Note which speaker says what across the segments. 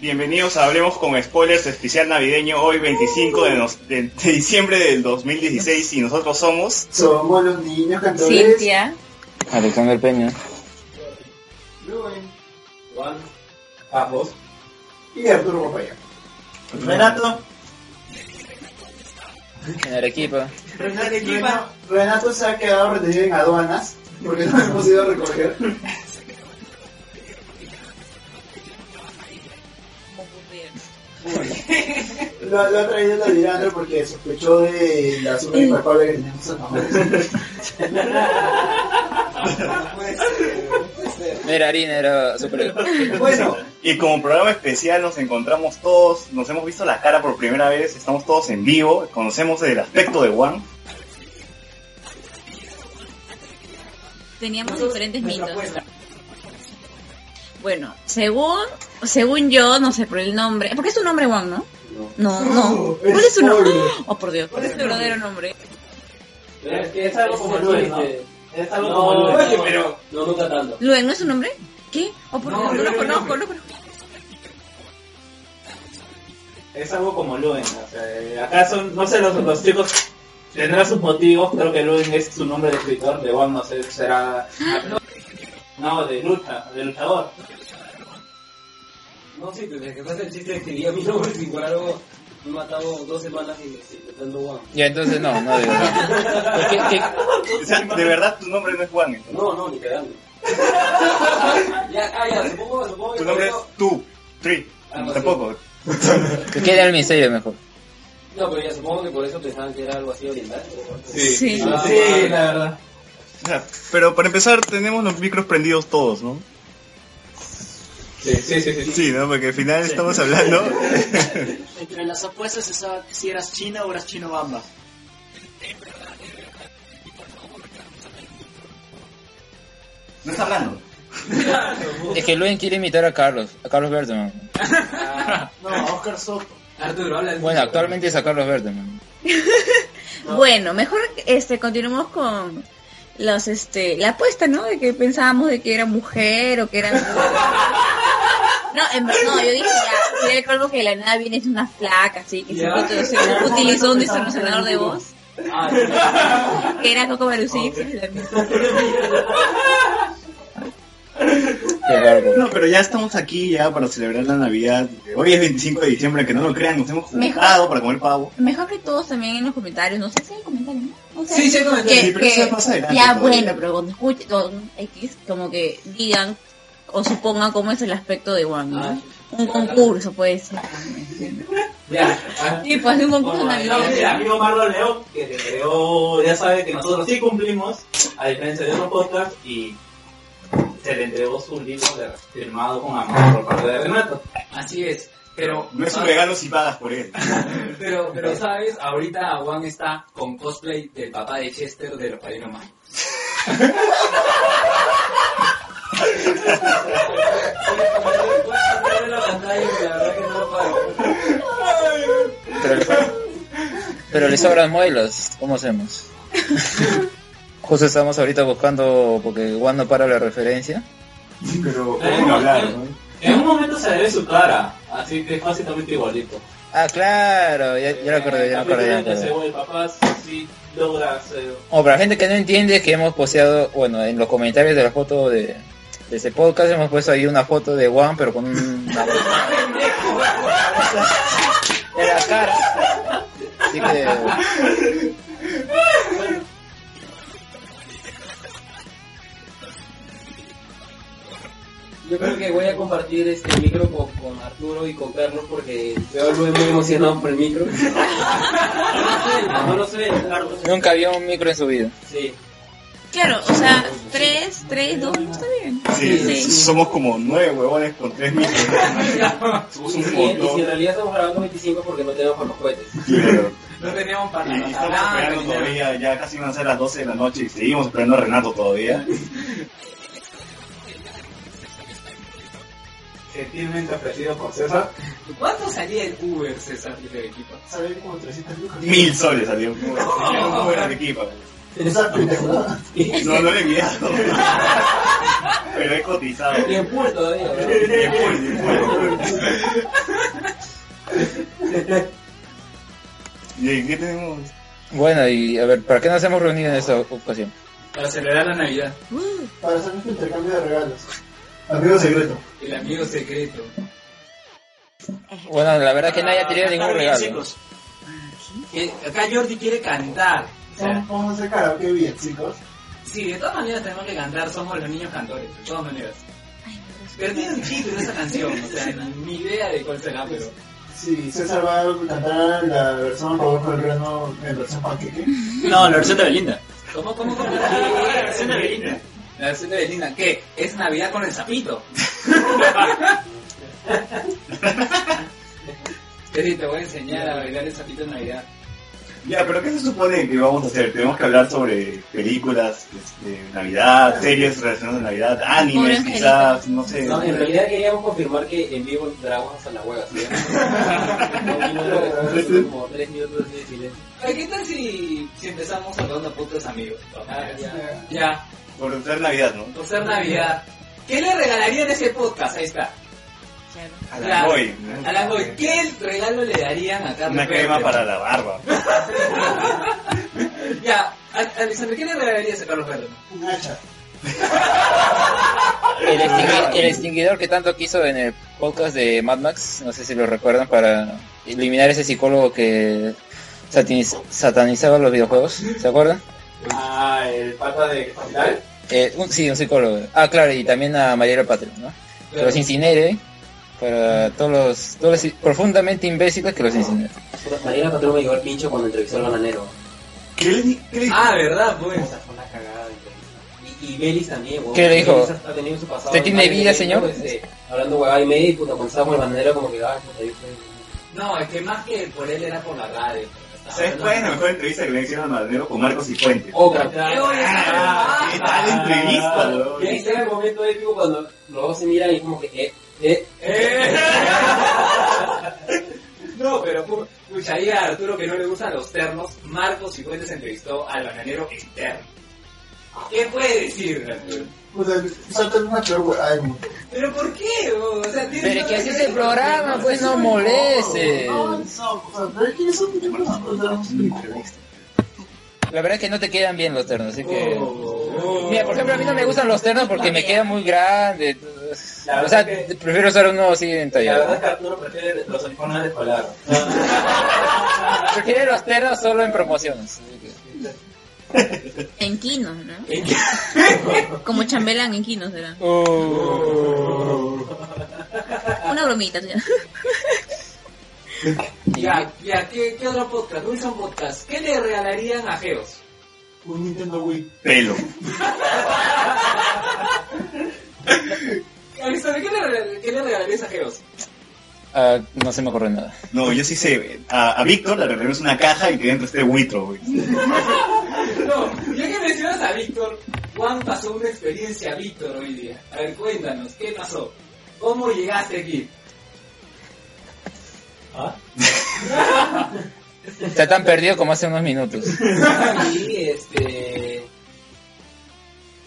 Speaker 1: Bienvenidos a Hablemos con Spoilers, especial navideño, hoy 25 de, nos- de- de diciembre del 2016 y nosotros somos...
Speaker 2: Somos los niños cantores.
Speaker 3: Cintia,
Speaker 4: Alexander Peña.
Speaker 2: Rubén, Juan
Speaker 5: Vamos.
Speaker 2: y Arturo Papaya.
Speaker 5: Renato.
Speaker 4: En Arequipa.
Speaker 2: Renato, Renato se ha quedado retenido en aduanas porque no hemos ido a recoger. Lo, lo ha traído la Dirandra porque sospechó de la suma impalpable que teníamos a
Speaker 4: Mira, harina era super.
Speaker 2: Bueno,
Speaker 1: Y como programa especial nos encontramos todos, nos hemos visto la cara por primera vez, estamos todos en vivo, conocemos el aspecto de Juan.
Speaker 3: teníamos diferentes mitos. Bueno, según, según yo, no sé por el nombre. ¿Por qué es tu nombre, Juan, no? No, no. ¿Cuál es su nombre? Oh, por Dios, ¿cuál es tu verdadero nombre?
Speaker 6: Es que es algo como
Speaker 5: Es
Speaker 6: el
Speaker 5: Luis, ¿no?
Speaker 6: chiste.
Speaker 5: Es
Speaker 6: No,
Speaker 5: algo
Speaker 6: no,
Speaker 5: como
Speaker 6: no,
Speaker 5: Luis,
Speaker 6: no,
Speaker 5: pero.
Speaker 6: no, no está tanto.
Speaker 3: ¿Luen no es su nombre? ¿Qué? Oh, por
Speaker 5: No,
Speaker 3: Dios,
Speaker 5: no,
Speaker 3: no lo
Speaker 5: no,
Speaker 3: conozco,
Speaker 5: no.
Speaker 3: no lo conozco.
Speaker 5: Es algo como Luen. O sea, eh, acá son, no sé, los, los chicos tendrán sus motivos. Creo que Luen es su nombre de escritor. De Juan, no sé, será. No, de lucha, de luchador.
Speaker 6: No, sí, desde que pasa el chiste escribí a mi nombre sin por algo me he matado dos semanas sin intentando guan.
Speaker 4: Ya, entonces no, no digo. ¿Por qué- qué-
Speaker 1: O sea, de verdad tu nombre no es Juan, entonces.
Speaker 6: No, no, ni cagando. ya, ah, ya, supongo, supongo que
Speaker 1: tu
Speaker 6: por
Speaker 1: nombre es
Speaker 6: eso-
Speaker 1: tú, Tri,
Speaker 6: Ah, no,
Speaker 1: tampoco.
Speaker 4: Que quede el misterio mejor.
Speaker 6: No, pero ya supongo que por eso pensaban que era algo así oriental.
Speaker 3: Sí.
Speaker 6: Ah,
Speaker 5: Sí, la verdad.
Speaker 1: O sea, Pero para empezar tenemos los micros prendidos todos, ¿no?
Speaker 5: Sí, sí, sí. sí.
Speaker 1: Sí, ¿no? Porque al final estamos hablando...
Speaker 7: Entre las apuestas estaba si eras china o eras chino bamba.
Speaker 2: no está hablando.
Speaker 4: Es que Luen quiere imitar a Carlos, a Carlos Berteman.
Speaker 7: No, a Oscar Soto.
Speaker 6: Arturo, habla.
Speaker 4: Bueno, actualmente es a Carlos Berteman.
Speaker 6: Ah,
Speaker 3: Bueno, mejor este continuemos con los este la apuesta, ¿no? De que pensábamos de que era mujer o que era No, en verdad, no, yo dije ya, yo recuerdo que de la nada viene una flaca, así que se
Speaker 6: Ya.
Speaker 3: puto- se utilizó un distorsionador de voz,
Speaker 6: Ah, sí. Ah,
Speaker 3: que era Coco Barucí, la misma.
Speaker 4: Qué bárbaro.
Speaker 1: No, pero ya estamos aquí ya para celebrar la Navidad. Hoy es 25 de diciembre, aunque no lo crean, nos hemos juntado para comer pavo.
Speaker 3: Mejor que todos también en los comentarios, no sé si hay comentarios, ¿no? No sé.
Speaker 6: Sí, sí hay comentarios,
Speaker 3: Que-
Speaker 1: sí, pero eso
Speaker 3: que-
Speaker 1: es más adelante
Speaker 3: Ya,
Speaker 1: todavía.
Speaker 3: bueno, pero cuando escuchen, con X, como que digan o supongan cómo es el aspecto de Juan, ¿no?
Speaker 6: Ah.
Speaker 3: Un concurso, puede ser.
Speaker 5: Ya. Ah,
Speaker 3: Sí, pues un concurso
Speaker 5: No, mira,
Speaker 3: navideño.
Speaker 5: amigo Marlo León, que se creó, ya sabe que nosotros sí cumplimos, a diferencia de otros podcasts, y se le entregó su libro de- firmado con amor por parte de Renato.
Speaker 6: Así es. Pero,
Speaker 1: No es un regalo si pagas por él.
Speaker 6: pero, pero, ¿sabes? Ahorita Juan está con cosplay del papá de Chester de los Padrinos Mágicos. Puedes poner la pantalla, que la verdad que no lo paro.
Speaker 4: Pero, le- pero le sobran modelos. ¿Cómo hacemos? Justo estamos ahorita buscando, porque Juan no para la referencia.
Speaker 1: Pero
Speaker 2: Eh,
Speaker 5: pueden hablar, ¿no? En un momento se le ve su cara, así que es básicamente igualito.
Speaker 4: Ah, claro, ya, ya lo acordé, ya lo acordé, ya lo acordé.
Speaker 5: El papá sí logra hacer-
Speaker 4: Bueno, para la gente que no entiende, es que hemos posteado, bueno, en los comentarios de la foto de, de ese podcast hemos puesto ahí una foto de Juan, pero con un... de la cara. Así que...
Speaker 6: Yo creo que voy a compartir este micro con, con Arturo y con Carlos porque veo a Luis muy emocionado por el micro.
Speaker 5: No lo sé, Carlos.
Speaker 4: Nunca vio un micro en su vida.
Speaker 6: Sí.
Speaker 3: Claro, o sea, 3, 3, 2, está bien.
Speaker 1: Sí, somos como nueve huevones con tres mil. Somos
Speaker 6: Y
Speaker 1: un
Speaker 6: si, y si en
Speaker 1: montón.
Speaker 6: realidad estamos grabando 25 porque no tenemos por los cohetes.
Speaker 1: Claro.
Speaker 6: No teníamos para
Speaker 1: Y estamos
Speaker 7: Ah,
Speaker 1: esperando todavía, ya casi van a ser las 12 de la noche y seguimos esperando a Renato todavía.
Speaker 5: Gentilmente ofrecido por César.
Speaker 6: ¿Cuánto salía el Uber, César, de equipo?
Speaker 2: Saber como 300 lucas.
Speaker 1: Mil soles salió. No, no, equipo.
Speaker 2: Esa pendejada.
Speaker 1: no, no le he mirado. Pero he cotizado.
Speaker 6: Y en pool todavía, ¿verdad?
Speaker 1: Después, después. ¿Y ahí qué tenemos?
Speaker 4: Bueno, y a ver, ¿para qué nos hemos reunido en esta ocasión?
Speaker 7: Para celebrar la Navidad.
Speaker 3: Uh,
Speaker 2: Para hacer un intercambio de regalos. Amigo secreto.
Speaker 7: El amigo secreto.
Speaker 4: Bueno, la verdad es que nadie ha tenido ningún
Speaker 8: Cantar bien,
Speaker 4: regalo.
Speaker 8: chicos. Que Acá Jordi quiere cantar. O sea,
Speaker 2: Vamos vamos a hacer karaoke bien, chicos.
Speaker 8: sí, de todas maneras tenemos que cantar, somos los niños cantores, de todas maneras. Pero tiene un chiste en esa canción, o sea, ni idea de cuál será, pero...
Speaker 2: Sí, César va a cantar la versión Rodolfo del Reno en versión panqueque.
Speaker 6: No, la versión de Belinda.
Speaker 7: ¿Cómo, cómo, cómo? La versión de Belinda. La versión de Belinda, ¿qué? Es Navidad con el sapito. Teddy, te voy a enseñar a bailar el sapito en Navidad.
Speaker 1: Ya, pero ¿qué se supone que vamos a hacer? Tenemos que hablar sobre películas, este, Navidad, series relacionadas a Navidad,
Speaker 3: Pobre
Speaker 1: animes
Speaker 3: Angélica.
Speaker 1: quizás, no sé.
Speaker 6: No, en realidad queríamos confirmar que en vivo entramos hasta la hueva. ¿sí? No, vino la respuesta, como tres minutos de silencio.
Speaker 7: Ay, ¿Qué tal si, si empezamos hablando putos amigos? Ah, ya. ya,
Speaker 1: Por ser Navidad, ¿no?
Speaker 7: por ser Navidad. ¿Qué le regalarían a ese podcast? Ahí está.
Speaker 1: A la
Speaker 7: Ya.
Speaker 1: Goy, ¿no?
Speaker 7: A la Goy, ¿qué regalo le darían a Carlos
Speaker 1: Una crema
Speaker 7: Verde?
Speaker 1: para la barba.
Speaker 7: Ya, a- Alexander, ¿qué le regalarías a Carlos Verde?
Speaker 2: Un hacha.
Speaker 4: El, extingui- el extinguidor que tanto quiso en el podcast de Mad Max, no sé si lo recuerdan, para eliminar ese psicólogo que sataniz- satanizaba los videojuegos, ¿se acuerdan?
Speaker 9: Ah, el pata de capital.
Speaker 4: Eh, un, sí, un psicólogo. Ah, claro, y también a Mariela Patria, ¿no? Que los incinere para todos los, todos los profundamente imbéciles que los incinere.
Speaker 6: Puta, Mariana Patrón me llegó el pincho cuando entrevistó al bananero.
Speaker 1: ¿Qué le, di- qué le di-
Speaker 7: Ah, ¿verdad? Pues.
Speaker 6: Esa fue una cagada de entrevista. Y, y Belis también, weón.
Speaker 4: ¿Qué le dijo?
Speaker 6: Belis ha tenido su pasado.
Speaker 4: ¿Usted tiene
Speaker 6: Belis,
Speaker 4: vida, señor?
Speaker 6: este, hablando huevada y media y puta, cuando estaba con el bananero como que, ah, puta, yo soy...
Speaker 7: No, es que más que por él era por la radio. Estaba
Speaker 1: ¿Sabes cuál es la mejor entrevista que le hicieron al Madero con Marcos y Fuentes?
Speaker 6: Oh, claro.
Speaker 7: hablando- ¡Qué buena
Speaker 1: Ah, ¿Qué
Speaker 7: esa broma!
Speaker 1: tal entrevista, bro?
Speaker 6: Ah, Y ahí está el momento épico cuando los dos se miran y como que, eh, eh,
Speaker 7: Eh. No, pero pu- pucha, ahí a Arturo que no le gustan los ternos, Marcos Cifuentes entrevistó al bananero externo. ¿Qué puede decir, Arturo?
Speaker 2: O sea, salta una peor hueá del mundo.
Speaker 7: ¿Pero por qué? bo? O sea,
Speaker 4: Pero
Speaker 7: tiene
Speaker 4: es
Speaker 7: todo
Speaker 4: que así
Speaker 7: el
Speaker 4: es el programa, pues no molestes.
Speaker 2: No, no, o sea, pero es que eso no tenemos
Speaker 4: La verdad es que no te quedan bien los ternos, así que...
Speaker 7: Oh.
Speaker 4: Mira, por ejemplo, a mí no me gustan los ternos porque me quedan muy grandes.
Speaker 6: La
Speaker 4: O sea,
Speaker 6: verdad que-
Speaker 4: prefiero usar uno así
Speaker 6: la
Speaker 4: entallado.
Speaker 6: verdad es que Arturo prefiere los uniformes de escolar.
Speaker 4: Prefiero los ternos solo en promociones. así que-
Speaker 3: En quinos, ¿no? Como chambelán en quinos será.
Speaker 6: Uh.
Speaker 3: Una bromita, tío.
Speaker 7: Ya, ya, ¿qué, qué otro podcast? Wilson Podcast. ¿Qué le regalarían a Geos?
Speaker 2: Un Nintendo Wii.
Speaker 1: Pelo.
Speaker 7: Alexander, ¿qué le, regal- qué le regalarías a Geos?
Speaker 4: Ah, no se me ocurre nada.
Speaker 1: No, yo sí sé. A, a Víctor le regalamos una caja y que dentro esté buitro, güey.
Speaker 7: No, ya que mencionas a Víctor, Juan pasó una experiencia Víctor hoy día. A ver, cuéntanos, ¿qué pasó? ¿Cómo llegaste aquí?
Speaker 4: Está tan perdido como hace unos minutos.
Speaker 6: Y este.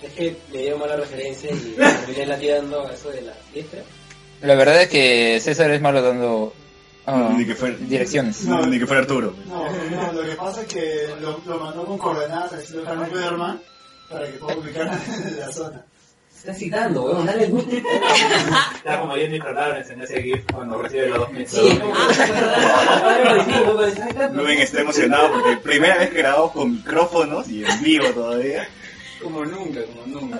Speaker 6: Es que le dieron mala referencia y terminé lateando eso de la fiesta.
Speaker 4: La verdad es que César es malo dando ah,
Speaker 1: Ni que fuera.
Speaker 4: direcciones.
Speaker 1: No, ni que fuera Arturo, güey.
Speaker 2: No, no, lo que pasa es que lo, lo mandó con coordenadas al estilo Carmen Federman para que pueda ubicar la zona.
Speaker 6: Está citando, weón, dale gusto.
Speaker 9: Está como yo en mi palabras en ese GIF cuando recibe los dos
Speaker 6: Sí, es
Speaker 9: mensajes.
Speaker 6: como que se acuerda.
Speaker 1: Rubén está emocionado porque primera vez que grabamos con micrófonos y en vivo todavía.
Speaker 7: Como nunca, como nunca.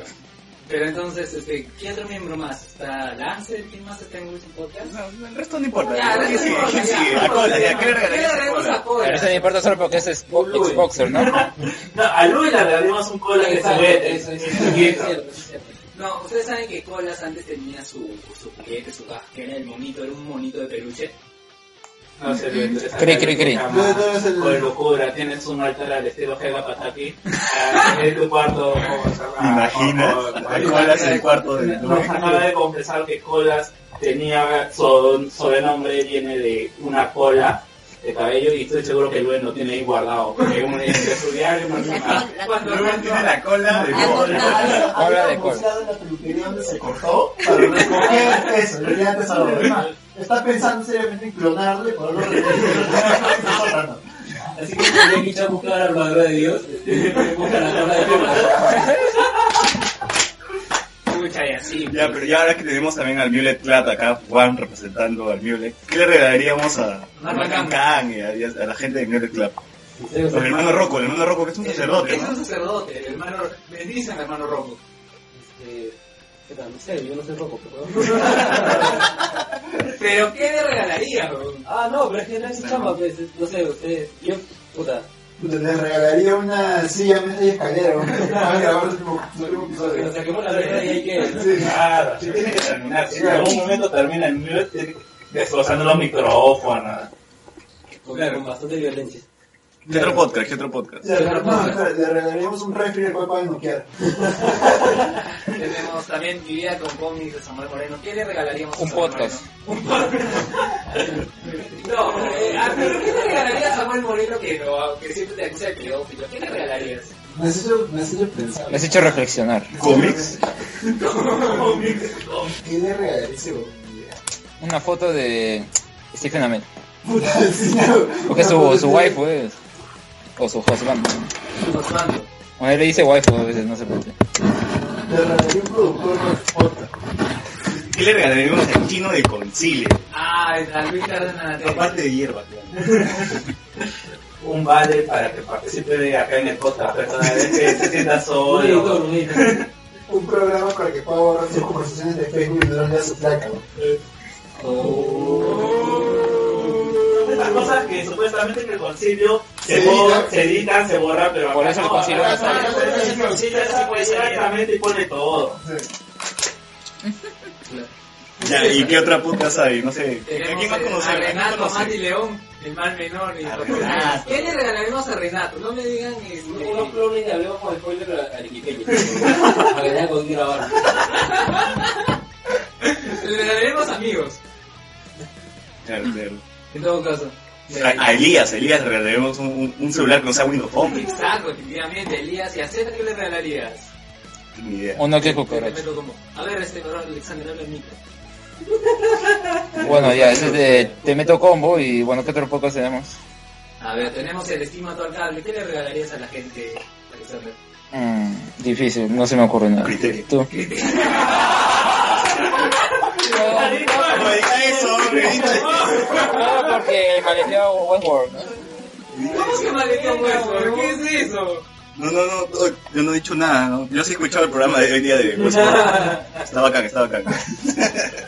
Speaker 7: Pero entonces, este, ¿qué otro miembro más? ¿Está Lancer? ¿Quién más está en Wilson Podcast?
Speaker 1: No, no, el resto no importa.
Speaker 7: Ya,
Speaker 1: ¿Qué sigue?
Speaker 7: ya,
Speaker 1: ¿Qué
Speaker 7: ya.
Speaker 1: sigue? La cola, ya. ¿Qué le
Speaker 7: ¿Qué le
Speaker 1: regalarías a
Speaker 7: regalamos
Speaker 1: Cola?
Speaker 7: a Cola?
Speaker 4: Pero eso me importa solo porque es expo- Xboxer, ¿no?
Speaker 9: No, a Luis le regalamos un cola que se
Speaker 6: Exacto,
Speaker 9: ve.
Speaker 6: eso, eso,
Speaker 9: en
Speaker 6: eso,
Speaker 9: su
Speaker 6: es
Speaker 9: GIF.
Speaker 6: cierto, es cierto.
Speaker 7: No, ustedes saben que Colas antes tenía su, su juguete, su caja, que era el monito, era un monito de peluche.
Speaker 9: No se le interesa.
Speaker 4: Cri, cri, cri.
Speaker 2: No, no, Ah, es el-
Speaker 9: Con locura, tienes un altar al estilo Hega Pataki. ah, En tu cuarto. o sea,
Speaker 1: ¿Te
Speaker 7: Ah,
Speaker 1: imaginas?
Speaker 9: o- o-
Speaker 1: La cola es el cuarto de Rubén.
Speaker 9: Acaba de confesar que Colas tenía so- sobrenombre, viene de una cola.
Speaker 7: de cabello y estoy seguro que Luen lo tiene ahí guardado. porque un- En su diario, más
Speaker 3: La
Speaker 7: nada.
Speaker 3: col- la
Speaker 7: Cuando
Speaker 3: col-
Speaker 7: Luen tiene la cola de
Speaker 3: La
Speaker 7: bola.
Speaker 3: corta-
Speaker 4: Habla de
Speaker 2: Había
Speaker 4: col.
Speaker 2: buceado en la peluquería donde se cortó para recoger eso, yo ya antes a lo demás. Está pensando seriamente en clonarle por algo que
Speaker 10: Así que si le he dicho buscar la armadura de Dios, este, busca la tabla de Dios.
Speaker 6: Escucha, y así.
Speaker 1: Ya, pero ya ahora que tenemos también al Mulet Clat acá, Juan representando al Mulet, ¿qué le regalaríamos a
Speaker 6: Marlacán.
Speaker 1: Marlacán y a, y a la gente de Mulet Clat?
Speaker 11: Sí, o sea,
Speaker 1: El hermano Rocco, el hermano Rocco que es un sacerdote,
Speaker 10: Es un
Speaker 1: ¿no?
Speaker 10: sacerdote, el hermano. Bendice al hermano Rojo.
Speaker 11: este, ¿qué tal? No sé, yo no soy roco, pero...
Speaker 10: Pero ¿qué le regalaría, bro?
Speaker 11: Ah, no, pero es que no es chamba, pues, es- no sé, ustedes, yo, puta,
Speaker 2: Les regalaría una silla, mesa y escalera. ¿no? A ver, a ver, soy un
Speaker 11: que nos
Speaker 2: episodio.
Speaker 11: saquemos la verga y hay que...
Speaker 2: Sí.
Speaker 7: Claro, sí tiene que terminar. Si en algún momento termina el Mulet tiene que- destrozando los micrófonos.
Speaker 11: Con, con bastante violencia.
Speaker 1: ¿Qué otro podcast? ¿Qué otro podcast?
Speaker 2: Le regal- no, espera, le regalaríamos un refri al cual pueden noquear.
Speaker 6: Tenemos también mi vida con cómics de Samuel Moreno. ¿Qué le regalaríamos? a
Speaker 4: Un
Speaker 6: Samuel
Speaker 4: podcast.
Speaker 6: Moreno? No, eh, ah, pero ¿qué le regalarías a Samuel Moreno que, no, que siempre te acusa de pedófilo? ¿Qué le regalarías?
Speaker 2: Necesito, necesito pensar.
Speaker 4: Me has hecho reflexionar.
Speaker 1: ¿Cómics?
Speaker 2: ¿Qué le regalaría ese güey?
Speaker 4: Una foto de Stephen Amell.
Speaker 2: Puta, sí, no.
Speaker 4: Porque
Speaker 2: No,
Speaker 4: su,
Speaker 2: no,
Speaker 4: su
Speaker 2: no.
Speaker 4: waifu es. O su husband. O él le dice waifu a veces, no sé por qué.
Speaker 2: Le regalaría un productor de foto.
Speaker 1: ¿Qué le regalaríamos al chino de Concile?
Speaker 6: Ah, a Luis Cárdenas.
Speaker 1: Aparte de hierba, claro.
Speaker 7: Un vale para que participe de acá en el podcast, pero cada vez que se sienta
Speaker 11: Un editor,
Speaker 7: solo.
Speaker 11: un editor.
Speaker 2: Un programa para que pueda borrar sus conversaciones de Facebook y no le a su placa.
Speaker 7: Estas cosas que supuestamente en el concilio se,
Speaker 2: Sí,
Speaker 7: borra-
Speaker 2: ¿no?
Speaker 7: se editan, se borran, pero
Speaker 4: Por
Speaker 7: acá
Speaker 4: eso el concilio
Speaker 7: acá
Speaker 4: no sale.
Speaker 7: Por eso el concilio es así, pues, directamente y pone todo.
Speaker 1: Ya, ¿y qué otra podcast hay? No sé. Eh, ¿A quién
Speaker 6: Tenemos
Speaker 1: más
Speaker 6: a
Speaker 1: conocer? ¿A quién más
Speaker 6: Renato
Speaker 1: conocer?
Speaker 6: Mati León, el mal menor. y-
Speaker 1: A Renato.
Speaker 6: ¿Qué le regalaremos a Renato? No me digan este,
Speaker 11: Unos clones y hablemos con spoiler al- al equipeño. Para que tenga con qué grabar.
Speaker 6: Le regalaremos amigos,
Speaker 1: Claro, claro.
Speaker 6: en todo caso.
Speaker 1: A, a Elías, a Elías le regalaríamos un, un- un celular que no sea Windows Phone.
Speaker 6: Exacto, efectivamente, Elías. ¿Y a César qué le regalarías?
Speaker 1: Ni idea.
Speaker 4: O no que
Speaker 6: Te
Speaker 4: cucaracha.
Speaker 6: meto como- A ver, este, perdón, Alexander, habla el micro.
Speaker 4: Bueno, ya, ese es de Te Meto Combo y bueno, ¿qué otro podcast tenemos?
Speaker 6: A ver, tenemos el estímato al cable. ¿Qué le regalarías a la gente, Alexander?
Speaker 4: Mm, difícil, no se me ocurre nada.
Speaker 1: Criterio.
Speaker 4: ¿Tú?
Speaker 1: No diga eso,
Speaker 4: No, Ah, porque maleteaba Westworld, ¿no?
Speaker 6: ¿Cómo que maletón huevo? ¿Qué es eso?
Speaker 1: No, no, no, no, yo no he dicho nada, ¿no? Yo sí he escuchado el programa de hoy día de Westworld. Está bacán, está bacán.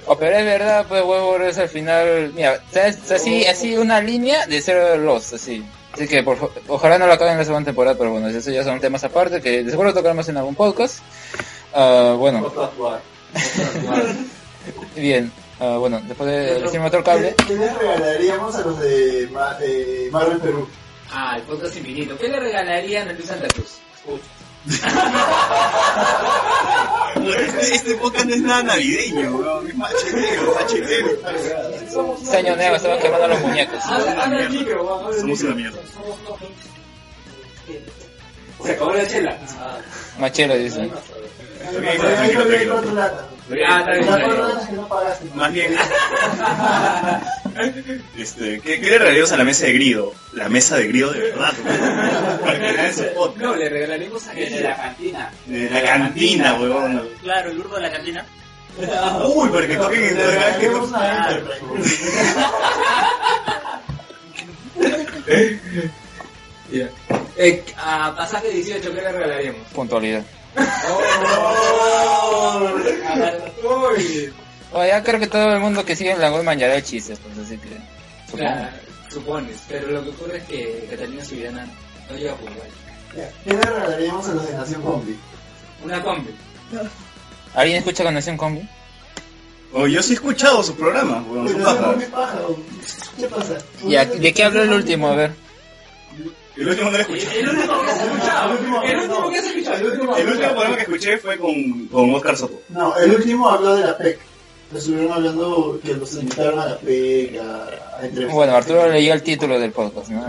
Speaker 4: O pero es verdad, pues Westworld es al final... Mira, ¿sabes? Es así, así una línea de cero los, así. Así que por, fa- ojalá no lo acaben en la segunda temporada, pero bueno, eso ya son temas aparte que de seguro tocaremos en algún podcast. Ah, bueno, bien. Ah, bueno, después de El Cinemator Cable...
Speaker 2: ¿Qué les regalaríamos a los de Ma- eh, Marvel Perú?
Speaker 6: Ah, el podcast infinito. ¿Qué le regalarían a Luis Santa Cruz?
Speaker 1: Este podcast no es nada navideño, weón. Es machetero, machetero.
Speaker 4: Este año nuevo estaban quemando los muñecos.
Speaker 6: Habla habla el micro, guau, habla el
Speaker 1: Somos
Speaker 6: micro.
Speaker 1: una mierda.
Speaker 10: Se acabó la
Speaker 6: Ah,
Speaker 10: chela.
Speaker 4: Machelo, dice.
Speaker 2: Ahí hay todavía cuatro latas.
Speaker 6: Ah, está bien,
Speaker 2: Las
Speaker 6: está bien.
Speaker 2: cuatro latas que no pagaste. ¿no?
Speaker 1: Más bien. Este, ¿qué, ¿Qué le regalamos a la mesa de grido? La mesa de grido de verdad, weón. Para que vean su podcast.
Speaker 6: No, le regalaremos a
Speaker 7: Desde
Speaker 6: ella.
Speaker 7: la cantina.
Speaker 1: De la cantina, weón.
Speaker 6: Claro, el urbo de la cantina.
Speaker 1: Uy, para que toquen
Speaker 2: Le
Speaker 1: en la que
Speaker 2: regalaríamos una Enterprise.
Speaker 6: Eh, a pasaje 18, ¿qué le regalaríamos?
Speaker 4: Puntualidad.
Speaker 6: Oh. Uy,
Speaker 4: Bueno, ya creo que todo el mundo que sigue en la Goldman ya el chiste, pues así que...
Speaker 6: claro, supones, pero lo que ocurre es que Catalina Subirana no llega a fútbol.
Speaker 2: Ya, ¿Qué le regalaríamos a los de Nación Combi?
Speaker 6: Una combi.
Speaker 4: ¿Alguien escucha Conexión Combi?
Speaker 1: Oh, yo sí he escuchado sus programas, weón. Son
Speaker 2: Nación
Speaker 1: paja.
Speaker 2: Combi paja, ¿o? ¿Qué pasa?
Speaker 4: ¿Y a- de qué habló el último? A ver.
Speaker 1: El último no lo escuché.
Speaker 6: El único que has escuchado. El único que has escuchado.
Speaker 1: El último programa que escuché fue con, con Oscar Soto.
Speaker 2: No, el último habló de la PEC. Estuvieron hablando que los invitaron a la PEC, a, a entrevistar.
Speaker 4: Bueno, Arturo leyó el título del podcast, ¿no?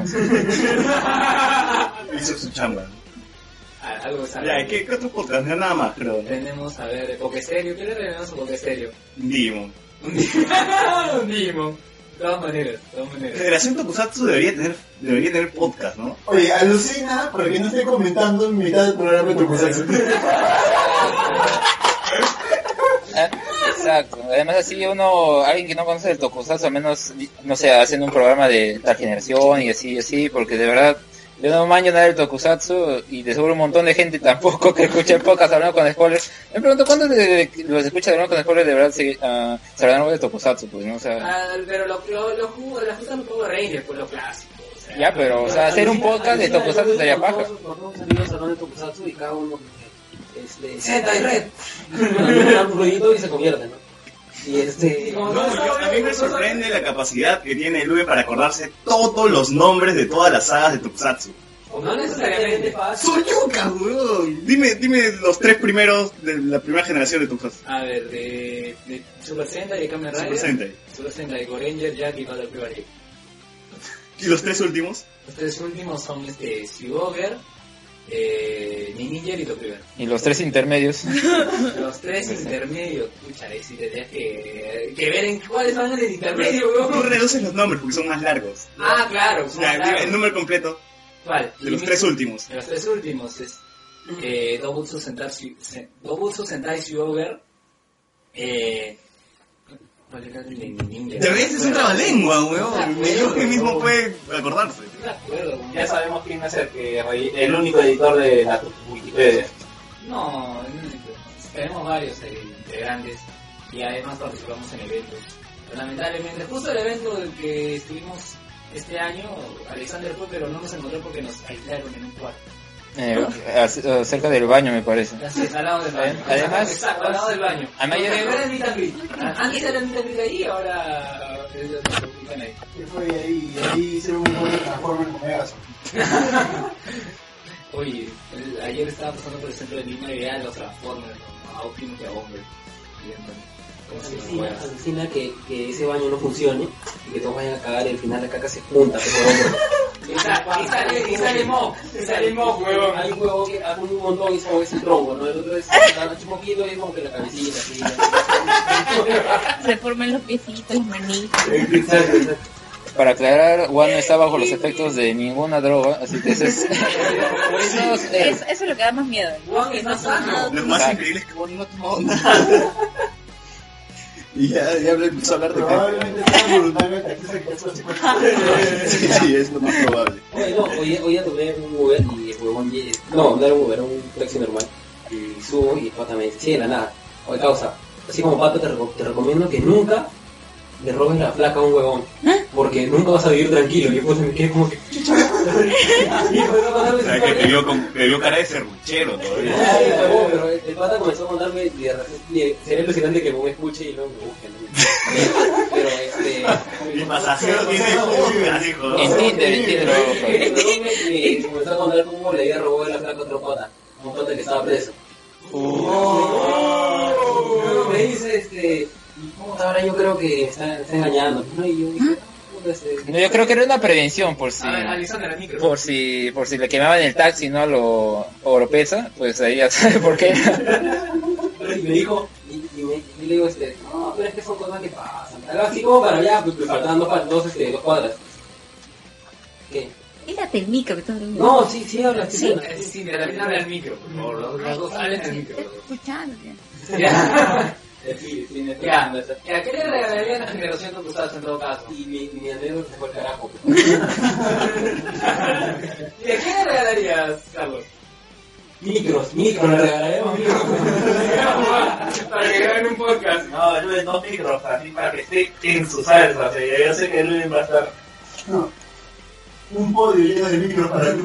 Speaker 1: Hizo su chamba.
Speaker 6: Ah, Algo
Speaker 1: Ya,
Speaker 6: sale.
Speaker 1: ¿qué, qué otro podcast? No, Nada más, creo. ¿eh? ¿no?
Speaker 6: Tenemos, a ver, Pokestereo. ¿Qué le regalamos a Pokestereo?
Speaker 1: Digimon.
Speaker 6: Un Digimon. Un Digimon. De todas maneras, de todas maneras.
Speaker 1: Federación Tokusatsu pues, debería tener, debería tener podcast, ¿no?
Speaker 2: Oye, alucina porque no estoy comentando en mitad del programa de tu proceso.
Speaker 4: Ah, Exacto. Además así uno, alguien que no conoce el tokusatsu, al menos, no sé, hacen un programa de tal generación y así y así, porque de verdad, yo no maño nada del tokusatsu y de seguro un montón de gente tampoco que escucha el podcast hablando con spoilers. Me pregunto, ¿cuántos de, de- los escuchas hablando con spoilers de verdad se, ah, se hablan algo de tokusatsu? Pues, ¿no? O sea,
Speaker 6: Ah, pero lo, lo, lo jugo, la justa lo jugo Ranger, pues lo clásico. o sea.
Speaker 4: ya, pero, o sea, hacer un podcast de tokusatsu sería paja.
Speaker 9: Todos amigos hablando de Tokusatsu y cada uno este, Sentai Red. Manda un ruidito y se convierte, ¿no? Y este...
Speaker 6: No,
Speaker 1: No, yo, a mí me sorprende la capacidad que tiene Lube para acordarse todos los nombres de todas las sagas de Tokusatsu.
Speaker 6: No necesariamente.
Speaker 1: ¡Soyuka, weón! Dime, dime los tres primeros de la primera generación de Tokusatsu.
Speaker 6: A ver, de, de Super Sentai de Kamen
Speaker 1: Super
Speaker 6: Rider.
Speaker 1: Sentai.
Speaker 6: Super Sentai, Goranger, Jack y Battle Privacy.
Speaker 1: ¿Y los tres últimos?
Speaker 6: Los tres últimos son este, Shigoger, eh, Ninja y Tokuger.
Speaker 4: Y los tres intermedios.
Speaker 6: Los tres intermedios, pucha, ahí sí tendrías que, que ver en cuáles son los intermedios,
Speaker 1: Tú
Speaker 6: weón.
Speaker 1: reduces los nombres porque son más largos.
Speaker 6: Ah, claro, son
Speaker 1: Ya, dime el
Speaker 6: claro.
Speaker 1: número completo
Speaker 6: ¿Cuál?
Speaker 1: de los
Speaker 6: Jimmy-
Speaker 1: tres últimos.
Speaker 6: De los tres últimos es eh, Dobutsu Sentai Shi- Sen- Dobutsu Sentai Shigoger, eh, ¿cuál era el de Ninja?
Speaker 1: De veces es un trabalengua,
Speaker 6: weón.
Speaker 1: weón. Ni Lube mismo puede acordarse.
Speaker 6: No me acuerdo,
Speaker 7: Ya sabemos quién es el, que, re- el único editor de la Wikipedia.
Speaker 6: No, mm, tenemos varios eh, integrantes y además participamos en eventos. Lamentablemente, justo el evento del que estuvimos este año, Alexander fue, pero no nos encontró porque nos aislaron en un cuarto.
Speaker 4: Eh, ac- cerca del baño, me parece.
Speaker 6: Así es, al lado del baño.
Speaker 4: Además-
Speaker 6: exacto, al lado del baño.
Speaker 4: Además, yo-
Speaker 6: Porque ahora es meet and greet. Antes era el meet and greet ahí, ahora eh, es lo que publican ahí.
Speaker 2: Y fue ahí, y ahí hicieron un juego de Transformers con Megas.
Speaker 6: Oye, el- ayer estaba pasando por el centro de Lima y veía a los Transformers, ¿no? a Optimus y a Bomber. Y entonces, como si no
Speaker 9: Alucina,
Speaker 6: fueras.
Speaker 9: alucina que, que ese baño no funcione y que todos vayan a cagar y al final la caca se junta. por favor.
Speaker 6: Y sa- y sale, y sale Mo, y sale Mo, huevón.
Speaker 9: Hay un huevo que hace un montón y como es el tronco, ¿no? El otro es un poquito y es como que la cabecilla, así.
Speaker 3: Se forman los piecitos, las manitas.
Speaker 9: Exacto, exacto.
Speaker 4: Para aclarar, Juan no está bajo los efectos de ninguna droga, así que ese es... por eso, eh,
Speaker 3: Es- eso es lo que da más miedo.
Speaker 6: Juan
Speaker 3: Que
Speaker 6: es
Speaker 3: no
Speaker 6: más
Speaker 3: toma
Speaker 6: sano.
Speaker 3: nada.
Speaker 1: Lo más
Speaker 4: Claro.
Speaker 1: increíble es que Bonnie no ha tomado nada. Y ya, ya empezó a hablar de
Speaker 2: Probablemente sea voluntariamente aquí se quedó así.
Speaker 1: Sí, sí, es lo más probable.
Speaker 9: Oye, no, hoy, día- hoy día tomé un Uber y el huevón ye- No, no era un Uber, era un taxi normal. Y subo y el pata me dice, sí, de la nada. Oye, causa, así como pato te, reco- te recomiendo que nunca le robes la placa a un huevón. Porque nunca vas a vivir tranquilo. Y yo pues me quedé como que... "Chucha". Y yo, "No, no, no, no,
Speaker 1: O sea, que
Speaker 9: no".
Speaker 1: te vio, con, te vio cara de serruchero
Speaker 9: Ay,
Speaker 1: todavía.
Speaker 9: huevón, pero el pata comenzó a contarme y de repente sería alucinante que el huevón escuche y luego me busque. ¿no? Pero este...
Speaker 1: Y pasajero tiene podcast, hijo.
Speaker 4: en Tinder, en Tinder lo hago,
Speaker 1: pues.
Speaker 4: pero-
Speaker 9: Y comenzó a contar cómo le había robado la placa a otro pata, un pata que estaba preso.
Speaker 6: Oh,
Speaker 9: Luego me dice, este, y puta, ahora yo creo que está, está engañando. ¿no? Y yo dije, puta, este,
Speaker 4: No, yo creo que era una prevención por si...
Speaker 6: A ver, Alexander, al Ah, micro.
Speaker 4: Por si, por si le quemaban el taxi, ¿no? Lo oropesa, pues ahí ya sabe por qué.
Speaker 9: y me dijo, y, y me, y le digo, este, no, pero es que son cosas que pasan. Algo así como para allá, pues me faltaban dos, pa- dos, este, dos cuadras. ¿Qué?
Speaker 3: Mírate el micro que estás viendo.
Speaker 9: No, sí, sí, habla, sí,
Speaker 3: Sí.
Speaker 9: habla.
Speaker 6: Sí, sí, mira, también habla al micro, por favor. Los, los dos hablan al micro.
Speaker 3: escuchando.
Speaker 6: Ya,
Speaker 9: Sí, sí, me-
Speaker 6: ya. Ya, ¿Qué le regalaría a la generación de usados en todo caso?
Speaker 9: Y mi, mi anécdota se fue al carajo.
Speaker 6: ¿Y a quién le regalarías, Carlos?
Speaker 9: Micros, micros, le regalaremos micros.
Speaker 6: Para que graben un podcast.
Speaker 7: No, Luen, dos micros, así para que esté en su salsa. o sea, yo sé que Luen va a estar.
Speaker 2: No. Un podio lleno de micros para el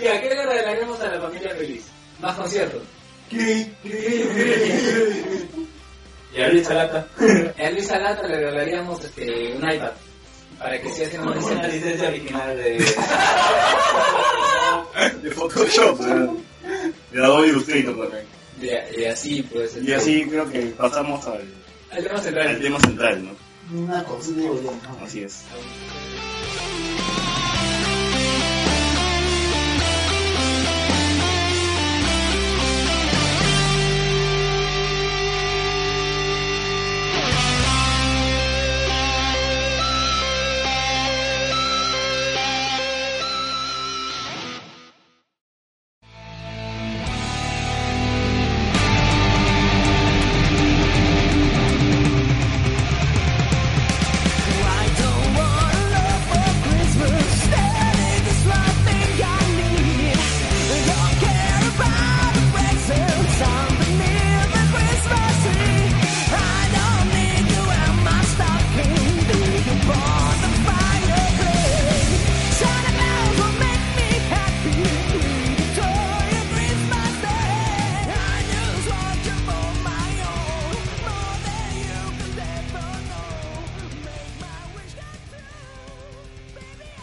Speaker 6: ¿Y a qué le regalaríamos a la familia feliz? Más conciertos.
Speaker 2: Cri, cri,
Speaker 7: Y abrir Salata.
Speaker 6: Y a Luis Alata le regalaríamos este, un iPad. Para que siga haciendo
Speaker 7: Una
Speaker 6: presentes.
Speaker 7: licencia original de.
Speaker 1: De Photoshop, weón. De Adobe Illustrator también.
Speaker 6: Y, y así, pues.
Speaker 1: Y así creo que pasamos al,
Speaker 6: El tema
Speaker 1: al
Speaker 6: central.
Speaker 1: tema central, ¿no?
Speaker 2: Una cosa, digo yo, ¿no?
Speaker 1: Así es.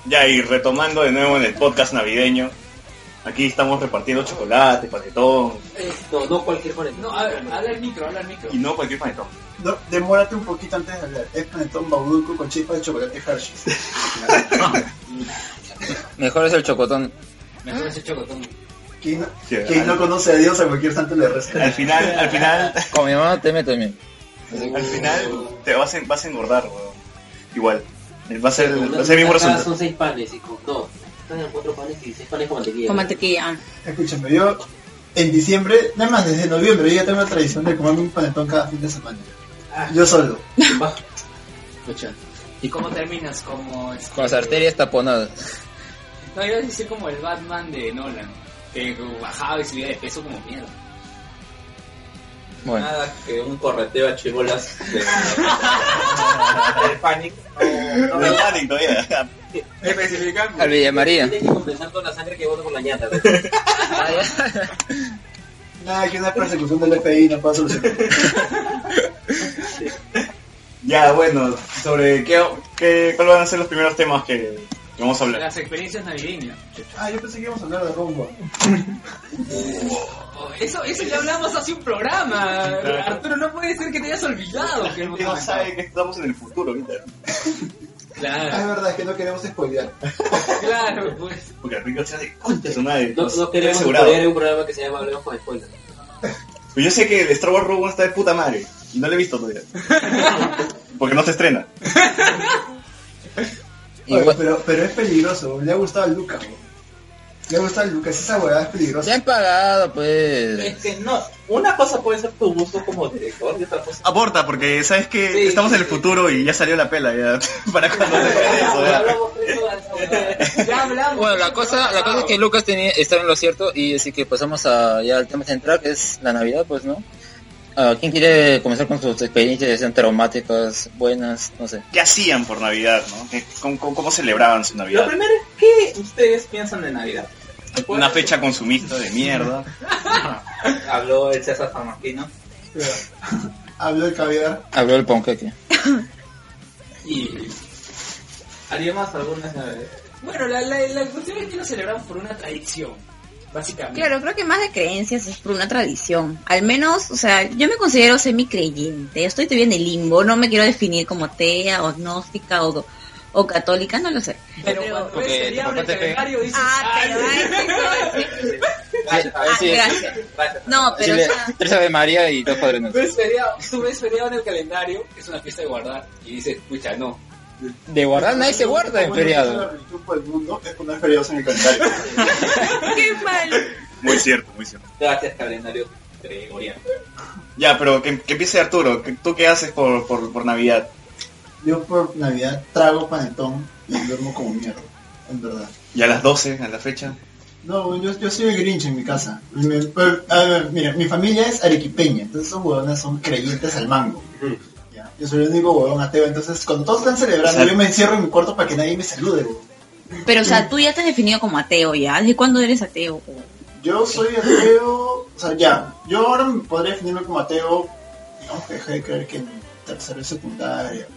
Speaker 1: Ya, y retomando de nuevo en el podcast navideño, aquí estamos repartiendo chocolates, paquetón,
Speaker 9: No, no cualquier panetón.
Speaker 6: No, a ver, habla el micro, habla el micro.
Speaker 1: y no cualquier paquetón.
Speaker 2: No, demórate un poquito antes de hablar. Es panetón bauduco con chispas de chocolate Hershey's.
Speaker 4: Mejor es el chocotón.
Speaker 6: Mejor ese chocotón.
Speaker 2: Quien no,
Speaker 1: Sí,
Speaker 2: quien
Speaker 1: al-
Speaker 2: no conoce a Dios a cualquier santo le reza.
Speaker 1: Al final, al final,
Speaker 4: Con mi mamá te meto también.
Speaker 1: al final te vas, en- vas a engordar, weón. Igual. Va a ser, va a ser el mismo
Speaker 9: Acá
Speaker 1: resultado.
Speaker 9: Son seis panes, hijo. No, están cuatro panes y seis panes con mantequilla.
Speaker 3: Con mantequilla.
Speaker 2: Escúchame, yo en diciembre, nada más desde noviembre, yo ya tengo la tradición de comerme un panetón cada fin de semana. Yo solo.
Speaker 6: Escucha. ¿Y cómo terminas? Como. es-
Speaker 4: Con las arterias taponadas.
Speaker 6: No, iba a decir como el Batman de Nolan. Que bajaba y subía de peso como mierda.
Speaker 4: Bueno,
Speaker 7: Nada que un correteo a chibolas
Speaker 4: Ah,
Speaker 7: del panic.
Speaker 1: No me paren todavía.
Speaker 6: Ah,
Speaker 7: Especificando.
Speaker 4: al Villa María.
Speaker 9: Tienes que compensar toda la sangre que bota por la ñata. ¿no?
Speaker 2: Nada, que una persecución del FBI no pueda solucionar.
Speaker 1: Ya, bueno, sobre qué, qué, cuáles van a ser los primeros temas que, que vamos a hablar.
Speaker 6: Las experiencias navideñas.
Speaker 2: Ah, yo pensé que íbamos a hablar de rumbo.
Speaker 6: Oh, Eso, eso ya hablamos hace un programa. Arturo, no puede ser que te hayas olvidado que el
Speaker 1: Dios sabe que estamos en el futuro ahorita.
Speaker 2: Ah, es
Speaker 6: Claro,
Speaker 2: verdad, es que no queremos spoilear.
Speaker 6: claro, pues.
Speaker 1: Porque Rico se hace concha su madre.
Speaker 9: No,
Speaker 1: estoy
Speaker 9: no queremos
Speaker 1: asegurado.
Speaker 9: poner un programa que se llama Hablemos con Spoilers.
Speaker 1: Pero yo sé que el Star Wars Rogue está de puta madre. Y no lo he visto todavía. Porque no se estrena.
Speaker 2: Oye,
Speaker 4: Igual-
Speaker 2: pero, pero es peligroso, le ha gustado a Lucas. bro. Le ha gustado a Lucas, esa huevada es
Speaker 4: Se
Speaker 2: peligrosa.
Speaker 4: han pagado, pues.
Speaker 7: Es que no, una cosa puede ser tu gusto como director y otra cosa.
Speaker 1: Aporta, porque sabes que
Speaker 7: Sí,
Speaker 1: estamos en el
Speaker 7: sí.
Speaker 1: futuro y ya salió la pela. Ya, para cuando se estrene eso. ya.
Speaker 6: Ya hablamos.
Speaker 4: Bueno, la cosa, la cosa es que Lucas tenía, estaba en lo cierto y así que pasamos a, ya al tema central que es la Navidad, pues, ¿no? Ah, ¿Quién quiere comenzar con sus experiencias, ya sean traumáticas, buenas, no sé?
Speaker 1: ¿Qué hacían por Navidad, no? ¿Qué- cómo, cómo- cómo celebraban su
Speaker 7: Lo
Speaker 1: Navidad?
Speaker 7: primero es que ustedes piensan de Navidad.
Speaker 1: Una fecha consumista de mierda.
Speaker 7: Habló el César San Martino.
Speaker 2: Pero- Habló el caviar.
Speaker 4: Habló el ponqueque.
Speaker 7: Y haríamos algunas eh,
Speaker 6: Bueno, la, la, la cuestión es que lo celebramos por una tradición, básicamente.
Speaker 3: Claro, creo que más de creencias es por una tradición. Al menos, o sea, yo me considero semi-creyente. Yo estoy todavía en el limbo. No me quiero definir como atea o agnóstica o, o católica, no lo sé.
Speaker 6: Pero Ah, cuando
Speaker 4: Porque
Speaker 6: ves el
Speaker 4: tu papá
Speaker 6: diablo en
Speaker 4: te
Speaker 6: el
Speaker 4: pega.
Speaker 6: calendario dices, "Ay,
Speaker 4: a ver
Speaker 3: Ah,
Speaker 4: si-
Speaker 3: gracias.
Speaker 7: gracias.
Speaker 3: No, pero o
Speaker 4: Decirle,
Speaker 3: sea,
Speaker 4: tres Ave María y dos Padres Nuestros.
Speaker 6: ves feriado, tú ves feriado en el calendario, es una fiesta de guardar, y dices, pucha, no.
Speaker 4: De guardar nadie se guarda en
Speaker 2: Como no es
Speaker 4: feriado.
Speaker 2: la religión por el mundo es poner feriados en el calendario.
Speaker 3: qué mal.
Speaker 1: Muy cierto, muy cierto.
Speaker 7: Gracias, calendario gregoriano.
Speaker 1: Ya, pero que, que empiece Arturo. ¿Qué- ¿Tú qué haces por, por, por Navidad?
Speaker 2: Yo por Navidad trago panetón y duermo como mierda, en verdad.
Speaker 1: ¿Y a las 12, a la fecha?
Speaker 2: No, yo, yo soy el Grinch en mi casa. Me- pero, a ver, mira, mi familia es arequipeña, entonces esos huevones son creyentes al mango. Ya, Yo soy el único huevón ateo, entonces cuando todos están celebrando,
Speaker 1: O sea-
Speaker 2: yo me encierro en mi cuarto para que nadie me salude. huevón.
Speaker 3: Pero, o sea, tú ya te has definido como ateo, ¿ya? ¿Desde cuándo eres ateo?
Speaker 2: Yo soy ateo, o sea, ya, yo ahora me podría definirme como ateo, digamos que dejé de creer que en tercero y secundaria.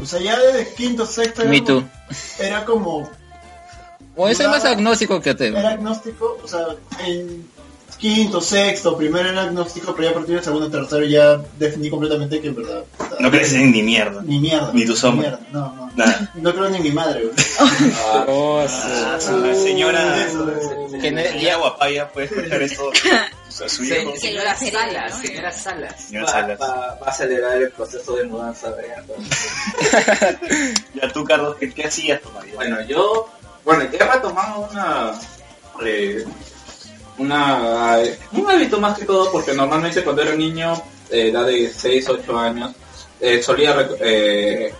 Speaker 2: O sea, ya desde quinto, sexto era
Speaker 4: Me
Speaker 2: como-
Speaker 4: too.
Speaker 2: era como
Speaker 4: Bueno, yo soy más agnóstico que ateo.
Speaker 2: era agnóstico, o sea, en quinto, sexto, primero era agnóstico, pero ya a partir del segundo, tercero ya definí completamente que en verdad.
Speaker 1: No crees en ni mierda.
Speaker 2: Ni mierda.
Speaker 1: Ni tu sombra.
Speaker 2: mierda, No, no.
Speaker 1: Nada.
Speaker 2: No creo ni en mi madre, güey.
Speaker 4: Oh,
Speaker 1: Ah, la señora.
Speaker 4: Que no-
Speaker 1: Señora Guapaya, puedes contar esto a su hijo.
Speaker 3: Señora Salas,
Speaker 6: señora Salas.
Speaker 1: Señora
Speaker 12: Va,
Speaker 1: Salas.
Speaker 12: va- va a acelerar el proceso de mudanza. ¿verdad?
Speaker 1: Ya tú, Carlos, ¿qué, qué hacías tu marido?
Speaker 12: Bueno, yo, bueno, ya he retomado una, eh, una, un hábito más que todo, porque normalmente cuando era niño, eh, edad de 6, 8 años, eh, solía rec- eh,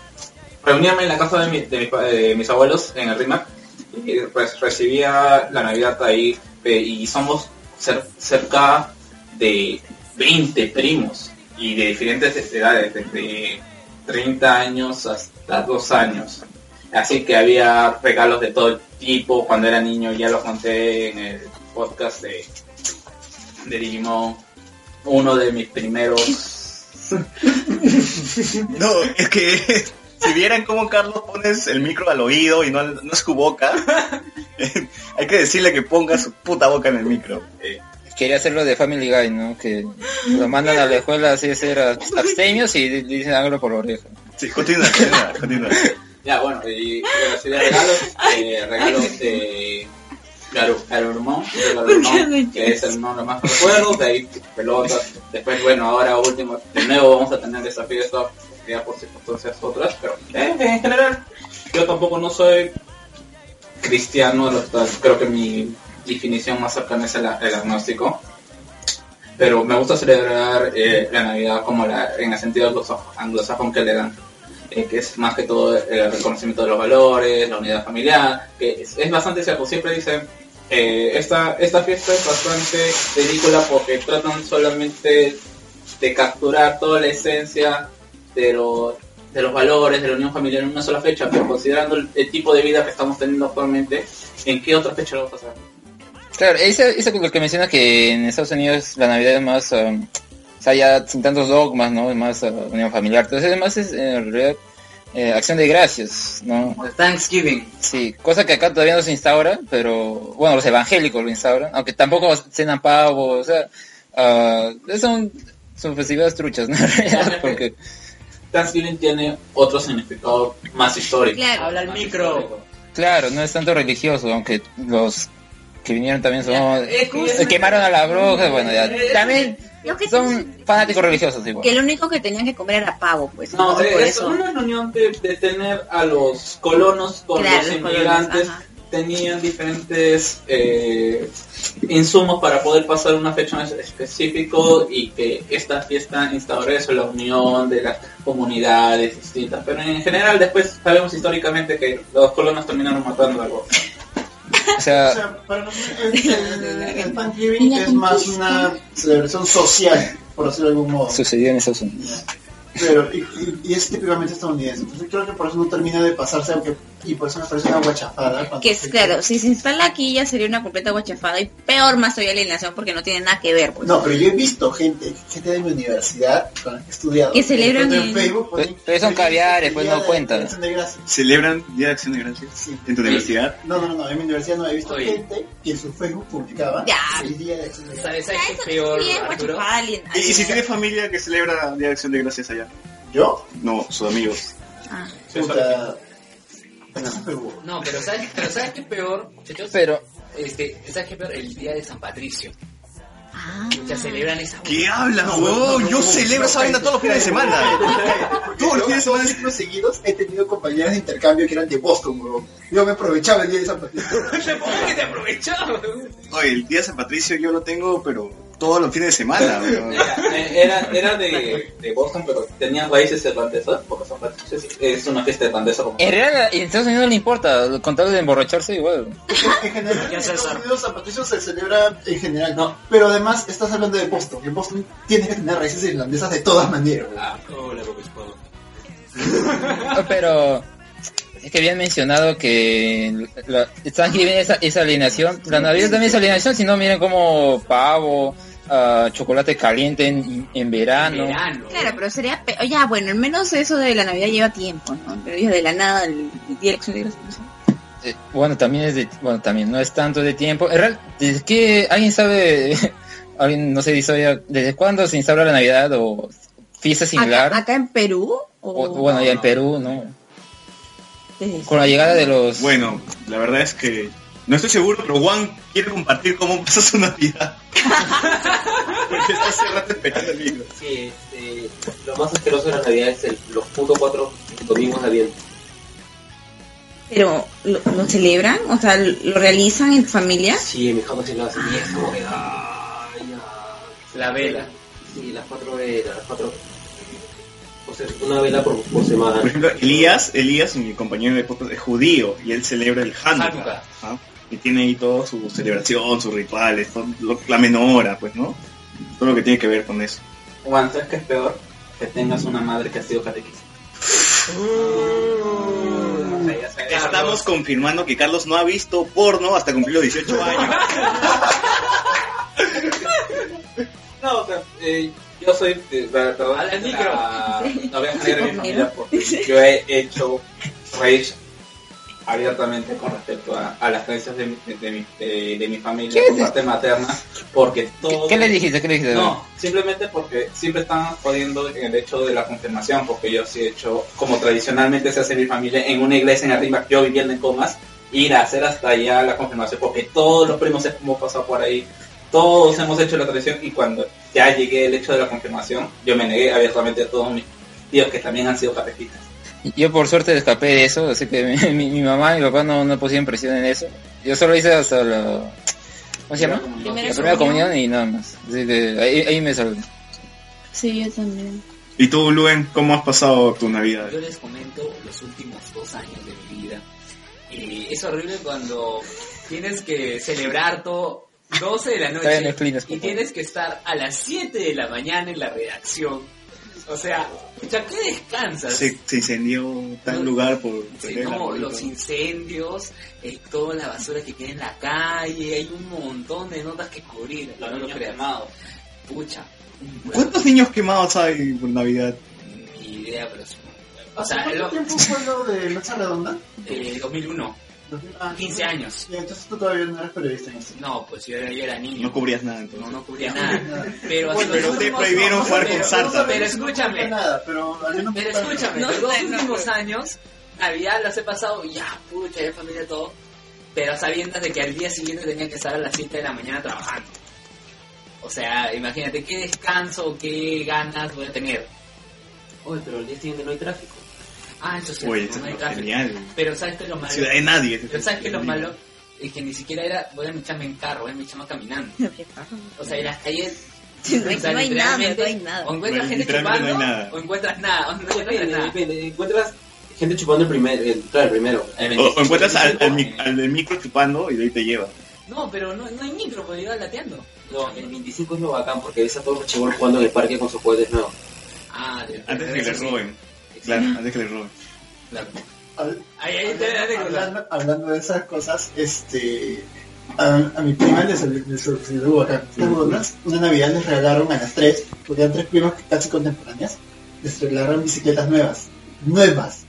Speaker 12: reunirme en la casa de, mi- de mi pa- de mis abuelos en el RIMAC, y pues recibía la Navidad ahí, eh, y somos cer- cerca de 20 primos, y de diferentes edades, desde 30 años hasta 2 años. Así que había regalos de todo tipo. Cuando era niño ya lo conté en el podcast de, de Digimon. Uno de mis primeros...
Speaker 1: No, es que si vieran cómo Carlos pones el micro al oído y no, al- no es su boca, hay que decirle que ponga su puta boca en el micro.
Speaker 12: eh,
Speaker 4: Quería hacerlo de Family Guy, ¿no? Que lo mandan a la escuela así ser abstenios y di- dicen algo por la oreja.
Speaker 1: Sí, continúa, continúa, continúa.
Speaker 12: ya, bueno, y bueno, sí, de regalos. eh, regalos de... Claro, Garurumon, de Garurumon,
Speaker 3: ¿Por qué no
Speaker 12: que es el nombre más que recuerdo, de ahí pelotas, después bueno, ahora último, de nuevo vamos a tener desafíos esta ya por circunstancias otras, pero eh, en general, yo tampoco no soy cristiano, lo tal, creo que mi definición más cercana es el, a- el agnóstico. Pero me gusta celebrar eh, la Navidad como la, en el sentido anglosa- anglosajón que le dan, eh, que es más que todo el reconocimiento de los valores, la unidad familiar, que es, es bastante cierto. Siempre dicen, eh, esta, esta fiesta es bastante ridícula porque tratan solamente de capturar toda la esencia de, lo- de los valores, de la unión familiar en una sola fecha, pero considerando el, el tipo de vida que estamos teniendo actualmente, ¿en qué otra fecha lo vamos a hacer?
Speaker 4: Claro, eso es lo que menciona que en Estados Unidos la Navidad es más, um, o sea, ya sin tantos dogmas, ¿no? Es más uh, unión familiar. Entonces, además es en realidad eh, acción de gracias, ¿no?
Speaker 6: Thanksgiving.
Speaker 4: Sí, cosa que acá todavía no se instaura, pero bueno, los evangélicos lo instauran, aunque tampoco cenan pavo, o sea, ah, son, son festividades truchas, ¿no? Porque,
Speaker 12: Thanksgiving tiene otro significado más histórico.
Speaker 3: Claro.
Speaker 6: Habla al micro.
Speaker 4: claro, no es tanto religioso, aunque los que vinieron también son...
Speaker 6: Eh,
Speaker 4: se quemaron a la bruja, bueno, ya. También
Speaker 3: Mm, Lo que
Speaker 4: son fanáticos religiosos, igual.
Speaker 3: Que lo único que tenían que comer era pavo, pues.
Speaker 12: No,
Speaker 3: entonces,
Speaker 12: eh,
Speaker 3: por
Speaker 12: es
Speaker 3: eso.
Speaker 12: una reunión de, de tener a los colonos con
Speaker 3: Claro,
Speaker 12: los
Speaker 3: los colonos,
Speaker 12: inmigrantes.
Speaker 3: ajá.
Speaker 12: Tenían diferentes eh, insumos para poder pasar una fecha en específico y que esta fiesta instaure eso, la unión de las comunidades distintas. Pero en general después sabemos históricamente que los colonos terminaron matando algo.
Speaker 4: O
Speaker 2: O
Speaker 4: sea,
Speaker 2: sea, para nosotros el, el, el- el Thanksgiving es más una celebración social, por decirlo de algún modo.
Speaker 4: sucedió en Estados Unidos.
Speaker 2: Pero, y, y- y es típicamente estadounidense. Entonces creo que por eso no termina de pasarse, aunque, y por eso me parece una guachafada. cuando
Speaker 3: Que es
Speaker 2: se-
Speaker 3: claro, si se instala aquí ya sería una completa guachafada y peor más soy alienación porque no tiene nada que ver, pues.
Speaker 2: No, pero yo he visto gente, gente de mi universidad con la que he estudiado.
Speaker 3: Que celebran
Speaker 2: encuentro
Speaker 3: el-
Speaker 2: En Facebook, pues, ponen-
Speaker 4: Pero son caviares, pues, no
Speaker 2: Día de-
Speaker 4: cuentan.
Speaker 2: Día de Gracias.
Speaker 1: ¿Celebran Día de Acción de Gracias
Speaker 2: Sí.
Speaker 1: en tu universidad?
Speaker 2: No, no, no, en mi universidad no he visto
Speaker 6: Oye.
Speaker 2: gente que en su Facebook publicaba
Speaker 3: Ya.
Speaker 2: el día de Acción de Gracias.
Speaker 6: ¿Sabes?
Speaker 3: O sea,
Speaker 6: ¿Sabes qué
Speaker 3: eso
Speaker 6: es
Speaker 3: no es
Speaker 6: peor,
Speaker 3: bien
Speaker 6: Arturo?
Speaker 3: guachafada alien-
Speaker 1: ¿Y, y si
Speaker 3: alienada.
Speaker 1: tienes familia que celebra Día de Acción de Gracias allá?
Speaker 2: Yo,
Speaker 1: No, sus amigos.
Speaker 3: Ah.
Speaker 2: puta. No, pero-
Speaker 6: No, pero ¿sabes, pero ¿sabes qué es peor, muchachos?
Speaker 4: Pero,
Speaker 6: Este, ¿Sabes qué es peor? El día de San Patricio.
Speaker 3: Ah.
Speaker 6: Muchas celebran esa
Speaker 1: ¿Qué hablas, huevón? Yo celebro esa vaina todos los fines de semana.
Speaker 2: Todos los días semanas ciclos seguidos he tenido compañeras de intercambio que eran de Boston, bro. Yo me aprovechaba el día de San Francisco.
Speaker 6: que te aprovechó?
Speaker 1: Oye, el Día de San Patricio yo lo tengo, pero todos los fines de semana, huevón.
Speaker 12: Era, eh, era, era de, de Boston, pero tenía raíces irlandesas, porque San Francisco es- es una fiesta irlandesa como
Speaker 3: Eh.
Speaker 4: en realidad en Estados Unidos no le importa, con tal de emborracharse igual.
Speaker 2: En general, en
Speaker 6: Ya, César.
Speaker 2: Estados Unidos San Patricio se celebra en general,
Speaker 12: No.
Speaker 2: Pero además estás hablando de Boston. En Boston tienes que tener raíces irlandesas de todas maneras. bro.
Speaker 12: Ah,
Speaker 4: Ah, Pero es que habían mencionado que la, Thanksgiving es, es alineación. La Navidad también es alineación, si no miren como pavo, ah, chocolate caliente en, en
Speaker 6: Ah,
Speaker 4: verano.
Speaker 6: Verano.
Speaker 3: Ah. Claro, pero sería pe- ya bueno, al menos eso de la Navidad lleva tiempo, ¿no? Pero ellos de la nada el el día de Acción de Gracias, no sé.
Speaker 4: Eh, bueno, también es de, bueno, también no es tanto de tiempo. En real- ¿de qué alguien sabe alguien no sé si soy- desde cuándo se instaura la Navidad o fiesta similar.
Speaker 3: Acá, acá en Perú?
Speaker 4: O-
Speaker 3: ¿O
Speaker 4: bueno, ya en Perú, ¿no?
Speaker 3: desde-
Speaker 4: Con la llegada de los...
Speaker 1: Bueno, la verdad es que no estoy seguro, pero Juan quiere compartir cómo pasa su Navidad. Porque está hace rato esperando el micro.
Speaker 9: Sí, este, lo más asqueroso de la Navidad es el, los putos cuatro domingos de Adviento.
Speaker 3: ¿Pero lo, lo celebran? O sea, ¿lo realizan en familia?
Speaker 9: Sí, en mi cama se lo hacen y es como que... ay, ya.
Speaker 6: La vela.
Speaker 9: Sí, las cuatro velas, las cuatro... O sea, una vela por, por semana.
Speaker 1: Por ejemplo, Elías, Elías, mi compañero de podcast, es judío y él celebra el Hanukkah.
Speaker 6: Hanukkah.
Speaker 1: ¿ah? Y tiene ahí toda su celebración, sus rituales, todo lo- la menora, pues, ¿no? Todo lo que tiene que ver con eso.
Speaker 12: Juan, ¿sabes qué es peor? Que tengas una madre que ha sido catequista.
Speaker 4: Uh.
Speaker 12: O sea, ya sabes.
Speaker 1: Estamos confirmando que Carlos no ha visto porno hasta cumplir los 18 años.
Speaker 12: No, o sea, eh, yo soy, de- la verdad,
Speaker 6: Al micro.
Speaker 12: la- no voy a
Speaker 3: Sí,
Speaker 12: poner a mi
Speaker 3: por
Speaker 12: familia
Speaker 3: favor.
Speaker 12: porque yo he hecho rage abiertamente con respecto a, a las creencias de mi, de, de mi, de- de mi familia
Speaker 4: ¿Qué
Speaker 12: por
Speaker 4: es?
Speaker 12: parte materna, porque
Speaker 4: ¿Qué,
Speaker 12: todo...
Speaker 4: qué le dijiste? ¿Qué le dijiste?
Speaker 12: No, simplemente porque siempre están jodiendo en el hecho de la confirmación, porque yo sí he hecho, como tradicionalmente se hace en mi familia, en una iglesia en arriba, yo viviendo en comas, ir a hacer hasta allá la confirmación, porque todos los primos hemos pasado por ahí, todos hemos hecho la tradición, y cuando ya llegué el hecho de la confirmación, yo me negué abiertamente a todos mis tíos que también han sido catequistas.
Speaker 4: Yo por suerte escapé de eso, así que mi, mi- mi mamá y mi papá no, no pusieron presión en eso. Yo solo hice hasta la... ¿Cómo se llama? La
Speaker 3: Primera
Speaker 4: primera
Speaker 3: comunión.
Speaker 4: comunión y nada más. Así que ahí, ahí me salvé.
Speaker 3: Sí, yo también.
Speaker 1: ¿Y tú, Luen, cómo has pasado tu Navidad?
Speaker 6: Yo les comento los últimos dos años de mi vida. Y es horrible cuando tienes que celebrar todo 12 de la
Speaker 4: Está bien,
Speaker 6: noche
Speaker 4: explícanos, por
Speaker 6: y
Speaker 4: favor.
Speaker 6: tienes que estar a las 7 de la mañana en la redacción. O sea, pucha, ¿qué descansas?
Speaker 1: Se, se incendió tal lugar por...
Speaker 6: Sí, no, los incendios, eh, toda la basura que queda en la calle, hay un montón de notas que cubrir, no lo creas. Pucha,
Speaker 1: ¿Cuántos niños quemados hay por Navidad?
Speaker 6: ni idea, pero es- O
Speaker 2: O
Speaker 6: sea,
Speaker 2: ¿Cuánto
Speaker 6: lo-
Speaker 2: tiempo fue lo de Mesa Redonda?
Speaker 6: eh, 2001,
Speaker 2: Ah,
Speaker 6: 15 años.
Speaker 2: Y entonces tú todavía no eres periodista en ese.
Speaker 6: No, pues yo era, yo era niño.
Speaker 1: No cubrías nada entonces.
Speaker 6: No, no cubría nada. Pero,
Speaker 2: Bueno,
Speaker 6: hasta
Speaker 1: pero
Speaker 6: los
Speaker 1: te
Speaker 6: últimos-
Speaker 1: prohibieron
Speaker 6: no,
Speaker 1: jugar con
Speaker 6: pero-
Speaker 1: sarta.
Speaker 6: Pero
Speaker 2: No,
Speaker 6: escúchame,
Speaker 2: nada, pero al menos-
Speaker 6: pero escúchame,
Speaker 3: No,
Speaker 6: los dos
Speaker 3: no, no,
Speaker 6: últimos
Speaker 3: pero-
Speaker 6: años, Navidad las he pasado, ya, pucha, ya familia todo, pero sabiendo de que al día siguiente tenía que estar a las 7 de la mañana trabajando. O sea, imagínate qué descanso, qué ganas voy a tener.
Speaker 9: Oye, pero el día siguiente no hay tráfico.
Speaker 6: Ah, eso sí,
Speaker 1: Oye,
Speaker 6: no
Speaker 1: eso
Speaker 6: hay
Speaker 1: es
Speaker 6: tráfico.
Speaker 1: genial.
Speaker 6: Pero ¿sabes qué es lo malo?
Speaker 1: Ciudad de nadie.
Speaker 6: Pero ¿sabes qué es lo malo? Es que ni siquiera era, voy a mi chama en carro, voy a mi chama caminando. O sea, y las calles...
Speaker 3: no hay-
Speaker 6: o sea,
Speaker 3: no hay nada,
Speaker 6: literalmente,
Speaker 3: no hay nada.
Speaker 6: O encuentras
Speaker 1: No,
Speaker 6: gente
Speaker 1: literalmente no
Speaker 6: chupando,
Speaker 1: hay nada.
Speaker 6: o encuentras nada, o no encuentras
Speaker 9: Depende,
Speaker 6: nada.
Speaker 9: depende. Encuentras gente chupando el primer, el, claro, el primero.
Speaker 12: El
Speaker 1: O, o encuentras al, al, mi-
Speaker 12: 25,
Speaker 1: al del micro chupando y de ahí te lleva.
Speaker 6: No, pero no, no hay micro, porque iba lateando.
Speaker 9: No, el 25 es lo bacán porque ves a todos los chibolos jugando en el parque con sus juguetes nuevos.
Speaker 6: Ah, de-
Speaker 1: Antes de que
Speaker 6: eso
Speaker 1: le
Speaker 6: sí,
Speaker 1: roben. Claro, antes de que le roben.
Speaker 6: claro.
Speaker 2: Al-
Speaker 6: Ahí, ahí te ahí te-
Speaker 2: hablando, hablando de esas cosas, este a, a mi prima le salió le sal- se le hubo acá. ¿Te acuerdas? Una Navidad les regalaron a las tres, porque eran tres primas casi contemporáneas, les regalaron bicicletas nuevas. Nuevas.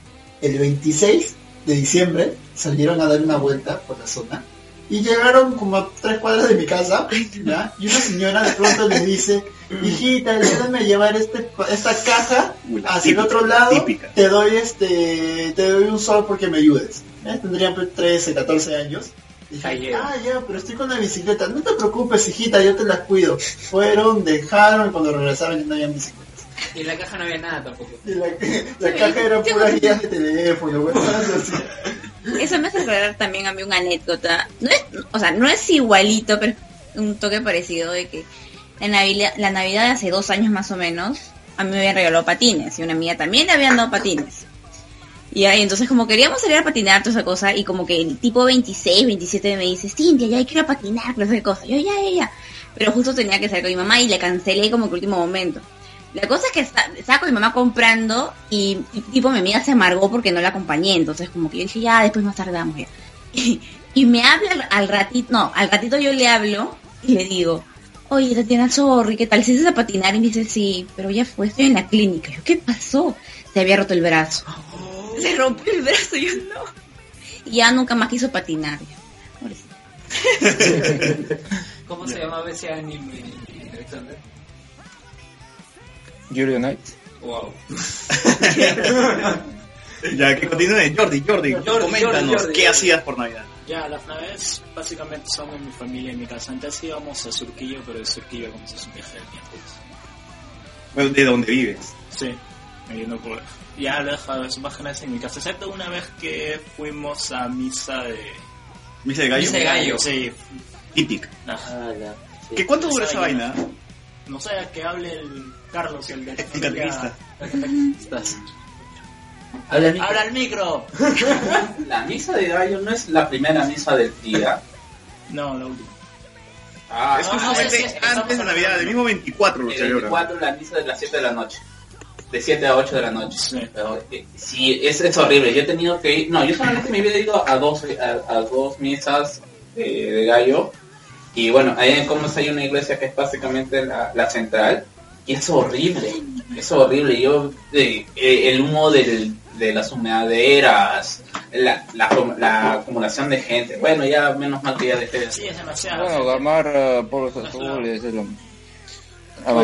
Speaker 2: El 26 de diciembre salieron a dar una vuelta por la zona y llegaron como a tres cuadras de mi casa ¿ya? y una señora de pronto les dice, hijita, ayúdame a llevar este, esta caja
Speaker 1: Uy, la
Speaker 2: hacia el
Speaker 1: típica,
Speaker 2: otro
Speaker 1: la
Speaker 2: lado
Speaker 1: Típica.
Speaker 2: te doy este te doy un sol porque me ayudes ¿Eh? tendrían pues, 13 14 años Dije,
Speaker 6: Ayer.
Speaker 2: ah ya pero estoy con la bicicleta no te preocupes hijita yo te las cuido fueron dejaron y cuando regresaron ya no había bicicleta
Speaker 6: Y en la caja no había nada tampoco.
Speaker 2: Y la, la caja era pura guía de teléfono cosas así.
Speaker 3: Eso me hace aclarar también a mí una anécdota. No es, o sea, no es igualito, pero es un toque parecido de que la Navidad, la Navidad de hace dos años más o menos, a mí me habían regalado patines y una amiga también le habían dado patines. Y ahí entonces como queríamos salir a patinar toda esa cosa y como que el tipo 26, 27 me dice, Cintia, ya hay que ir a patinar, no sé qué cosa. Yo ya, ya, ya. Pero justo tenía que salir con mi mamá y le cancelé como que último momento. La cosa es que esta- estaba con mi mamá comprando y, y tipo mi amiga se amargó porque no la acompañé. Entonces como que yo dije, ya, después más tarde vamos ya. Y, me habla al, al ratito, no, al ratito yo le hablo y le digo, oye Tatiana, sorry, ¿qué tal? ¿Si es a patinar? Y me dice, sí, pero ya fue, estoy en la clínica. Yo, ¿qué pasó? Se había roto el brazo. Se rompió el brazo, yo no. Y ya nunca más quiso patinar. Yo, "Pobrecita".
Speaker 6: ¿Cómo se llamaba ese anime? Thunder?
Speaker 4: Julio Knight.
Speaker 6: Wow.
Speaker 13: Ya, que continúe. Jordi, Jordi,
Speaker 7: Jordi,
Speaker 13: coméntanos
Speaker 7: Jordi, Jordi.
Speaker 13: qué hacías por Navidad.
Speaker 7: Ya, las naves básicamente son en mi familia y en mi casa. Antes íbamos a Surquillo, pero de Surquillo como se es un viaje de miércoles.
Speaker 13: Bueno, de dónde vives.
Speaker 7: Sí, me yendo por... Ya lo he dejado eso más que nada en mi casa, excepto una vez que fuimos a misa de...
Speaker 13: Misa de gallo.
Speaker 6: Misa de gallo.
Speaker 7: Sí,
Speaker 13: Típico.
Speaker 7: ajá.
Speaker 9: Ah, ya. Sí.
Speaker 13: ¿Qué cuánto dura esa vaina?
Speaker 7: no sé a qué hable el Carlos, el de...
Speaker 13: El catequista.
Speaker 6: Habla el micro.
Speaker 7: ¡Habla el micro!
Speaker 6: La misa de gallo no es la primera misa del día.
Speaker 7: No, la última.
Speaker 6: Ah,
Speaker 13: Es
Speaker 7: no,
Speaker 13: justamente
Speaker 7: sí, sí, estamos
Speaker 13: antes de Navidad, el mismo 24 lo
Speaker 6: El
Speaker 13: celebran.
Speaker 6: 24 Eh, la misa de las 7 de la noche. De 7 a 8 de la noche.
Speaker 7: Sí.
Speaker 6: Pero, eh, sí, es, es horrible. Yo he tenido que ir... No, yo solamente me había ido a dos, a, a dos misas eh, de gallo. Y bueno, ahí en Comas hay una iglesia que es básicamente la, la central. Y es horrible. Es horrible. Yo, eh, eh, el humo del- de las humeaderas, la, la, la acumulación de gente. Bueno, ya menos mal que ya dejé de
Speaker 7: Sí, es demasiado.
Speaker 4: Bueno, Gamarra, Polos Azules, es lo
Speaker 9: Oye,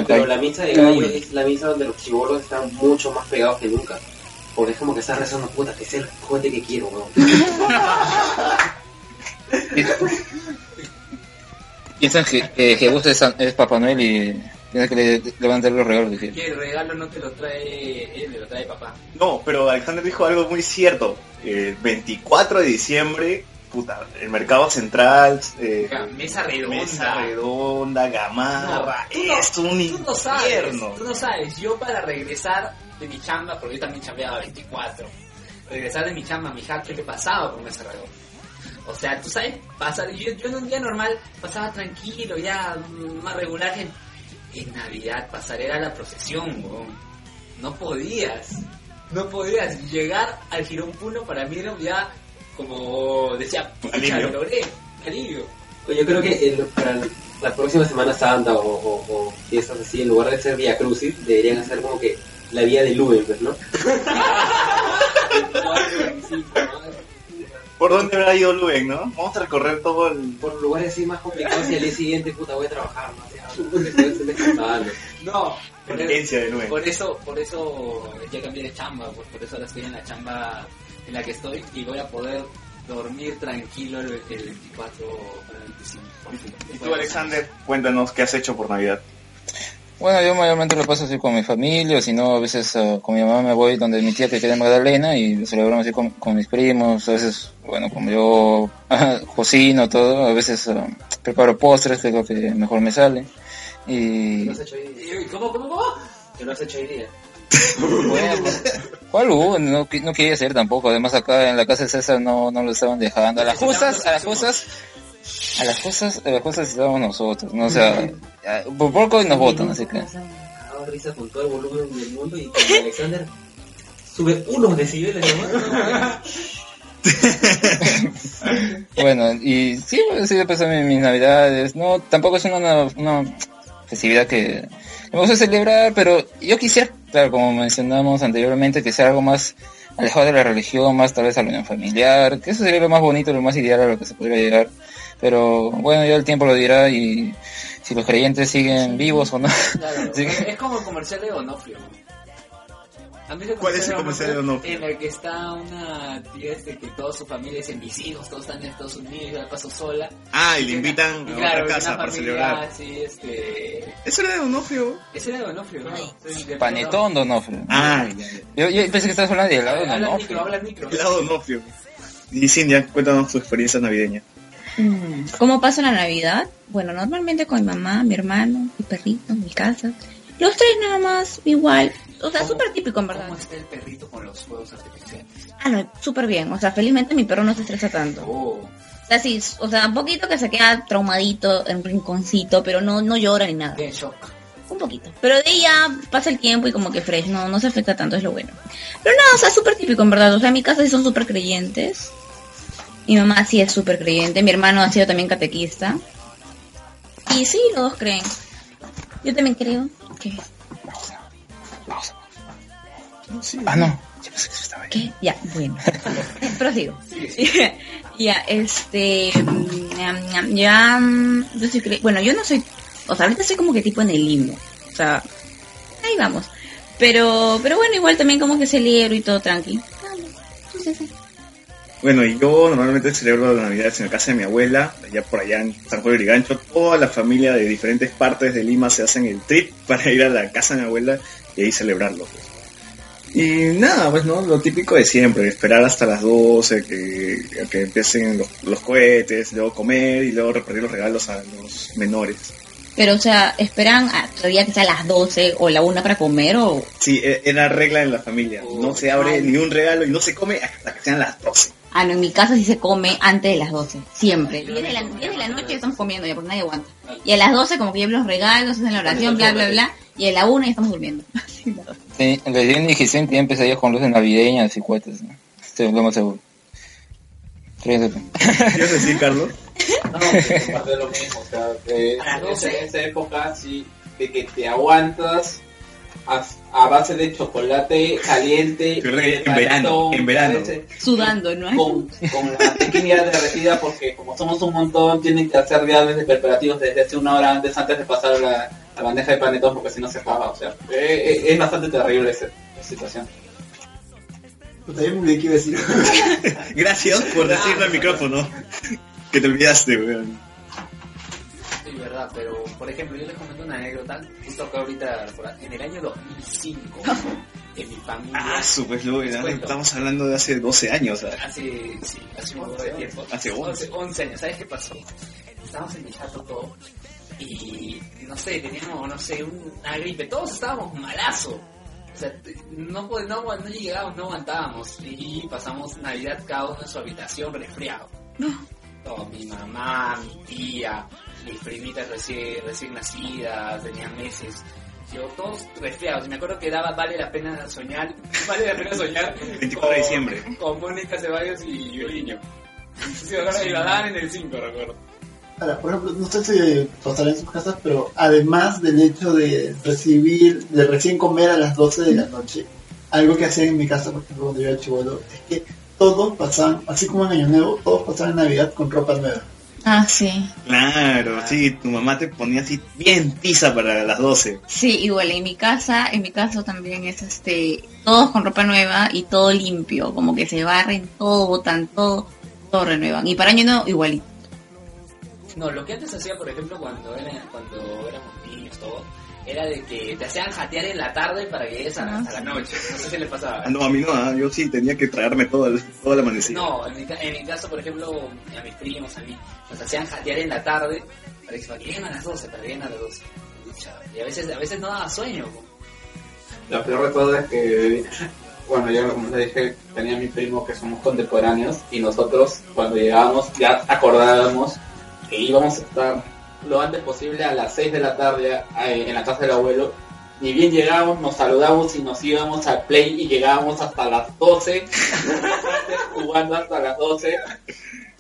Speaker 9: pero
Speaker 4: Abancay.
Speaker 9: la misa de gallo es la misa donde los chibolos están mucho más pegados que nunca. Porque es como que estás rezando puta, que es el juguete que quiero, weón.
Speaker 4: Piensan que, que Jesús es, San- es Papá Noel y tienes que le, le van a dar los regalos. dije.
Speaker 6: Que el regalo no te lo trae él, me lo trae papá.
Speaker 13: No, pero Alexander dijo algo muy cierto. El 24 de diciembre, puta, el mercado central, eh,
Speaker 6: Acá, Mesa redonda.
Speaker 13: mesa redonda, gamarra,
Speaker 6: No, tú no-
Speaker 13: es un
Speaker 6: Tú no sabes,
Speaker 13: infierno.
Speaker 6: tú no sabes. Yo para regresar de mi chamba, porque yo también chambeaba 24, regresar de mi chamba a mi jato, yo pasaba por Mesa Redonda. O sea, tú sabes, pasar, yo, yo en un día normal pasaba tranquilo, ya mm, más regular. En, en Navidad pasar era la procesión, weón. No podías, no podías. Llegar al Girón Puno para mí era ya como decía, pucha,
Speaker 13: Alivio.
Speaker 6: lo logré, alivio.
Speaker 9: Pues Yo creo que el- para el- la próxima Semana Santa o, o- o fiestas así, en lugar de ser Vía Crucis, deberían hacer como que la vía del Uber, pues, ¿no?
Speaker 13: ¿Por dónde habrá ido Luen, no? Vamos a recorrer todo el...
Speaker 9: Por lugares así más complicados y al día siguiente, puta, voy a trabajar, ¿no? O sea, estoy descansando.
Speaker 6: No,
Speaker 13: La
Speaker 6: pero-
Speaker 13: experiencia de Luen.
Speaker 6: Por eso, por eso ya cambié de chamba, pues, por, por eso ahora estoy en la chamba en la que estoy y voy a poder dormir tranquilo el, el 24 para el 25.
Speaker 13: Y tú, Alexander, cuéntanos qué has hecho por Navidad.
Speaker 4: Bueno, yo mayormente lo paso así con mi familia, o si no, a veces ah, con mi mamá me voy donde mi tía que queda en Magdalena y lo celebramos así con, con mis primos, a veces, bueno, como yo cocino todo, a veces ah, preparo postres, que es lo que mejor me sale.
Speaker 9: ¿Qué
Speaker 4: Y
Speaker 9: lo has hecho hoy día?
Speaker 6: ¿Cómo, cómo, cómo?
Speaker 9: ¿Qué lo has hecho hoy día?
Speaker 4: bueno, ¿cuál hubo? No, qui- no quería hacer tampoco, además acá en la casa de César no, no lo estaban dejando, a las justas, a las justas, a las justas, a las justas estábamos nosotros, ¿no? o sea, ya, por poco y nos votan, así que...
Speaker 9: Hago risa con todo el volumen del mundo y con Alexander sube unos decibeles nomás.
Speaker 4: Bueno, y sí, pues, sí, pues mi- mis navidades, no, tampoco es una, una festividad que que me gusta celebrar, pero yo quisiera, claro, como mencionamos anteriormente, que sea algo más alejado de la religión, más tal vez a la unión familiar, que eso sería lo más bonito, lo más ideal a lo que se podría llegar, pero bueno, ya el tiempo lo dirá y si los creyentes siguen vivos o no.
Speaker 6: Claro,
Speaker 4: Sí.
Speaker 6: es como el comercial de Donofrio. ¿Han visto
Speaker 13: ¿Cuál es el comercial de Donofrio?
Speaker 6: En el que está una tía este que toda su familia dicen mis hijos, todos están en Estados Unidos, yo la paso sola.
Speaker 13: Ah, y
Speaker 6: Y
Speaker 13: le invitan a
Speaker 6: una- y claro,
Speaker 13: otra casa
Speaker 6: una
Speaker 13: para
Speaker 6: familia
Speaker 13: celebrar.
Speaker 6: así, este...
Speaker 13: Eso era de Onofrio.
Speaker 6: Ese era de Donofrio, ¿no? Sí, de-
Speaker 4: Panetón, Donofrio.
Speaker 13: Ah,
Speaker 4: Yo, yo pensé que estabas hablando de helado,
Speaker 6: Habla al micro,
Speaker 4: Donofrio.
Speaker 6: habla al micro.
Speaker 13: el lado Onofrio. Y Cindy, cuéntanos tu experiencia navideña.
Speaker 3: Mm, ¿Cómo pasa la Navidad? Bueno, normalmente con mi mamá, mi hermano, mi perrito, mi casa. Los tres nada más, igual. O sea,
Speaker 6: ¿Cómo-
Speaker 3: súper típico, en verdad.
Speaker 6: ¿Cómo está el perrito con los fuegos artificiales?
Speaker 3: Ah, no, súper bien. O sea, felizmente mi perro no se estresa tanto.
Speaker 6: Oh,
Speaker 3: O sea, sí, o sea, un poquito que se queda traumadito en un rinconcito, pero no, no llora ni nada.
Speaker 6: qué shock.
Speaker 3: Un poquito. Pero de ahí ya pasa el tiempo y como que fresh, no, no se afecta tanto, es lo bueno. Pero nada, o sea, súper típico, en verdad. O sea, en mi casa sí son súper creyentes. Mi mamá sí es súper creyente. Mi hermano ha sido también catequista. Y sí, los dos creen. Yo también creo que...
Speaker 4: Ah, no. Yo pensé que eso estaba ahí.
Speaker 3: ¿Qué? Ya, bueno. Prosigo. ya, este... mm, ñam, ñam, Ya... mm, yo soy cre- bueno, yo no soy... O sea, ahorita estoy como que tipo en el limbo. O sea, ahí vamos. Pero, pero bueno, igual también como que celebro y todo tranqui.
Speaker 1: Bueno, y yo normalmente celebro las Navidades en la casa de mi abuela, allá por allá en San Juan de Gancho. Toda la familia de diferentes partes de Lima se hacen el trip para ir a la casa de mi abuela y ahí celebrarlo. Y nada, pues no, lo típico de siempre, esperar hasta las 12, que, que empiecen los, los cohetes, luego comer y luego repartir los regalos a los menores.
Speaker 3: Pero, o sea, esperan a- todavía que sea las 12 o la 1 para comer o...
Speaker 1: Sí, e- era regla en la familia,
Speaker 6: Oh,
Speaker 1: no se abre ni un regalo y no se come hasta que sean las 12.
Speaker 3: Ah, no, en mi casa sí se come antes de las 12, siempre. 10 de la, 10 de la noche ya estamos comiendo ya, porque nadie aguanta. Y a las 12 como que llevan los regalos, hacen la oración, bla, bla, bla. Y a la 1 ya estamos durmiendo.
Speaker 4: Sí, recién dijiste que empieza ya con luces navideñas y cohetes. ¿no? Estoy lo más seguro. Tres de-
Speaker 1: ¿Quieres decir, Carlos?
Speaker 12: No, pues, más de lo mismo, o sea, que
Speaker 6: A las
Speaker 12: en esa,
Speaker 6: 12.
Speaker 12: en esa época sí, de que te aguantas a, a base de chocolate caliente.
Speaker 1: Yo creo que
Speaker 12: y de
Speaker 1: en verano,
Speaker 12: panetón,
Speaker 1: en verano.
Speaker 12: a veces
Speaker 3: Sudando, ¿no?
Speaker 12: Con, con la mantequilla derretida porque como somos un montón tienen que hacer diales de preparativos desde hace una hora antes antes de pasar la, la bandeja de panetón porque si no se acaba, o sea, eh, eh, es bastante terrible esa, esa situación.
Speaker 2: Puta, yo me olvidé que iba a decir.
Speaker 1: Gracias por decirlo al micrófono. Que te olvidaste, weón.
Speaker 6: Sí, verdad, pero por ejemplo, yo les comento una anécdota, justo acá ahorita, por ahí, en el año 2005, en mi familia,
Speaker 1: Ah, su pues, lo, ya
Speaker 6: Descuento.
Speaker 1: estamos hablando de hace 12 años. ¿sabes?
Speaker 6: hace, sí, hace un poco de tiempo,
Speaker 1: Hace 11.
Speaker 6: 11 años, ¿sabes qué pasó? Estábamos en mi chato todo, y no sé, teníamos, no sé, una gripe, todos estábamos malazo. O sea, te- no, pod- no, agu- no llegábamos, no aguantábamos, y pasamos Navidad cada uno en su habitación resfriado. Todo, mi mamá, mi tía, mis primitas recién, recién nacidas, tenían meses. Yo todos resfriados. Me acuerdo que daba vale la pena soñar. Vale la pena soñar.
Speaker 1: 24 de diciembre.
Speaker 6: Con Mónica Ceballos y Yoliño. Sí, me acuerdo, y la daban en el 5, recuerdo.
Speaker 2: Ahora, por ejemplo, no sé si pasará en sus casas, pero además del hecho de recibir, de recién comer a las 12 de la noche, algo que hacían en mi casa, por ejemplo, cuando yo era chivolo, es que todos pasaban, así como en Año Nuevo, todos pasaban Navidad con ropa nueva.
Speaker 3: Ah, sí.
Speaker 1: Claro, sí, tu mamá te ponía así bien tiza para las 12.
Speaker 3: Sí, igual en mi casa, en mi caso también es este, todos con ropa nueva y todo limpio, como que se barren todo, botan todo, todo renuevan. Y para año nuevo igualito.
Speaker 6: No, lo que antes hacía, por ejemplo, cuando, era- cuando éramos niños, todo, era de que te hacían jatear en la tarde para que llegues a, la- a la noche. No sé si le pasaba.
Speaker 1: Ah, no, a mí no, ah, yo sí tenía que traerme todo el, todo el amanecido.
Speaker 6: No, en mi, ca- en mi caso, por ejemplo, a mis primos, a mí, nos hacían jatear en la tarde para que, para que lleguen a las 12, para que lleguen a las 12. Pucha, Y a veces, a veces no daba sueño. po.
Speaker 12: Lo peor de todo es que, bueno, ya como les dije, tenía mi primo que somos contemporáneos y nosotros cuando llegábamos ya acordábamos que íbamos a estar lo antes posible a las 6 de la tarde a- en la casa del abuelo. Ni bien llegábamos, nos saludábamos y nos íbamos al play y llegábamos hasta las 12, jugando hasta las 12.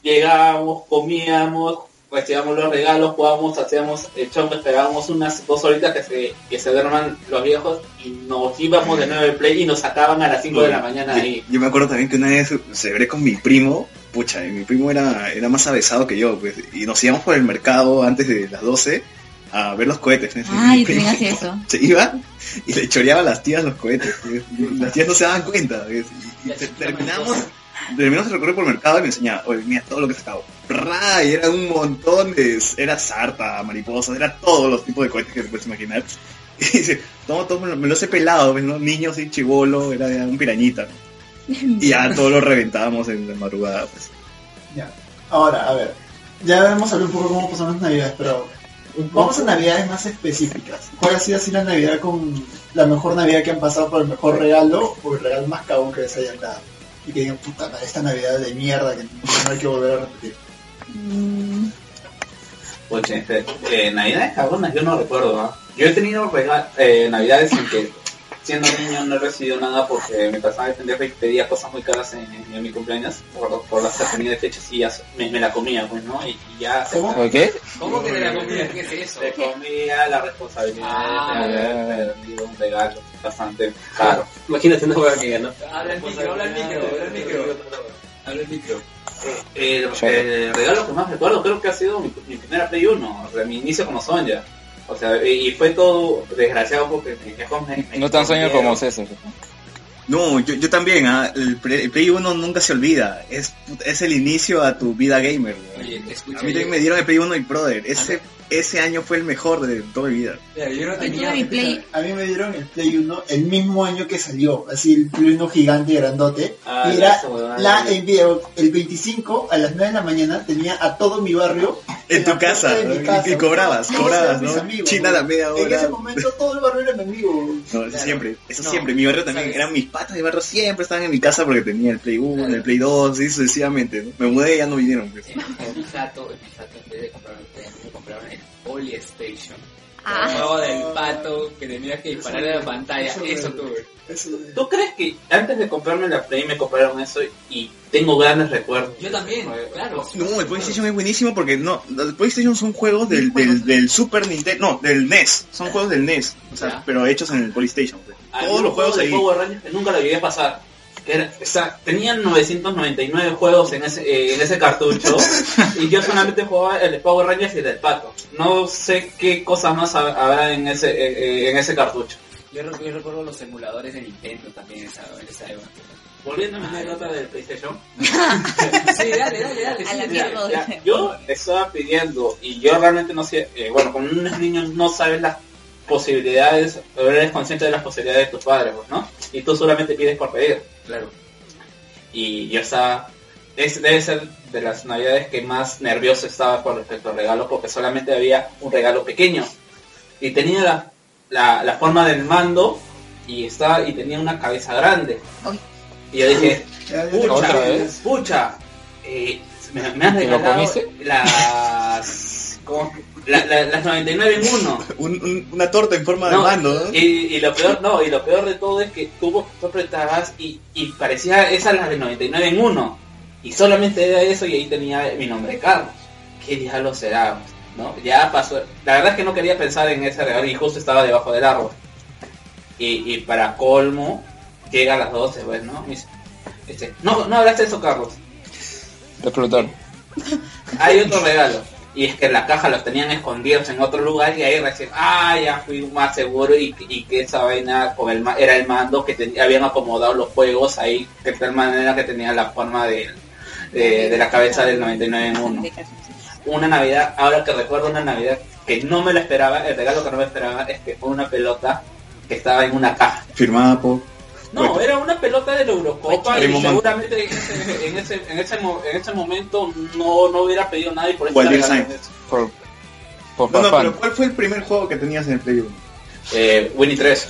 Speaker 12: Llegábamos, comíamos, recibíamos los regalos, jugábamos, hacíamos el chombo, esperábamos unas dos horitas que se, que se duerman los viejos y nos íbamos de nuevo al play y nos sacaban a las 5 de la mañana
Speaker 1: Yo-
Speaker 12: ahí.
Speaker 1: Yo, me acuerdo también que una vez celebré con mi primo, pucha, y mi primo era, era más avesado que yo, pues, y nos íbamos por el mercado antes de las 12 a ver los cohetes. ¿no?
Speaker 3: Ay,
Speaker 1: Mi primo-
Speaker 3: también hacía eso.
Speaker 1: se iba y le choreaba a las tías los cohetes. ¿sí? Y las tías no se daban cuenta. ¿sí? Y, y
Speaker 6: La
Speaker 1: te-
Speaker 6: chiquita
Speaker 1: terminamos,
Speaker 6: mariposa.
Speaker 1: terminamos el recorrido por el mercado y me enseñaba, oye, mira todo lo que sacaba. ¡Pra! Y era un montón de... Era sarta, mariposas, era todos los tipos de cohetes que te puedes imaginar. Y dice, no, todo me lo- me los he pelado, ¿ves, no? niño así chivolo, era un pirañita. Y ya todos los reventábamos en la madrugada. Pues.
Speaker 2: Ahora, a ver, ya hemos hablado un poco cómo pasaron las Navidades, pero vamos a Navidades más específicas. ¿Cuál ha sido así la Navidad con la mejor Navidad que han pasado por el mejor regalo o el regalo más cabón que les hayan dado? Y que digan, puta, madre, esta Navidad de mierda que no hay que volver a repetir.
Speaker 3: Mm,
Speaker 12: Pucha, este, eh, navidades cabronas yo no recuerdo, ¿ah? Yo he tenido rega- eh, navidades en que siendo niño no he recibido nada porque me pasaba de pendejo y pedía cosas muy caras en, en mi cumpleaños por, por las que tenía de fechas y ya se- me, me la comía, pues, ¿no? Y, y ya se
Speaker 2: ¿Cómo?
Speaker 4: ¿Por qué?
Speaker 6: ¿Cómo que te la comida? ¿Qué es eso?
Speaker 12: se comía la responsabilidad
Speaker 6: Ah.
Speaker 12: de haber perdido un regalo bastante caro.
Speaker 9: Imagínate una hueá que ganó.
Speaker 6: Habla el micro, habla el micro, habla el micro. Habla el micro.
Speaker 12: El, el regalo que más recuerdo creo que ha sido mi, mi primera Play 1, o sea, mi inicio como Sonja. O sea, y y fue todo desgraciado porque mi viejo me- me-
Speaker 4: No tan sueño como César.
Speaker 1: No, yo, yo también, ah, el, Play, el Play 1 nunca se olvida, es, es el inicio a tu vida gamer. weón.
Speaker 6: Oye, te escucho.
Speaker 1: A mí
Speaker 6: yo,
Speaker 1: también me dieron el Play 1 y brother, ese, ese año fue el mejor de toda mi vida.
Speaker 6: Mira, yo no
Speaker 3: Yo
Speaker 6: tenía.
Speaker 3: tuve mi play.
Speaker 2: A mí me dieron el Play 1 el mismo año que salió, así el Play 1 gigante, grandote.
Speaker 12: Ah,
Speaker 2: y era
Speaker 12: esa huevada.
Speaker 2: la envié el 25 a las 9 de la mañana, tenía a todo mi barrio.
Speaker 1: En tu
Speaker 2: la
Speaker 1: casa,
Speaker 2: puerta de mi
Speaker 1: ¿no?
Speaker 2: casa.
Speaker 1: y cobrabas,
Speaker 2: Todos
Speaker 1: cobrabas,
Speaker 2: eran mis
Speaker 1: ¿no?
Speaker 2: amigos,
Speaker 1: China a
Speaker 2: ¿no?
Speaker 1: la media
Speaker 2: En ese
Speaker 1: hora.
Speaker 2: momento todo el barrio era mi amigo.
Speaker 1: No, eso
Speaker 6: Claro.
Speaker 1: siempre, eso
Speaker 6: No.
Speaker 1: siempre. Mi barrio también,
Speaker 6: ¿Sabes?
Speaker 1: eran mis patas de barrio, siempre estaban en mi casa porque tenía el Play 1, el Play 2, y sucesivamente. ¿no? Me mudé y ya no vinieron. pues.
Speaker 6: En mi jato, en mi jato, en vez de comprar un tren, me compraron el Poly Station. El
Speaker 3: Ah,
Speaker 6: juego del pato que tenía que disparar a la pantalla.
Speaker 2: Eso,
Speaker 6: Eso
Speaker 2: güey.
Speaker 6: tuve.
Speaker 2: Eso, eh,
Speaker 12: ¿Tú crees que antes de comprarme la Play me compraron eso y tengo grandes recuerdos?
Speaker 6: Yo también, claro.
Speaker 1: No, el PlayStation es buenísimo porque no, el PlayStation son juegos del, del, del Super Nintendo, no, del NES, son juegos del NES, o sea,
Speaker 6: Ya.
Speaker 1: pero hechos en el PlayStation. pues.
Speaker 12: Había
Speaker 1: Todos
Speaker 12: un
Speaker 1: los juegos
Speaker 12: juego
Speaker 1: ahí.
Speaker 12: de Power Rangers que nunca lo llegué a pasar. Que era, o sea, tenían 999 juegos en ese, eh, en ese cartucho y yo solamente jugaba el de Power Rangers y el del Pato. No sé qué cosas más ha- habrá en ese, eh, eh, en ese cartucho.
Speaker 6: Yo, re- yo recuerdo los emuladores de Nintendo también en esa, en esa época.
Speaker 12: Volviendo a mi anécdota del PlayStation,
Speaker 6: Sí, dale, dale, dale.
Speaker 3: A
Speaker 6: sí,
Speaker 3: la
Speaker 6: dale.
Speaker 3: mierda.
Speaker 12: Ya, yo estaba pidiendo y yo realmente no sé, eh, bueno, con unos niños no sabes las posibilidades, o eres consciente de las posibilidades de tus padres, pues, ¿no? Y tú solamente pides por pedir.
Speaker 6: Claro.
Speaker 12: Y yo estaba, es, debe ser de las navidades que más nervioso estaba con respecto al regalo porque solamente había un regalo pequeño. Y tenía la, la, la forma del mando y estaba y tenía una cabeza grande.
Speaker 3: Ay.
Speaker 12: Y yo dije,
Speaker 2: ya- ya-
Speaker 12: Pucha,
Speaker 4: ¿Otra vez?
Speaker 12: pucha. Eh, me, me has
Speaker 4: ¿Te lo
Speaker 12: regalado
Speaker 4: comiste?
Speaker 12: las, ¿cómo? La- la- las 99 en uno.
Speaker 1: Un- un- una torta en forma de
Speaker 12: No,
Speaker 1: mando, ¿no? eh,
Speaker 12: Y, y lo peor, no, y lo peor de todo es que tuvo tú apretabas y, y parecía esas las de 99 en uno. Y solamente era eso y ahí tenía mi nombre Carlos. ¿Qué diablos será? ¿No? Ya pasó. La verdad es que no quería pensar en ese regalo y justo estaba debajo del árbol. Y, y para colmo, llega a las 12, pues, ¿no? Me dice, este, no, no hablaste de eso, Carlos.
Speaker 4: Explotar.
Speaker 12: Hay otro regalo. Y es que en la caja los tenían escondidos en otro lugar y ahí recién, ah, ya fui más seguro y, y que esa vaina con el ma- era el mando que ten- habían acomodado los juegos ahí de tal manera que tenía la forma de, de- de la cabeza del 99 en uno.
Speaker 3: de casa.
Speaker 12: Una Navidad, ahora que recuerdo una Navidad que no me la esperaba, el regalo que no me esperaba es que fue una pelota que estaba en una caja.
Speaker 1: Firmada por...
Speaker 12: No,
Speaker 1: Bueno.
Speaker 12: era una pelota de la Eurocopa
Speaker 1: Primo
Speaker 12: y
Speaker 1: Man.
Speaker 12: seguramente en ese, en ese, en ese mo- en ese momento no, no hubiera pedido nada y por eso
Speaker 1: Waldir
Speaker 12: la regalaron.
Speaker 1: Sainz.
Speaker 4: Por, por
Speaker 1: No, no,
Speaker 4: papá.
Speaker 1: pero ¿cuál fue el primer juego que tenías en el Play 1?
Speaker 12: Eh, Winnie 3.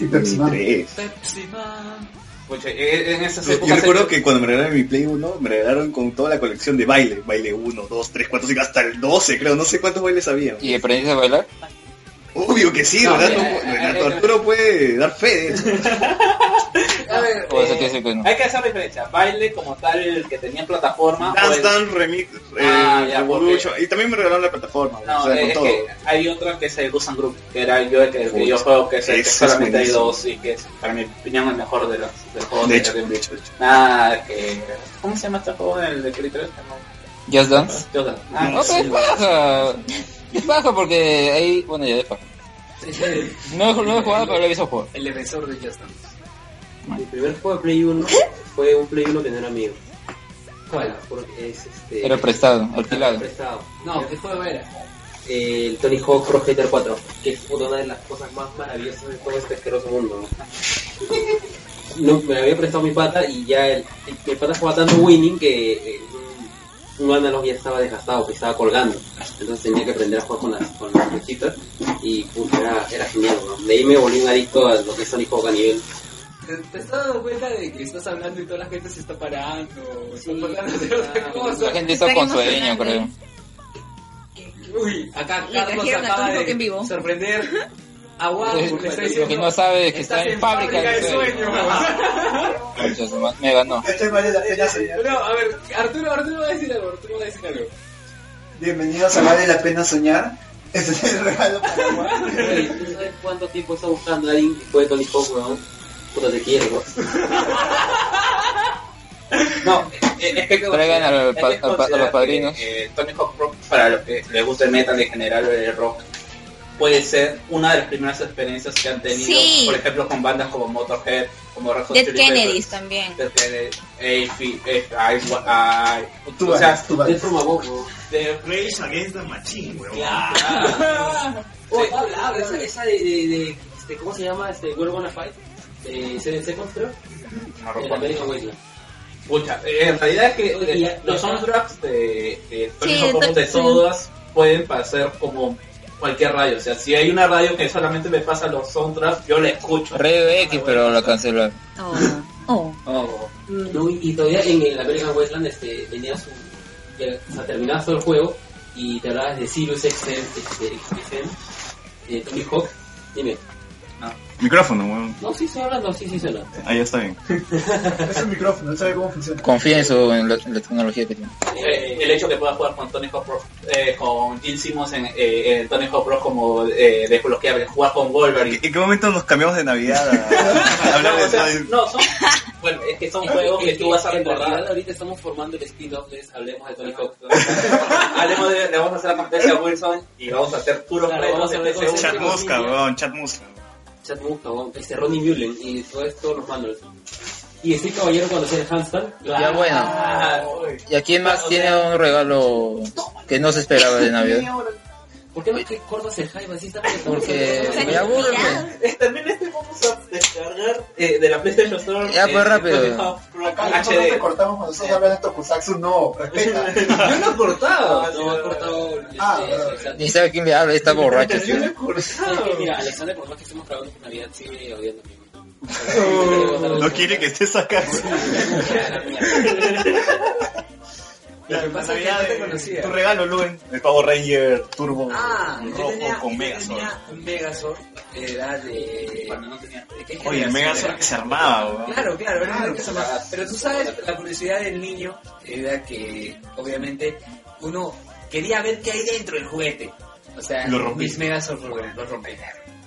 Speaker 2: y Pepsi Man.
Speaker 1: Tres.
Speaker 6: Pepsi Man.
Speaker 12: en esas
Speaker 1: Yo,
Speaker 12: épocas...
Speaker 1: yo recuerdo que cuando me regalaron mi Play 1, me regalaron con toda la colección de baile. Baile 1, 2, 3, 4, 5, hasta el 12 creo. No sé cuántos bailes había.
Speaker 4: ¿Y aprendiste a bailar?
Speaker 1: Obvio que sí,
Speaker 12: No,
Speaker 1: Renato,
Speaker 12: mira,
Speaker 1: Renato
Speaker 12: eh, eh,
Speaker 1: Arturo puede dar fe de eso.
Speaker 12: A ver,
Speaker 4: O eso
Speaker 12: eh,
Speaker 4: quiere decir que no.
Speaker 12: Hay que hacer diferencia. Baile como tal, el que tenía
Speaker 6: Ah,
Speaker 12: plataforma... o
Speaker 1: Dance
Speaker 12: el-
Speaker 1: Dance Remix, eh,
Speaker 12: Ah, ya,
Speaker 1: Revolution. Y también me regalaron la plataforma.
Speaker 12: No,
Speaker 1: o sea,
Speaker 12: eh,
Speaker 1: con
Speaker 12: es
Speaker 1: todo.
Speaker 12: que hay otra que es el Gusan Group, que era yo el que, el que yo juego, que es el que
Speaker 1: Ese es
Speaker 12: solamente hay
Speaker 1: buenísimo.
Speaker 12: dos y que es, para mi opinión, el mejor de los del juego
Speaker 1: De hecho,
Speaker 12: de,
Speaker 1: de hecho, de hecho.
Speaker 12: Nada, que... ¿Cómo se llama este juego el de Play 3? No,
Speaker 4: ¿Just Dance?
Speaker 12: yo- ah,
Speaker 4: No, pero es paja. Es paja porque ahí... Bueno, ya es paja. No, he- no he jugado, pero lo he visto jugar.
Speaker 6: El defensor de Just Dance.
Speaker 9: Mi primer juego de Play 1 fue un Play 1 que no era mío.
Speaker 6: ¿Cuál?
Speaker 9: Porque es este.
Speaker 4: Era prestado, alquilado.
Speaker 9: prestado.
Speaker 6: No, ¿qué juego era?
Speaker 9: El Tony Hawk Pro Skater 4, que es una de las cosas más maravillosas de todo este asqueroso mundo. ¿no? No, me lo había prestado mi pata y ya el, el- mi pata jugaba tanto winning que eh, un, un analog ya estaba desgastado, que estaba colgando. Entonces tenía que aprender a jugar con las, con las flechitas y puta, era, era genial. ¿no? De ahí me volví un adicto a lo que es Tony Hawk a nivel
Speaker 6: ¿Te, te estás dando cuenta de que estás hablando y toda la gente se está parando?
Speaker 9: Sí.
Speaker 6: Están hablando de otra
Speaker 4: La
Speaker 6: cosa.
Speaker 4: gente está
Speaker 3: Están
Speaker 4: con sueño,
Speaker 3: emocionando.
Speaker 4: creo.
Speaker 6: Uy, acá
Speaker 3: Le
Speaker 6: Carlos
Speaker 3: trajeron a
Speaker 6: acaba
Speaker 3: Tony Hawk
Speaker 6: de
Speaker 3: en vivo.
Speaker 6: sorprender a Wow.
Speaker 4: Es-
Speaker 6: porque está
Speaker 4: Lo que
Speaker 6: diciendo,
Speaker 4: no sabe es que
Speaker 6: "Estás
Speaker 4: está en fábrica de sueños. Concha su madre, Me ganó.
Speaker 2: Este vale la pena soñar.
Speaker 6: No, a ver, Arturo, Arturo va a decir algo, Arturo va a decir algo.
Speaker 2: Bienvenidos a Vale la Pena Soñar. Este es el regalo para Juan.
Speaker 9: Oye, ¿tú sabes eh, cuánto tiempo está buscando a alguien que juegue Tony Hawk, weón? Puta, te quiero, weón.
Speaker 12: No, eh, es que
Speaker 4: Traigan al pa-
Speaker 12: es
Speaker 4: al pa-
Speaker 12: que
Speaker 4: a los
Speaker 12: considerar
Speaker 4: padrinos.
Speaker 12: que, eh, Tony Hawk Pro, para los que les gusta el metal en general, el rock, puede ser una de las primeras experiencias que han tenido,
Speaker 3: Sí.
Speaker 12: por ejemplo, con bandas como Motorhead, como Red Hot
Speaker 3: Dead
Speaker 12: Chili
Speaker 3: Kennedys
Speaker 12: Peppers,
Speaker 3: también.
Speaker 12: Dead Kennedys, AFI, ay,
Speaker 2: Tú
Speaker 12: o sea,
Speaker 2: vas, tú vas.
Speaker 9: Dead from Above, ¿no?
Speaker 12: de-
Speaker 7: Rage Against the Machine, weón.
Speaker 9: Oh, Pablo, ah, esa, esa de, de, de- este, ¿cómo se llama? Este, We're Gonna Fight, de Seven Seconds, creo,
Speaker 12: no
Speaker 9: de
Speaker 12: recuerdo.
Speaker 9: la American Wasteland.
Speaker 12: Pucha, eh, en realidad es que
Speaker 9: Oye,
Speaker 12: eh,
Speaker 9: ya-
Speaker 12: los
Speaker 9: ya-
Speaker 12: soundtracks de, de Tony
Speaker 3: Sí,
Speaker 12: Hawk Pro
Speaker 3: to-
Speaker 12: de
Speaker 3: sí.
Speaker 12: todas pueden pasar como cualquier radio. O sea, si hay una radio que solamente me pasa los soundtracks, yo la escucho.
Speaker 4: Radio X, pero lo canceló.
Speaker 3: Oh. Oh.
Speaker 12: Oh,
Speaker 9: No, y, y todavía en el American Wasteland este, venía su... ya, o sea, terminabas todo el juego y te hablabas de Sirius XM, de, de XM, de Tony Hawk. Dime,
Speaker 1: Micrófono, weón.
Speaker 9: no, sí estoy hablando, sí, sí suena.
Speaker 1: Ahí está bien.
Speaker 2: Es un micrófono, él sabe cómo funciona.
Speaker 4: Confía en, su, en, lo- en la tecnología que tiene.
Speaker 12: eh, el hecho que pueda jugar con Tony Hawk Pro, eh, con Gene Simmons en, eh, en Tony Hawk Pro como eh, desbloqueable, jugar con Wolverine.
Speaker 1: ¿En qué momento nos cambiamos de Navidad a, a hablar
Speaker 12: No, o
Speaker 1: de
Speaker 12: sea,
Speaker 1: radio?
Speaker 12: no, son, bueno, es que son juegos que tú vas a
Speaker 9: En realidad
Speaker 12: recordar.
Speaker 9: ahorita estamos formando el spin-off de Hablemos de Tony Hawk.
Speaker 12: Hablemos de, le vamos a hacer la competencia a Wilson y vamos a hacer puros
Speaker 9: Claro,
Speaker 12: juegos
Speaker 9: vamos a
Speaker 12: de
Speaker 9: hablar con
Speaker 12: PC1.
Speaker 1: Chat Mosca, weón, chat Mosca.
Speaker 9: Chad Muska, weón, este Ronnie Mullen y todos, todos los manuals. Y este caballero cuando hace el handstand.
Speaker 4: Ya bueno. ¿Y a quién más tiene un regalo que no se esperaba de Navidad?
Speaker 9: ¿Por qué no que cortas el hype así? Estamos
Speaker 4: Porque
Speaker 3: Estamos
Speaker 4: me aburre.
Speaker 3: inspirados.
Speaker 12: Eh, También este vamos a descargar eh, de la PlayStation Store.
Speaker 4: Ya, pues,
Speaker 12: eh,
Speaker 4: rápido.
Speaker 12: Tony Hawk Pro
Speaker 2: Acá nosotros te
Speaker 12: HD.
Speaker 2: cortamos cuando nosotros hablamos de Tokusatsu, no, respeta.
Speaker 12: Yo no he cortado.
Speaker 9: No, ha cortado. este,
Speaker 2: Ah,
Speaker 4: Ni sabe quién le habla, está borracho.
Speaker 12: Yo no
Speaker 4: tío.
Speaker 12: he cortado.
Speaker 9: Alexander. Mira, Alexander, por más que estemos grabando por Navidad, sigue odiando a mí.
Speaker 1: No quiere que estés acá.
Speaker 6: Lo que pasa es que no te conocía.
Speaker 1: pues Tu regalo, Luen. El Power Ranger Turbo
Speaker 6: Ah, yo
Speaker 1: Rojo
Speaker 6: tenía,
Speaker 1: con
Speaker 6: yo
Speaker 1: Megazord.
Speaker 6: tenía un Megazord, era de... Cuando no tenía... ¿de qué
Speaker 1: Oye, el
Speaker 6: generación
Speaker 1: Megazord
Speaker 6: era?
Speaker 1: que se armaba, weón.
Speaker 6: Claro, claro, era
Speaker 1: Ah,
Speaker 6: lo que se amaba. Pero tú sabes, la curiosidad del niño era que, obviamente, uno quería ver qué hay dentro del juguete. O sea,
Speaker 1: Lo rompí.
Speaker 6: mis Megazord lo- lo rompí.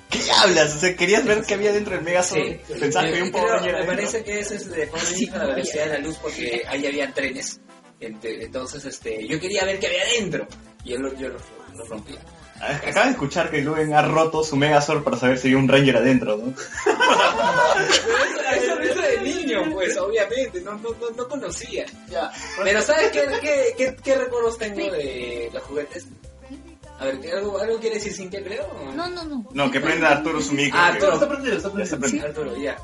Speaker 1: ¿Qué hablas? O sea, querías ver qué había dentro del Megazord.
Speaker 6: Sí.
Speaker 1: Pensabas que había un
Speaker 6: Creo-
Speaker 1: Power Ranger
Speaker 6: Me
Speaker 1: adentro.
Speaker 6: parece que eso es de
Speaker 1: Ah,
Speaker 6: Power Rangers a la velocidad de la luz porque ahí habían trenes. Ente- Entonces, este, yo quería ver qué había dentro. Y yo lo, yo lo, lo rompía.
Speaker 1: Ah, Acaba de escuchar que Luen ha roto su Megazord para saber si hay un Ranger adentro, ¿no?
Speaker 6: Pero eso era eso, eso de niño, pues, obviamente, no, no, no, no conocía.
Speaker 2: Ya.
Speaker 6: Pero ¿sabes qué, qué, qué, qué recuerdos tengo de los juguetes? A ver, ¿qué- ¿algo, algo quiere decir sin que creo? o
Speaker 3: No, no, no.
Speaker 1: No, que prenda Arturo su micro.
Speaker 6: Ah,
Speaker 1: que-
Speaker 6: Arturo,
Speaker 2: Está prendido, está
Speaker 1: Ya se
Speaker 2: prendido.
Speaker 1: prende.
Speaker 6: Arturo, ya.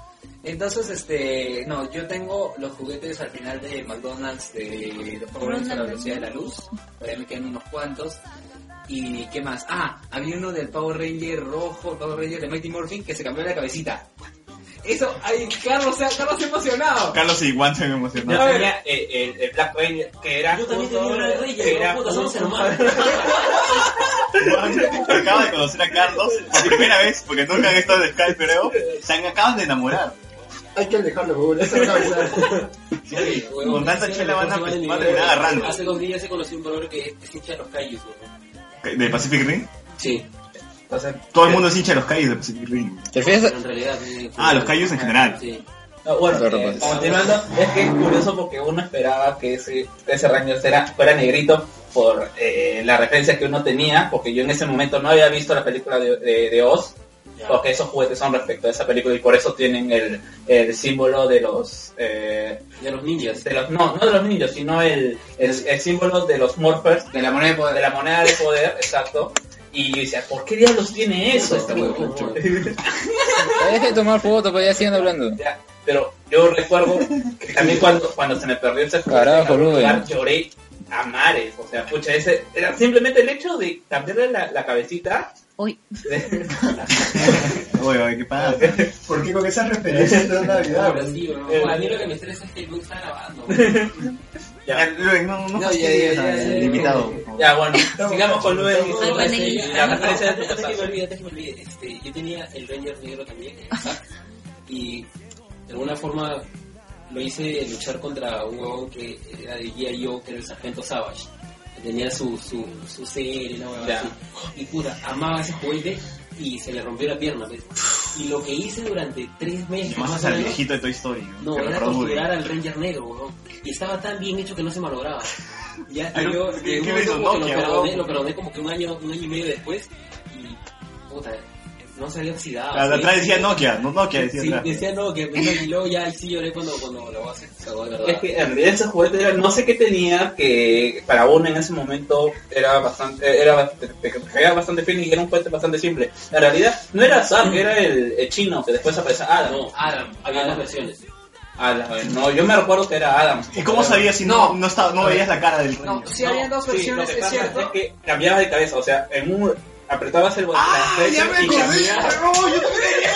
Speaker 6: Entonces, este, no, yo tengo los juguetes al final de McDonald's de los Power Rangers a la velocidad de la luz. Todavía me quedan unos cuantos. ¿Y qué más? Ah, había uno del Power Ranger rojo, el Power Ranger de Mighty Morphin que se cambió la cabecita. Eso, ay, Carlos, se ha- Carlos se ha emocionado.
Speaker 1: Carlos y Juan se me
Speaker 12: Yo
Speaker 1: emocionaron.
Speaker 12: tenía eh, el, el Black Ranger, que era...
Speaker 9: Yo también
Speaker 12: justo-
Speaker 9: tenía una de
Speaker 12: que
Speaker 9: Reyes,
Speaker 12: era
Speaker 9: ¿no? Puta, somos
Speaker 12: justo-
Speaker 9: hermanos.
Speaker 1: Juan acaba de conocer a Carlos por primera vez, porque nunca han estado en Skype, creo. Se han- acaban de enamorar.
Speaker 2: Hay que alejarlo, huevón, eso no es verdad.
Speaker 9: Sí, weón,
Speaker 1: Con tanta
Speaker 9: sí,
Speaker 1: chela van a- pues,
Speaker 9: se el
Speaker 1: van a
Speaker 9: nivel.
Speaker 1: terminar agarrando.
Speaker 9: Hace dos días se conoció un valor que es hincha de los callos, weón.
Speaker 1: ¿De Pacific Ring?
Speaker 9: Sí,
Speaker 12: Entonces,
Speaker 1: Todo el mundo es hincha de los calles de Pacific Ring.
Speaker 4: ¿Te
Speaker 9: pero
Speaker 4: refieres?
Speaker 9: en realidad. sí,
Speaker 1: Ah, los callos en general.
Speaker 9: Sí.
Speaker 12: No, bueno,
Speaker 4: Claro,
Speaker 12: eh,
Speaker 4: pues.
Speaker 12: continuando, es que es curioso porque uno esperaba que ese, ese Ranger fuera, fuera negrito por eh, la referencia que uno tenía, porque yo en ese momento no había visto la película de, de- de Oz, porque esos juguetes son respecto a esa película y por eso tienen el, el símbolo de los, eh,
Speaker 9: De los ninjas.
Speaker 12: de los- no, no de los niños, sino el, el, el símbolo de los Morphers,
Speaker 4: De la moneda de
Speaker 12: de la moneda de poder, exacto. Y yo decía, ¿por qué diablos tiene eso?
Speaker 9: Este huevón,
Speaker 4: Deje de tomar fotos, pues ya siguen hablando.
Speaker 12: Ya, pero yo recuerdo que también cuando, cuando se me perdió ese juguete
Speaker 4: Carajo,
Speaker 12: en algún
Speaker 4: Rubén.
Speaker 12: lugar, lloré a mares. O sea, pucha, ese era simplemente el hecho de cambiarle la, la cabecita.
Speaker 3: Uy.
Speaker 1: Oye, oye, qué pasa.
Speaker 2: ¿Por qué con esas referencias de Navidad,
Speaker 9: Ahora
Speaker 2: weón?
Speaker 9: sí, weón.
Speaker 12: Eh,
Speaker 9: A mí lo que me estresa es que el Luke está grabando.
Speaker 1: Ya,
Speaker 12: Ya.
Speaker 1: Luis, Eh, no, no,
Speaker 9: No,
Speaker 1: fastidies
Speaker 9: ya, ya,
Speaker 1: al
Speaker 9: ya, ya, ya.
Speaker 1: invitado.
Speaker 12: Ya, bueno, sigamos con Luis.
Speaker 3: Ay,
Speaker 9: No,
Speaker 3: bueno,
Speaker 9: este,
Speaker 3: y-
Speaker 9: la
Speaker 12: ah,
Speaker 9: referencia
Speaker 12: no,
Speaker 9: de que
Speaker 12: no,
Speaker 9: me
Speaker 12: no.
Speaker 9: olvidé, antes que me olvide, este, yo tenía el Ranger negro también, el Zack, y de alguna forma lo hice luchar contra un huevón que era de guía yo, que era el sargento Savage. que Tenía su, su, su CL, una huevada
Speaker 12: Ya.
Speaker 9: así. Y puta, amaba ese juguete y se le rompió la pierna. ¿ves? Y lo que hice durante tres meses.
Speaker 1: Llamas
Speaker 9: más o
Speaker 1: al
Speaker 9: menos,
Speaker 1: viejito de Toy Story. ¿no?
Speaker 9: no,
Speaker 1: Que
Speaker 9: era
Speaker 1: recuerdo muy bien.
Speaker 9: torturar al Ranger negro, weón. Y estaba tan bien hecho que no se malograba. Ya, y
Speaker 1: Ay,
Speaker 9: yo,
Speaker 1: ¿qué-
Speaker 9: de un
Speaker 1: qué
Speaker 9: momento
Speaker 1: hizo
Speaker 9: como que lo
Speaker 1: Nokia,
Speaker 9: perdoné,
Speaker 1: weón?
Speaker 9: lo perdoné como que un año, un año y medio después. Y
Speaker 6: puta, no se había oxidado.
Speaker 1: La, la
Speaker 6: sí.
Speaker 1: atrás decía Nokia, no Nokia decía
Speaker 9: Sí,
Speaker 1: atrás.
Speaker 9: decía no, que y luego ya sí lloré cuando, cuando lo hace. Se acabó de
Speaker 12: Es
Speaker 9: verdad.
Speaker 12: que en realidad ese juguete era, no sé qué tenía, que para uno en ese momento era bastante, era, bast- era bastante fin y era un juguete bastante simple. En realidad no era Zack, era el, el chino que después aparece
Speaker 9: Ah,
Speaker 12: Adam.
Speaker 6: No, Adam, había dos versiones.
Speaker 12: Adam, eh, no, yo me recuerdo que era Adam.
Speaker 1: ¿Y cómo sabías si no, no, estaba, no veías la cara del niño?
Speaker 14: No, si habían dos
Speaker 12: sí,
Speaker 14: versiones,
Speaker 12: lo que
Speaker 14: es
Speaker 12: pasa
Speaker 14: cierto.
Speaker 12: Es que cambiabas de cabeza, o sea, en un, apretabas el botón
Speaker 14: Ah,
Speaker 12: la flecha y cambiabas.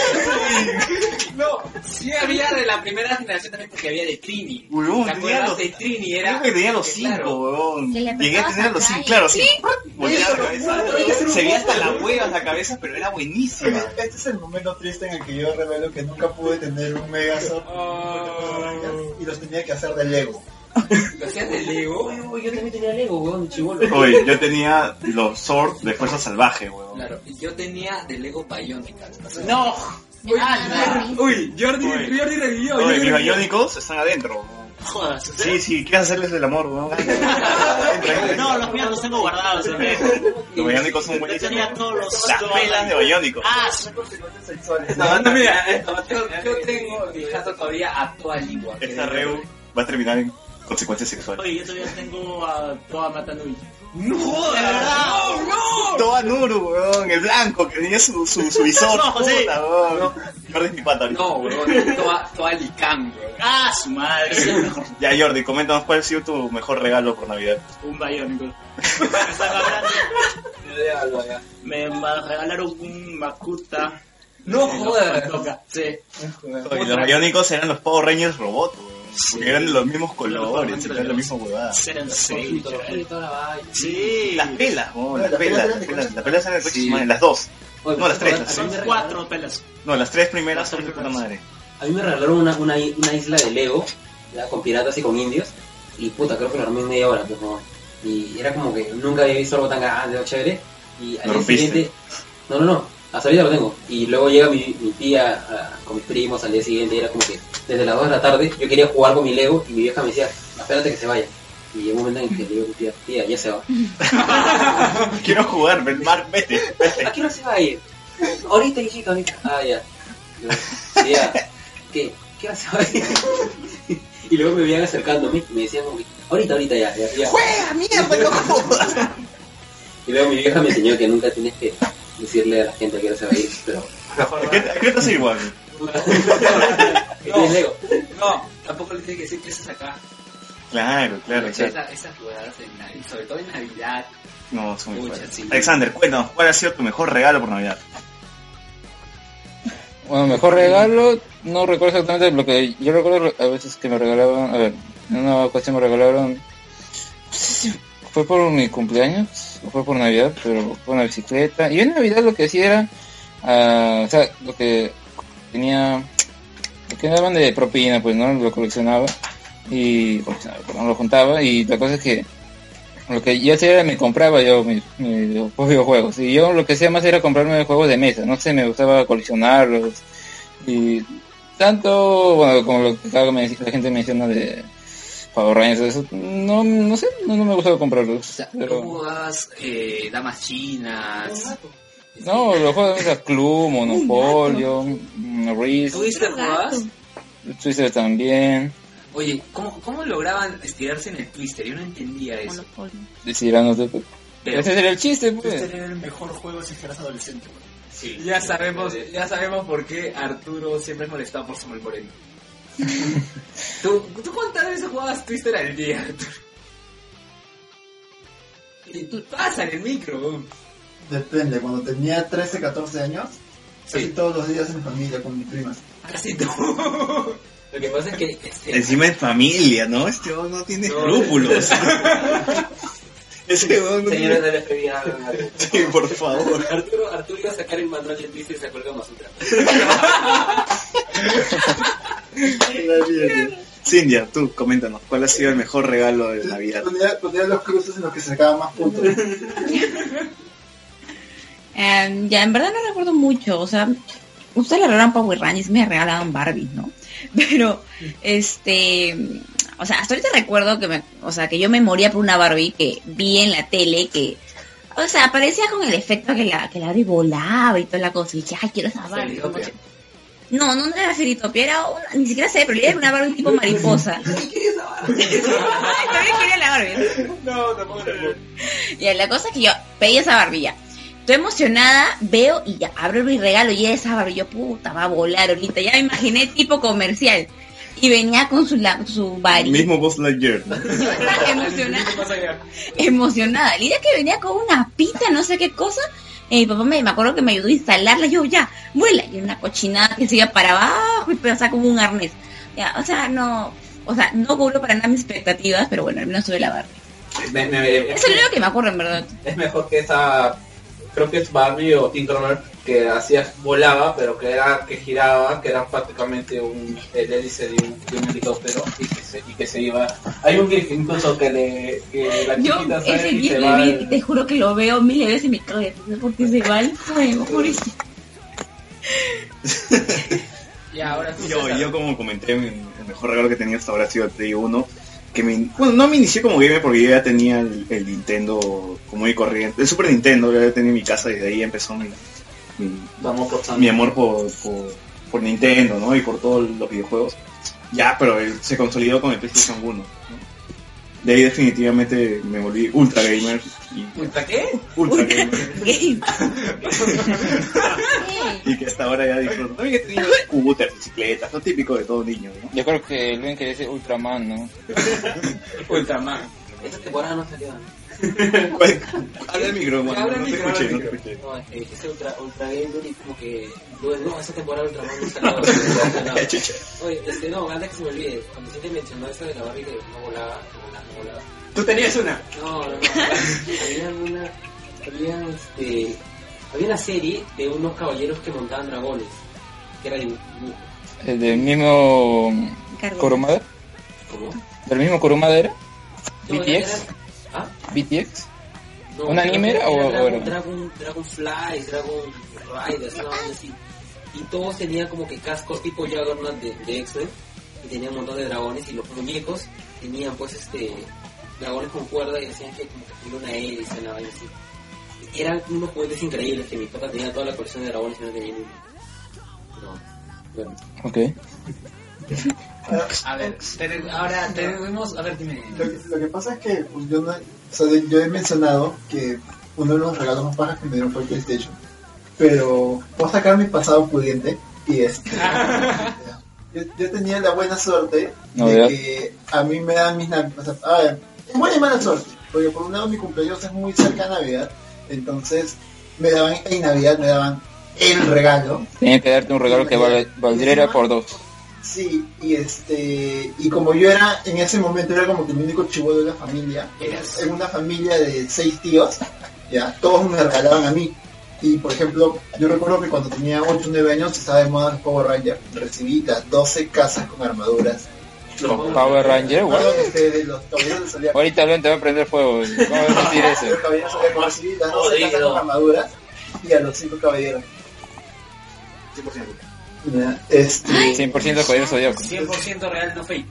Speaker 6: No, sí había de la primera generación también porque había de Trini.
Speaker 1: Huevón, tenía
Speaker 6: ¿Te acuerdas
Speaker 1: los-
Speaker 6: de Trini?
Speaker 1: Creo
Speaker 6: Era
Speaker 1: que tenía los
Speaker 6: que,
Speaker 1: cinco,
Speaker 6: claro,
Speaker 1: huevón.
Speaker 3: Que le
Speaker 1: Llegué a
Speaker 3: apretabas
Speaker 1: tener los
Speaker 3: acá
Speaker 1: cinco,
Speaker 3: y-
Speaker 1: claro, sí.
Speaker 3: ¿Sí?
Speaker 1: Volteaba la cabeza. Se veía hasta la hueva la cabeza, pero era buenísima.
Speaker 2: Este es el momento triste en el que yo revelo que nunca pude tener un Megazord y los tenía que hacer de Lego.
Speaker 6: Oh. ¿Lo hacías de Lego?
Speaker 9: Uy, yo también tenía Lego, weón, chivolo.
Speaker 1: Oye, yo tenía los Sword de Fuerza Salvaje, huevón.
Speaker 6: Claro, y yo tenía de Lego Bionicle.
Speaker 1: No,
Speaker 3: Ah, no.
Speaker 6: Uy, Jordi,
Speaker 1: Uy.
Speaker 6: Jordi revivió.
Speaker 1: Oye,
Speaker 6: Jordi
Speaker 1: mis
Speaker 6: revivió.
Speaker 1: Bionicles están adentro. huevón.
Speaker 7: Jodas.
Speaker 1: Sí, sí, quieres hacerles el amor, huevón.
Speaker 7: No, los míos los tengo guardados. eh. ¿no?
Speaker 1: Los Bionicles son
Speaker 7: Yo
Speaker 1: buenísimos.
Speaker 7: tenía todos los...
Speaker 1: Las pelas de Bionicles.
Speaker 7: Ah,
Speaker 6: No, no, mira, eh. yo, yo tengo mi jato todavía a toda lengua.
Speaker 1: Esta reu va a terminar en consecuencias sexuales.
Speaker 7: oye, yo todavía tengo a toda Matanui.
Speaker 6: ¡No, de verdad! ¡No, no!
Speaker 1: Toa Nuru, weón, el blanco, que tenía su, su, su visor.
Speaker 7: No, José.
Speaker 1: puta, weón. Jordi es mi pata ahorita.
Speaker 6: No, weón, toda, toda Licam, weón.
Speaker 7: Ah, su madre.
Speaker 1: Ya, Jordi, coméntanos cuál ha sido tu mejor regalo por Navidad.
Speaker 7: Un Bionicle. Me saca grande. Me ma- regalaron un Makuta.
Speaker 6: No
Speaker 7: Me lo
Speaker 6: jodas.
Speaker 7: toca, Sí.
Speaker 1: Y los rayónicos eran los Power Rangers robot, weón. Porque eran de los mismos colores,
Speaker 7: Los
Speaker 1: eran la misma huevada.
Speaker 7: Sensei.
Speaker 9: Oye, toda la vaina.
Speaker 7: Sí.
Speaker 1: Las pelas, weón, las
Speaker 2: Las pelas
Speaker 1: pelas, las
Speaker 2: eran de
Speaker 1: pelas,
Speaker 2: coche.
Speaker 1: las pelas eran de coche,
Speaker 6: Sí.
Speaker 1: madre, las dos.
Speaker 9: Oye,
Speaker 1: No, las tres,
Speaker 9: a mí
Speaker 1: las
Speaker 9: me
Speaker 7: Son
Speaker 9: regalaron-
Speaker 7: cuatro pelas.
Speaker 1: No, las tres primeras son de
Speaker 7: Las
Speaker 1: puta madre.
Speaker 9: A mí me regalaron una, una, i- una isla de Lego, ya, con piratas y con indios, y puta, creo que lo armé en media hora, pues, no. Y era como que nunca había visto algo tan grande o chévere, y
Speaker 1: Lo
Speaker 9: al día
Speaker 1: rompiste.
Speaker 9: siguiente... No, no, no, hasta ahorita lo tengo. Y luego llega mi, mi tía ah, con mis primos al día siguiente, y era como que desde las 2 de la tarde yo quería jugar con mi Lego, y mi vieja me decía, espérate que se vaya. Y llegó un momento en que le digo, a mi tía, tía, ya se va.
Speaker 1: Quiero jugar, ven, Mark, vete, vete.
Speaker 9: ¿A qué no se va a ir? Ahorita, hijito, ahorita. Ah, ya. Yo, sí, ya. ¿Qué? ¿Qué hora se va a ir? Y luego me veían acercándome y me decían como que, ahorita, ahorita ya, ya, ya.
Speaker 1: ¡Juega, mierda, no jodas!
Speaker 9: Y luego mi vieja me enseñó que nunca tienes que decirle a la gente a qué hora se va a ir, pero...
Speaker 1: ¿A qué- a qué estás igual?
Speaker 9: ¿Qué tienes, Lego?
Speaker 6: No, tampoco le tienes que decir que eso es acá.
Speaker 1: Claro, claro,
Speaker 6: Esas
Speaker 1: claro.
Speaker 6: esa esas jugadas en Navidad, sobre todo en Navidad.
Speaker 1: No, son muy
Speaker 6: Pucha,
Speaker 1: fuertes.
Speaker 6: sí.
Speaker 1: Alexander, cuéntanos, ¿cuál ha sido tu mejor regalo por Navidad?
Speaker 4: Bueno, mejor regalo, no recuerdo exactamente lo que yo recuerdo a veces que me regalaban, a ver, en una ocasión me regalaron, fue por mi cumpleaños, o fue por Navidad, pero fue una bicicleta. Y yo en Navidad lo que hacía era, ah, o sea, lo que tenía, lo que me daban de propina, pues, ¿no? Lo coleccionaba y, coleccionaba, perdón, lo juntaba y la cosa es que lo que yo hacía era me compraba yo mis, mis videojuegos y yo lo que hacía más era comprarme juegos de mesa, no sé, me gustaba coleccionarlos y tanto, bueno, como lo que acá me- la gente menciona de Power Rangers, eso, no, no sé, no, no me gustaba comprarlos.
Speaker 6: O sea,
Speaker 4: pero-
Speaker 6: tú jugabas eh, damas chinas.
Speaker 4: No, los juegos de mesa, Club, Monopolio, mm, Risk,
Speaker 6: ¿Tuviste jugadas?
Speaker 4: Twister también,
Speaker 6: Oye, ¿cómo, ¿cómo lograban estirarse en el Twister? Yo no entendía eso.
Speaker 3: Monopolio.
Speaker 4: Cyrano de-
Speaker 6: Pero
Speaker 4: Ese era el chiste,
Speaker 2: Este
Speaker 4: pues.
Speaker 2: era el mejor juego si eras adolescente. güey.
Speaker 6: ya sabemos, ya sabemos por qué Arturo siempre es molestado por Samuel Moreno. ¿Tú, ¿Tú cuántas veces jugabas Twister al día, Arturo? Y tú pasa en el micro. weón.
Speaker 2: Depende, cuando tenía 13, 14 años, casi todos los días en mi familia con mis primas.
Speaker 6: Casi tú.
Speaker 9: Lo que pasa es que...
Speaker 6: Eh.
Speaker 9: este,
Speaker 1: Encima es familia, ¿no? Este hombre no tiene escrúpulos. Ese hombre no
Speaker 9: Señora
Speaker 1: tiene...
Speaker 9: de la FBI, algo.
Speaker 1: Sí, por favor.
Speaker 9: Arturo, Arturo iba a sacar el manual de Twister y se acuerda más otra.
Speaker 1: Cindia, tú, coméntanos, ¿cuál ha sido el mejor regalo de Navidad?
Speaker 2: Ponía, ponía los cruces en los que se sacaban más puntos.
Speaker 3: Em, ya, en verdad no recuerdo mucho, o sea, ustedes le regalaron Power Rangers, me regalaban Barbie, ¿no? Pero, este, o sea, hasta ahorita recuerdo que me, o sea, que yo me moría por una Barbie que vi en la tele que O sea, aparecía con el efecto que la, que la Abby volaba y toda la cosa. Y dije, ay, quiero esa Barbie. como
Speaker 6: Felitopia.
Speaker 3: que- No, no era Feritopia, era una, ni siquiera sé, pero era una Barbie tipo mariposa. Ay, también quería la Barbie.
Speaker 12: No, tampoco
Speaker 3: Y la cosa es que yo pedí esa Barbie ya. Estoy emocionada, veo y ya abro mi regalo y era esa Barbie. Yo, puta, va a volar ahorita. Ya me imaginé tipo comercial. Y venía con su, la- su varita.
Speaker 1: Mismo Buzz Lightyear. ¿no?
Speaker 3: Yo estaba emocionada. emocionada. La idea que venía con una pita, no sé qué cosa. Y mi papá me, me acuerdo que me ayudó a instalarla. Yo, ya, vuela. Y una cochinada que se iba para abajo y pensaba como un arnés. Ya, o sea, no. O sea, no cubro para nada mis expectativas, pero bueno, al menos tuve la Barbie.
Speaker 9: Me- me- me-
Speaker 3: Eso es lo único que me acuerdo, en verdad.
Speaker 9: es mejor que esa creo que es Barbie o Tinkerbell que hacías volaba pero que era que giraba que era prácticamente un el hélice de un, de un helicóptero y que, se, y que se iba hay un GIF incluso que le que la
Speaker 3: Yo
Speaker 9: chiquita sale
Speaker 3: ese
Speaker 9: y
Speaker 3: GIF
Speaker 9: se
Speaker 3: lo
Speaker 9: va
Speaker 3: vi
Speaker 9: al-
Speaker 3: y te juro que lo veo mil veces y me cago de risa porque es igual. Ay, pobrecito.
Speaker 6: Y ahora tú,
Speaker 1: Yo,
Speaker 6: César.
Speaker 1: yo como comenté, mi- el mejor regalo que he tenido hasta ahora ha sido el Play 1. Que me, in- bueno, no me inicié como gamer porque yo ya tenía el, el Nintendo común y corriente. El Super Nintendo yo ya tenía en mi casa y de ahí empezó mi, mi-
Speaker 9: vamos forzando.
Speaker 1: mi amor por, por, por Nintendo, ¿no? Y por todos los videojuegos. Ya, pero él se consolidó con el PlayStation 1. ¿no? De ahí definitivamente me volví ultra gamer. Y
Speaker 6: ¿Ultra qué?
Speaker 1: ultra gamer.
Speaker 3: Game.
Speaker 1: Y que hasta ahora ya disfruto. También he tenido scooters, bicicletas, lo típico de todo niño, ¿no?
Speaker 4: Yo creo que el que dice Ultraman, ¿no?
Speaker 12: Ultraman.
Speaker 9: esta temporada no salió ¿no?
Speaker 1: Pues, Habla el micrófono,
Speaker 6: Habla el
Speaker 1: no te
Speaker 6: micrófono,
Speaker 1: escuché, no
Speaker 6: habla
Speaker 1: te escuché.
Speaker 6: el
Speaker 9: No, es que ese ultra, ultra Game Duty como que... Pues, no, esa temporada Ultraman no salió. no salió. Oye, este, no, antes que se me olvide, cuando sí te mencionó esta de la Barbie que no volaba, no volaba, no volaba.
Speaker 12: Tú tenías una.
Speaker 9: No, no, no. había una... Había, este... Había una serie de unos caballeros que montaban dragones. Que era dibujo.
Speaker 4: El Eh, del mismo
Speaker 3: Cargo.
Speaker 4: Kurumada.
Speaker 9: ¿Cómo?
Speaker 4: ¿Del mismo Kurumada era?
Speaker 9: No, era-
Speaker 4: BTX.
Speaker 9: era- ¿Ah?
Speaker 4: ¿BTX?
Speaker 9: No,
Speaker 4: ¿Un anime
Speaker 9: era,
Speaker 4: era o- o
Speaker 9: Dragon,
Speaker 4: era?
Speaker 9: Dragon, Dragonfly, Dragon Riders, una vaina así. Y todos tenían como que cascos tipo Juggernaut de, de X-Men. Y tenían un montón de dragones y los muñecos tenían pues este dragones con cuerda y hacían que como que fuera una E hélice, una vaina así. Y eran unos juguetes increíbles que mi papá tenía toda la colección de dragones y no tenía ninguno. No. Bueno,
Speaker 4: Ok.
Speaker 6: A ver, ten- ahora tenemos... A ver, dime.
Speaker 2: Lo que, lo que pasa es que pues, yo, no- o sea, yo- yo he mencionado que uno de los regalos más bajas que me dieron fue el PlayStation. Pero puedo sacar mi pasado pudiente y este. yo, yo tenía la buena suerte de
Speaker 4: Novedad.
Speaker 2: que a mí me dan mis navidades. a ver, es buena y mala suerte. Porque por un lado mi cumpleaños es muy cerca a Navidad. Entonces me daban, en Navidad me daban el regalo.
Speaker 4: Tenía que darte un regalo que val- valdría por dos.
Speaker 2: Sí, y este y como yo era en ese momento era como que el único chivolo de la familia,
Speaker 6: Eras.
Speaker 2: en una familia de seis tíos, ya todos me regalaban a mí. Y por ejemplo, yo recuerdo que cuando tenía 8 o 9 años estaba de moda los Power Rangers, recibí las 12 casas con armaduras.
Speaker 4: Power Ranger,
Speaker 2: Recuerdo
Speaker 4: güey.
Speaker 2: que este, de los caballeros del Zodiaco-
Speaker 4: Ahorita Leon te va a prender fuego. güey. ¿Cómo vas a decir eso?
Speaker 2: los caballeros del Zodiaco, recibí las 12 casas
Speaker 9: Jodido.
Speaker 2: con armaduras y a los 5 caballeros. 100%. este,
Speaker 4: 100% caballero zodiaco.
Speaker 6: 100% real, no fake.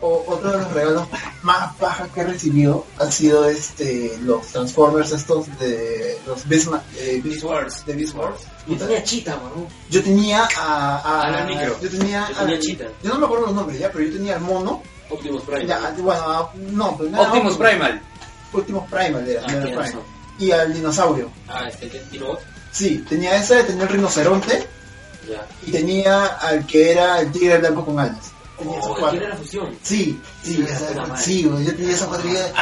Speaker 2: O- otro de los regalos más bajos que he recibido ha sido este los Transformers estos de los Bisma, eh, Beast Wars, de Beast Wars.
Speaker 9: Yo tenía chita, weón.
Speaker 2: Yo tenía a, a-
Speaker 6: Alan Micro.
Speaker 2: yo tenía,
Speaker 9: Yo tenía
Speaker 2: al-
Speaker 9: Cheetah.
Speaker 2: yo no me acuerdo los nombres ya, pero yo tenía al mono,
Speaker 9: Optimus Prime.
Speaker 2: ya, ah, bueno, a- no, pues nada,
Speaker 12: Optimus Primal.
Speaker 2: Optimus Primal era, no
Speaker 9: Ah,
Speaker 2: era
Speaker 9: tienes
Speaker 2: Prime.
Speaker 9: razón.
Speaker 2: y al dinosaurio.
Speaker 9: Ah, este, que tiró.
Speaker 2: Sí, tenía ese, tenía el rinoceronte
Speaker 9: Ya.
Speaker 2: y tenía al que era el tigre blanco con alas. Tenía esos
Speaker 9: Oh,
Speaker 2: cuatro.
Speaker 9: tiene la fusión.
Speaker 2: Sí, sí,
Speaker 9: Sí,
Speaker 2: esa-
Speaker 9: la puta madre. Ah.
Speaker 2: sí, güey, yo tenía esa cuadrilla.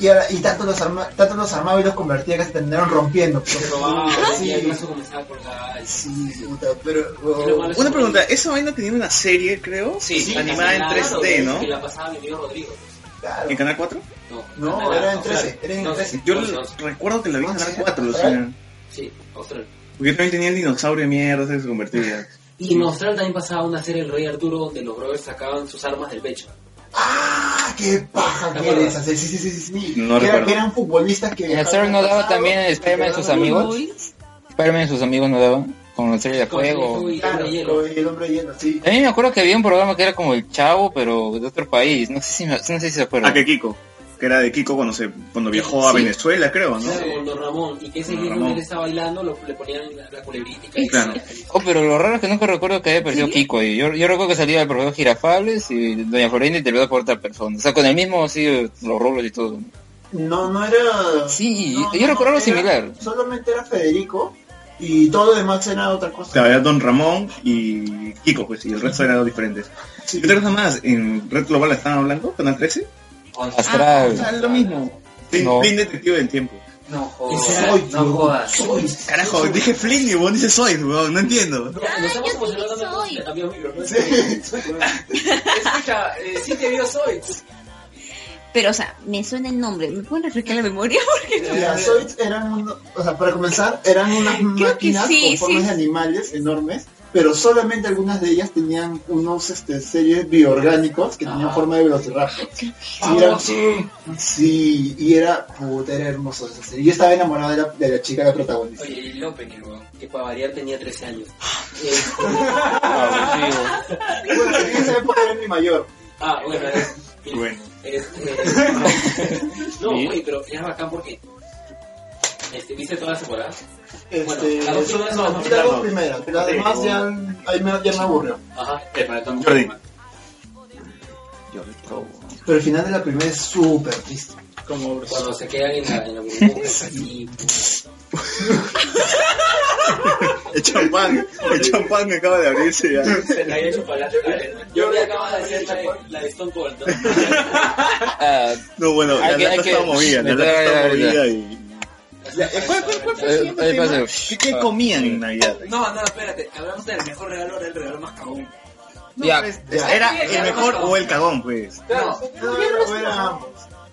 Speaker 2: Y, ahora- y tanto, los arma, tanto los armaba y los convertía que se terminaron rompiendo.
Speaker 9: Se
Speaker 2: Pero,
Speaker 9: robaba,
Speaker 2: Sí.
Speaker 9: y el brazo comenzaba por la...
Speaker 2: sí, puta, pero, güey,
Speaker 9: Y lo malo es
Speaker 1: Una
Speaker 9: que-
Speaker 1: pregunta, esa vaina tenía una serie, creo,
Speaker 9: Sí,
Speaker 1: animada en
Speaker 9: claro,
Speaker 1: 3D,
Speaker 9: Que
Speaker 1: ¿no?
Speaker 9: la pasaba mi amigo Rodrigo.
Speaker 2: claro.
Speaker 1: En Canal 4?
Speaker 9: No,
Speaker 2: No,
Speaker 9: nada,
Speaker 2: era en
Speaker 9: Austral.
Speaker 2: 13, era en
Speaker 9: No,
Speaker 2: 13.
Speaker 1: Yo
Speaker 9: no, no,
Speaker 1: recuerdo que la vi en Canal
Speaker 2: Ah,
Speaker 1: 4, o
Speaker 2: ¿sí?
Speaker 1: sea,
Speaker 9: Sí, Austral.
Speaker 1: porque yo también tenía el dinosaurio de mierda ese que se convertía.
Speaker 9: Y en Austral también pasaba una serie El Rey Arturo donde los brothers sacaban sus armas del pecho.
Speaker 2: ¡Ah! ¡Qué paja
Speaker 9: ¿Te
Speaker 2: que
Speaker 9: acuerdas?
Speaker 2: eres! Sí, sí, sí, sí. sí.
Speaker 1: No recuerdo.
Speaker 2: que, era- que eran futbolistas que.
Speaker 4: ¿En el server no daba también el Spider-Man y sus amigos? Spider-Man y sus amigos no daban con la serie de
Speaker 9: Con el
Speaker 4: juego.
Speaker 9: Fu y el
Speaker 2: Claro,
Speaker 9: Hombre de hielo.
Speaker 2: con el hombre de hielo, sí.
Speaker 4: A mí me acuerdo que había un programa que era como El Chavo, pero de otro país. No sé si, me- no sé si se acuerdan.
Speaker 1: Ah, que Kiko. que era de Kiko cuando se cuando viajó a
Speaker 6: Sí.
Speaker 1: Venezuela, creo, ¿no?
Speaker 6: Claro, Don Ramón. Y que ese
Speaker 1: Don
Speaker 6: gringo
Speaker 1: Ramón.
Speaker 6: mientras estaba bailando lo- le ponían la, la culebrita.
Speaker 3: Sí,
Speaker 6: Y
Speaker 1: Claro.
Speaker 4: Oh, pero lo raro es que nunca recuerdo que haya aparecido Kiko ahí. Yo, yo recuerdo que salía el profesor Girafales y Doña Florinda interpretada por otra persona. O sea, con el mismo, sí, los rolos y todo.
Speaker 2: No, no era.
Speaker 4: Sí,
Speaker 2: no,
Speaker 4: yo
Speaker 2: no,
Speaker 4: recuerdo algo
Speaker 2: era-
Speaker 4: similar.
Speaker 2: Solamente era Federico y todo lo demás era otra cosa.
Speaker 1: Claro, era Don Ramón y Kiko, pues, y el resto eran diferentes.
Speaker 2: Sí.
Speaker 1: Y otra cosa más, en Red Global la estaban hablando, Canal 13.
Speaker 4: Astral.
Speaker 1: Ah, es lo mismo. Flynn
Speaker 4: No.
Speaker 1: Flynn Detective del Tiempo.
Speaker 9: No
Speaker 2: Ese
Speaker 9: jodas.
Speaker 2: soy
Speaker 9: No
Speaker 2: yo.
Speaker 9: jodas.
Speaker 2: Soy-
Speaker 1: Carajo, dije Flynn y vos dices Soy, weón, no entiendo.
Speaker 6: Nos hemos
Speaker 3: yo
Speaker 6: emocionado
Speaker 3: sí
Speaker 6: tanto
Speaker 3: soy.
Speaker 6: que cambiamos libro, ¿no?
Speaker 9: Escucha, eh, sí te vio soy.
Speaker 3: Pero, o sea, me suena el nombre. ¿Me pueden refrescar la memoria?
Speaker 2: Las Zoids eran, uno- o sea, para comenzar, eran unas
Speaker 3: que
Speaker 2: máquinas
Speaker 3: sí,
Speaker 2: con formas
Speaker 3: sí.
Speaker 2: de animales enormes, pero solamente algunas de ellas tenían unos este, series bioorgánicos que tenían
Speaker 9: Ah.
Speaker 2: forma de velociraptor. Y
Speaker 9: Ah,
Speaker 2: era,
Speaker 9: sí.
Speaker 2: sí, y era, puta, era hermoso esa serie. Yo estaba enamorado de la, de la chica, la protagonista.
Speaker 9: Oye, y el opening, weón.
Speaker 6: Que para variar tenía 13 años.
Speaker 4: Ah, sí, bueno.
Speaker 2: Bueno, en esa época era mi mayor.
Speaker 6: Ah, bueno, eh,
Speaker 1: Bueno,
Speaker 6: este, no,
Speaker 4: Sí.
Speaker 6: güey, pero era bacán porque este, viste todas las temporadas.
Speaker 2: Este,
Speaker 6: Bueno, las dos primeras
Speaker 2: no,
Speaker 6: son las
Speaker 2: vi
Speaker 6: más
Speaker 2: las dos
Speaker 6: largas.
Speaker 2: primeras, pero además
Speaker 1: Sí,
Speaker 2: ya, ahí me, ya me aburrió.
Speaker 6: Ajá, el maratón.
Speaker 1: Jordi.
Speaker 2: Pero el final de la primera es súper triste.
Speaker 15: Como Bruce.
Speaker 6: Cuando se quedan en la, en la burbuja así.
Speaker 1: el champán, el champán que acaba de abrirse ya.
Speaker 6: Se caía el chocolate. Yo le acabo de decir la, de- la de Stone Cold. ¿no?
Speaker 4: Ah,
Speaker 1: No, bueno,
Speaker 4: Hay
Speaker 1: la
Speaker 4: que-
Speaker 1: lata
Speaker 4: hay que-
Speaker 1: estaba movida, la
Speaker 4: me
Speaker 1: lata
Speaker 4: trae
Speaker 1: estaba
Speaker 4: la verdad.
Speaker 1: movida y... Ya, eh, ¿Cuál, cuál, cuál fue el
Speaker 4: Eh,
Speaker 1: siguiente
Speaker 4: eh,
Speaker 1: tema?
Speaker 4: pase.
Speaker 1: ¿Qué, qué
Speaker 4: Ah.
Speaker 1: comían en Navidad?
Speaker 9: No, no, espérate. Hablamos del mejor regalo, era el regalo más cagón.
Speaker 4: ya,
Speaker 1: Pues, ¿Era el mejor o el cagón, pues?
Speaker 9: No,
Speaker 2: No, era, o era ambos.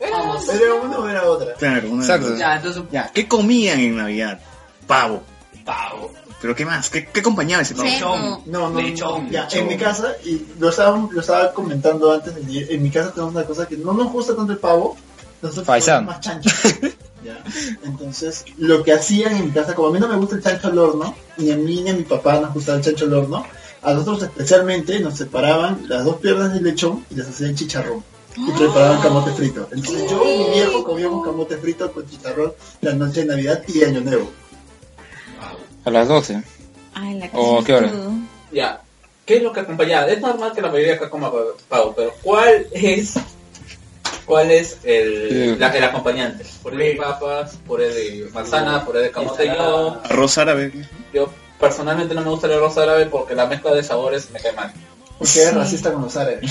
Speaker 9: vamos.
Speaker 2: Era una o era otra.
Speaker 1: Claro, una
Speaker 4: Exacto.
Speaker 1: de las dos.
Speaker 9: Ya, entonces,
Speaker 1: Ya, ¿qué comían en Navidad? Pavo.
Speaker 9: pavo.
Speaker 1: ¿Pero qué más? ¿Qué, qué acompañaba ese pavo?
Speaker 3: Cerdo.
Speaker 2: No, no,
Speaker 9: Lechón,
Speaker 2: ya,
Speaker 1: lechón.
Speaker 2: en mi casa, y lo estaba, lo estaba comentando antes, en mi, en mi casa tenemos una cosa que no nos gusta tanto el pavo, nosotros
Speaker 4: Faisán.
Speaker 2: más chancho. Ya. Entonces, lo que hacían en mi casa, como a mí no me gusta el chancho al horno, ni a mí ni a mi papá nos gustaba el chancho al horno, a nosotros especialmente nos separaban las dos piernas del lechón y las hacían chicharrón. Y preparaban camote frito. Entonces yo y mi viejo comíamos camote frito con chicharrón la noche de Navidad y de Año Nuevo.
Speaker 4: a las 12.
Speaker 3: Ay, Ah, la
Speaker 4: Oh,
Speaker 3: cosa
Speaker 4: ¿qué hora?
Speaker 3: estuvo.
Speaker 12: Ya. ¿Qué es lo que acompañaba? Es normal que la mayoría acá coma pa- pavo, pero ¿cuál es cuál es
Speaker 4: Sí.
Speaker 12: el, la, el acompañante? Por de papas, por de manzana, por de camote. Yo,
Speaker 6: Ensalada.
Speaker 1: Arroz árabe.
Speaker 12: yo personalmente no me gusta el arroz árabe porque la mezcla de sabores me cae mal.
Speaker 2: Porque era racista con los árabes.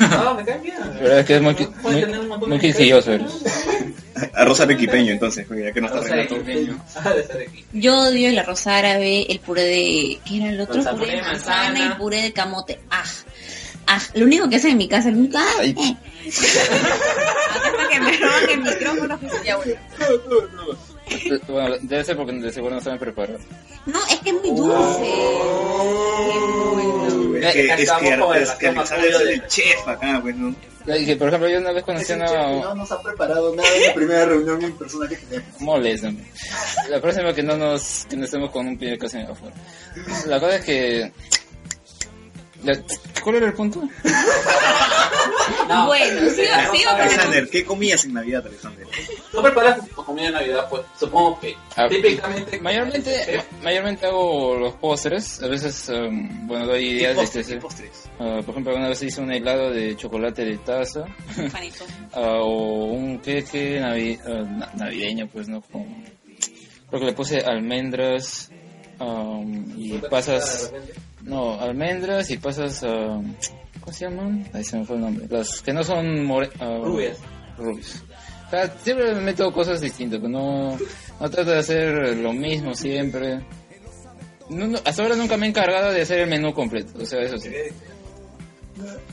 Speaker 12: No, Ah, me cae bien.
Speaker 4: La verdad es que es muy, qui-
Speaker 12: Puede tener
Speaker 4: muy,
Speaker 12: un montón
Speaker 4: muy
Speaker 12: de
Speaker 4: quisquilloso
Speaker 12: cosas.
Speaker 4: eres.
Speaker 1: Arroz arequipeño, entonces, pues, ya que no está
Speaker 9: Arroz
Speaker 1: Renato.
Speaker 9: arequipeño.
Speaker 12: Ah, de ser aquí.
Speaker 3: Yo odio el arroz árabe, el puré de... ¿Qué era el otro?
Speaker 9: Manzana.
Speaker 3: Puré de manzana
Speaker 9: Manzana.
Speaker 3: y puré de camote. Ah, ah. Lo único que hacen en mi casa Ah, es... nunca- ¡Ah!
Speaker 4: Ay.
Speaker 3: eh. Acá está que me roban el micrófono. pues, ya, bueno.
Speaker 4: Bueno, debe ser porque de seguro no saben preparar.
Speaker 3: No, es que es muy dulce.
Speaker 4: Oh.
Speaker 3: Es muy dulce.
Speaker 1: Es que, es que,
Speaker 12: Acabamos con el
Speaker 1: es que
Speaker 12: ratón
Speaker 1: Alexander es
Speaker 12: Macuyo de-
Speaker 1: el chef acá, pues, ¿no?
Speaker 4: Ya, y que, por ejemplo, yo una vez conocí
Speaker 2: Es
Speaker 4: a
Speaker 2: el chef que
Speaker 4: una
Speaker 2: no nos ha preparado nada en la primera reunión en persona que tenemos.
Speaker 4: moles. ¿no? La próxima que no nos que no estemos con un pie casi afuera. La cosa es que... la- ¿Cuál era el punto?
Speaker 6: No,
Speaker 3: Bueno, sigo, sigo
Speaker 12: Ah,
Speaker 3: con la
Speaker 1: Alexander, ¿qué comías en Navidad, Alexander?
Speaker 12: ¿Tú preparas tu comida de Navidad? Pues supongo que
Speaker 4: Ah,
Speaker 12: típicamente...
Speaker 4: Mayormente, ma- mayormente hago los postres, a veces, em, bueno, doy
Speaker 1: ¿Qué
Speaker 4: ideas de
Speaker 1: postres?
Speaker 4: este,
Speaker 1: ¿Qué postres?
Speaker 4: ah, por ejemplo, una vez hice un helado de chocolate de taza,
Speaker 3: panito.
Speaker 4: ah, o un queque navi- ah, na- navideño, pues, ¿no? Con, creo que le puse almendras am, y pasas, no, almendras y pasas, am, ¿cómo se llaman? Ahí se me fue el nombre, las que no son more, ah,
Speaker 6: Rubias.
Speaker 4: rubios. O sea, siempre me meto cosas distintas, que no, no trato de hacer lo mismo siempre. No, no, hasta ahora nunca me he encargado de hacer el menú completo, o sea, eso sí.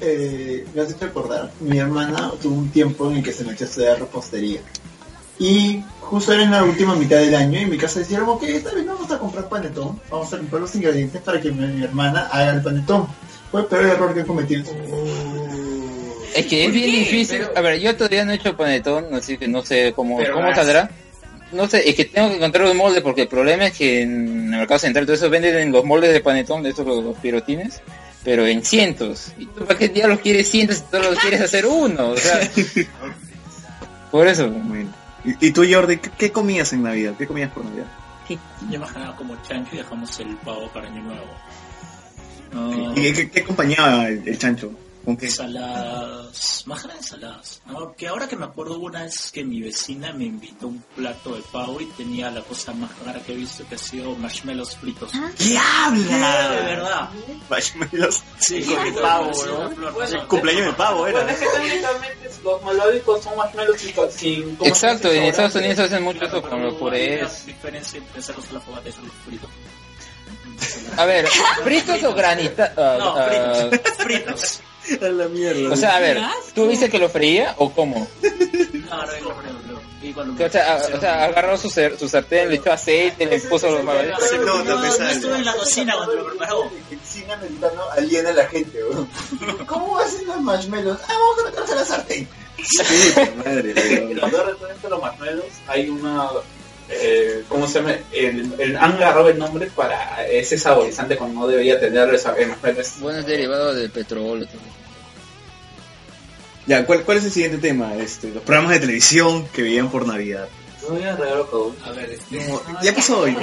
Speaker 2: Eh, me has hecho acordar, mi hermana tuvo un tiempo en el que se metió a estudiar repostería. Y justo era en la última mitad del año y en mi casa dijeron, ok, está bien, vamos a comprar panetón, vamos a comprar los ingredientes para que mi, mi hermana haga el panetón. Fue el peor error que he cometido.
Speaker 4: Es que es bien
Speaker 9: qué?
Speaker 4: difícil.
Speaker 9: Pero-
Speaker 4: A ver, yo todavía no he hecho panetón, así que no sé cómo,
Speaker 9: Pero
Speaker 4: cómo
Speaker 9: vas.
Speaker 4: saldrá. No sé, es que tengo que encontrar los moldes porque el problema es que en el mercado central todo eso venden los moldes de panetón, de estos los, los pirotines, pero en cientos. ¿Y tú para qué día los quieres cientos si solo los quieres hacer uno? O sea, Por eso.
Speaker 1: ¿Y, y tú, Jordi, ¿qué, qué comías en Navidad? ¿Qué comías por Navidad?
Speaker 7: Yo más que nada como chancho y dejamos el pavo para año nuevo. Ah,
Speaker 1: ¿Y qué, qué acompañaba el, el chancho? ¿Con qué?
Speaker 7: Ensaladas, más que nada ensaladas. No, que ahora que me acuerdo una vez que mi vecina me invitó un plato de pavo y tenía la cosa más rara que he visto que ha sido marshmallows fritos.
Speaker 1: ¿Qué habla?
Speaker 7: De verdad.
Speaker 1: Marshmallows.
Speaker 7: Sí,
Speaker 1: Con el pavo, ¿no? El cumpleaños de pavo
Speaker 12: Bueno,
Speaker 1: era.
Speaker 12: es que técnicamente los melódicos son más melódicos sin... ¿cómo se
Speaker 4: Exacto,
Speaker 12: dice?
Speaker 4: en Estados Unidos
Speaker 12: Sabor.
Speaker 4: hacen mucho eso con los purés.
Speaker 7: La diferencia entre hacerlos a la fogata y hacerlos fritos.
Speaker 4: A ver, fritos o granitas.
Speaker 7: No, fritos. fritos.
Speaker 1: A la mierda.
Speaker 4: ah, o sea, a ver, ¿tú dices que lo freía o cómo?
Speaker 6: Ah,
Speaker 7: No, no, no, no, no. Y cuando me-
Speaker 4: O sea,
Speaker 1: ah,
Speaker 4: a- o sea, agarró su, cer- su sartén, le echó aceite, le puso los
Speaker 1: No,
Speaker 4: magadores.
Speaker 1: no,
Speaker 7: no, no
Speaker 1: pesado.
Speaker 7: estuve en la cocina cuando lo preparó.
Speaker 2: El cine americano aliena a la gente, weón. ¿Cómo hacen los marshmallows? Ah, vamos a meterse a la sartén.
Speaker 1: Puta madre,
Speaker 12: Y
Speaker 1: weón.
Speaker 12: los dos restaurantes, los marshmallows, hay una... Eh, ¿Cómo se llama? El, el- han agarrado el nombre para ese saborizante cuando no debería tener el sab- el marshmallow.
Speaker 4: Bueno, es derivado del petróleo.
Speaker 1: Ya, ¿cuál, ¿cuál es el siguiente tema? Este, los programas de televisión que veían por Navidad.
Speaker 9: No voy a regalar todo.
Speaker 6: A ver, este.
Speaker 1: No, ya pasó hoy.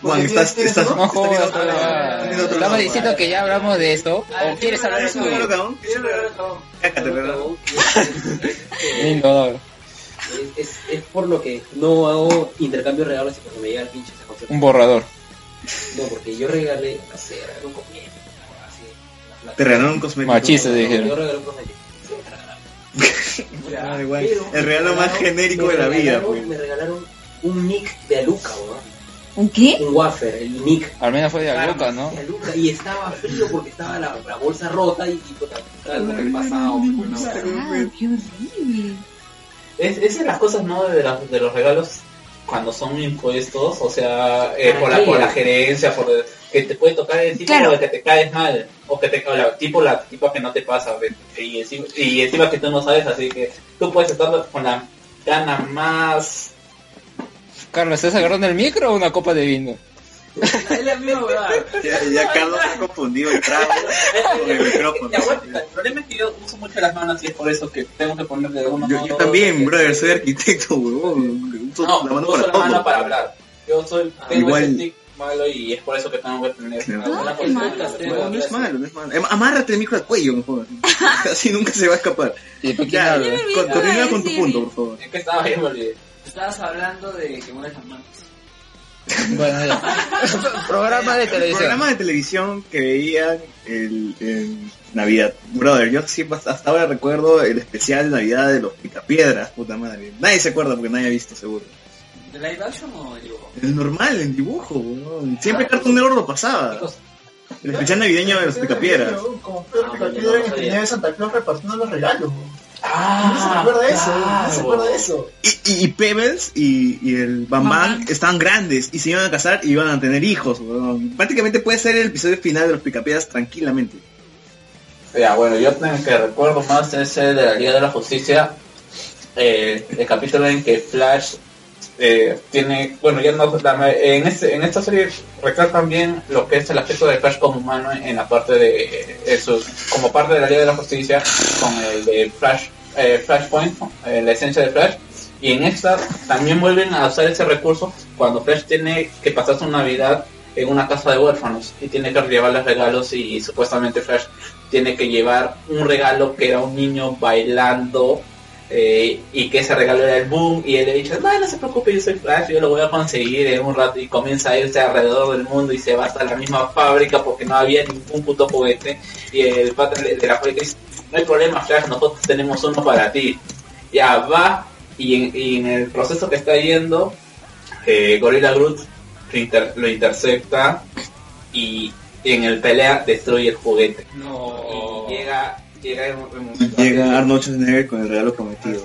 Speaker 1: Juan, estás,
Speaker 2: tienes-
Speaker 1: estás,
Speaker 4: No
Speaker 1: estás viendo
Speaker 4: jodas,
Speaker 1: Este otro lado.
Speaker 4: no, no,
Speaker 1: Estás
Speaker 4: no.
Speaker 1: viendo otro
Speaker 4: Estamos
Speaker 1: lado.
Speaker 4: diciendo que ya hablamos de esto.
Speaker 6: A ver,
Speaker 4: ¿O quieres
Speaker 6: ¿quién
Speaker 4: hablar de
Speaker 1: ¿Es un
Speaker 4: esto?
Speaker 1: regalo, cabrón?
Speaker 6: ¿Quién lo regaló todo?
Speaker 1: Cácate, regalo.
Speaker 4: Lindo,
Speaker 9: Es, es, es por lo que no hago intercambio de regalos y cuando me llega el pinche ese concepto.
Speaker 4: un borrador.
Speaker 9: No, porque yo regalé, no sé, regalé un cosmético. así, la plata.
Speaker 1: Te regalaron un cosmético.
Speaker 4: Machista. Chistes,
Speaker 9: No,
Speaker 4: dijeron.
Speaker 9: Yo regalé un cosmético. Sí, me regalaron.
Speaker 1: Ah,
Speaker 9: Ya,
Speaker 1: igual.
Speaker 9: pero
Speaker 1: El regalo
Speaker 9: me
Speaker 1: más
Speaker 9: regalaron-
Speaker 1: genérico
Speaker 9: me
Speaker 1: de la vida,
Speaker 9: regalaron-
Speaker 1: pues.
Speaker 9: Me regalaron un nick de Aluca, weón.
Speaker 3: ¿Un qué?
Speaker 9: Un wafer, el nick.
Speaker 4: Al menos fue de Aluca, ¿no?
Speaker 9: La luca, y estaba frío porque estaba la, la bolsa rota y pues, tipo algo que pasado. pues, no, pero-
Speaker 3: Ah, qué horrible.
Speaker 12: Es, esas las cosas, ¿no? De, las- de los regalos cuando son impuestos, o sea, eh, por, la, por la gerencia, por que te puede tocar el tipo
Speaker 3: Claro.
Speaker 12: de que te caes mal, o que te o la, tipo la tipa que no te pasa, ve, y encima, y encima que tú no sabes, así que tú puedes estar con la gana más...
Speaker 4: Carlos, ¿estás agarrando el micro o una copa de vino?
Speaker 6: Es la misma huevada.
Speaker 1: Ya, ya Carlos ha confundido el trago con el micrófono.
Speaker 12: Ya, bueno, el problema es que yo uso mucho las manos y es por eso que tengo que ponerle uno.
Speaker 1: Yo, yo también, brother, soy arquitecto, huevón. Uso
Speaker 12: No,
Speaker 1: la mano
Speaker 12: uso
Speaker 1: para
Speaker 12: la mano
Speaker 1: todo.
Speaker 12: para hablar. Yo soy, tengo
Speaker 1: Igual.
Speaker 12: ese tic malo y es por eso que tengo que tener
Speaker 1: Claro.
Speaker 12: alguna
Speaker 3: Ah, qué
Speaker 12: consulta,
Speaker 3: malo.
Speaker 12: tengo que
Speaker 1: No, no
Speaker 12: hablar
Speaker 1: es malo, no es malo. Em- Amárrate el micro al cuello, mejor. Así nunca se va a escapar.
Speaker 4: ¿Y después quién
Speaker 1: Ya,
Speaker 4: habla?
Speaker 3: me
Speaker 1: con-
Speaker 3: olvidé
Speaker 1: continúa
Speaker 3: de
Speaker 1: con tu
Speaker 3: decir.
Speaker 1: punto, por favor.
Speaker 12: Es que estaba bien, me olvidé.
Speaker 6: Estabas hablando de que mueves las manos.
Speaker 4: Bueno, ya. Programa de televisión.
Speaker 1: Programa de televisión que veían el, en Navidad. Brother, yo siempre hasta hasta ahora recuerdo el especial de Navidad de los Picapiedras, puta madre. Nadie se acuerda porque nadie ha visto, seguro.
Speaker 6: ¿De live action o de dibujo?
Speaker 1: Es normal, en dibujo, weón. Siempre Cartoon Network lo pasaba. El especial navideño de los Picapiedras.
Speaker 2: Como Pedro
Speaker 12: Ah,
Speaker 2: Picapiedra en el trineo de Santa Claus repartiendo los regalos, weón. No se
Speaker 12: Ah,
Speaker 2: acuerda de eso, no se acuerda de eso.
Speaker 1: Y, y, y Pebbles y, y el Bam Bam
Speaker 3: Bam.
Speaker 1: estaban grandes y se iban a casar y iban a tener hijos, weón. Prácticamente puede ser el episodio final de los Picapiedras tranquilamente.
Speaker 12: Ya, bueno, yo el que recuerdo más es el de la Liga de la Justicia, eh, el capítulo en que Flash eh, tiene, bueno, ya no, la- en, este, en esta serie recalcan bien lo que es el aspecto de Flash como humano en la parte de, en su- como parte de la Liga de la Justicia, con el de Flash, eh, Flashpoint, eh, la esencia de Flash, y en esta también vuelven a usar ese recurso cuando Flash tiene que pasar su Navidad en una casa de huérfanos y tiene que llevar los regalos y supuestamente Flash tiene que llevar un regalo que era un niño bailando eh, y que ese regalo era el boom y él le dice no, no se preocupe yo soy Flash yo lo voy a conseguir en un rato y comienza a irse alrededor del mundo y se va hasta la misma fábrica porque no había ningún puto juguete y el patrón de de la fábrica dice no hay problema Flash nosotros tenemos uno para ti ya va y en, y en el proceso que está yendo eh, Gorilla Groot lo, inter- lo intercepta y en el pelea destruye el juguete
Speaker 6: No.
Speaker 12: y llega llega en un en un
Speaker 1: Y
Speaker 12: momento
Speaker 1: llega Arnold Schwarzenegger con el regalo prometido.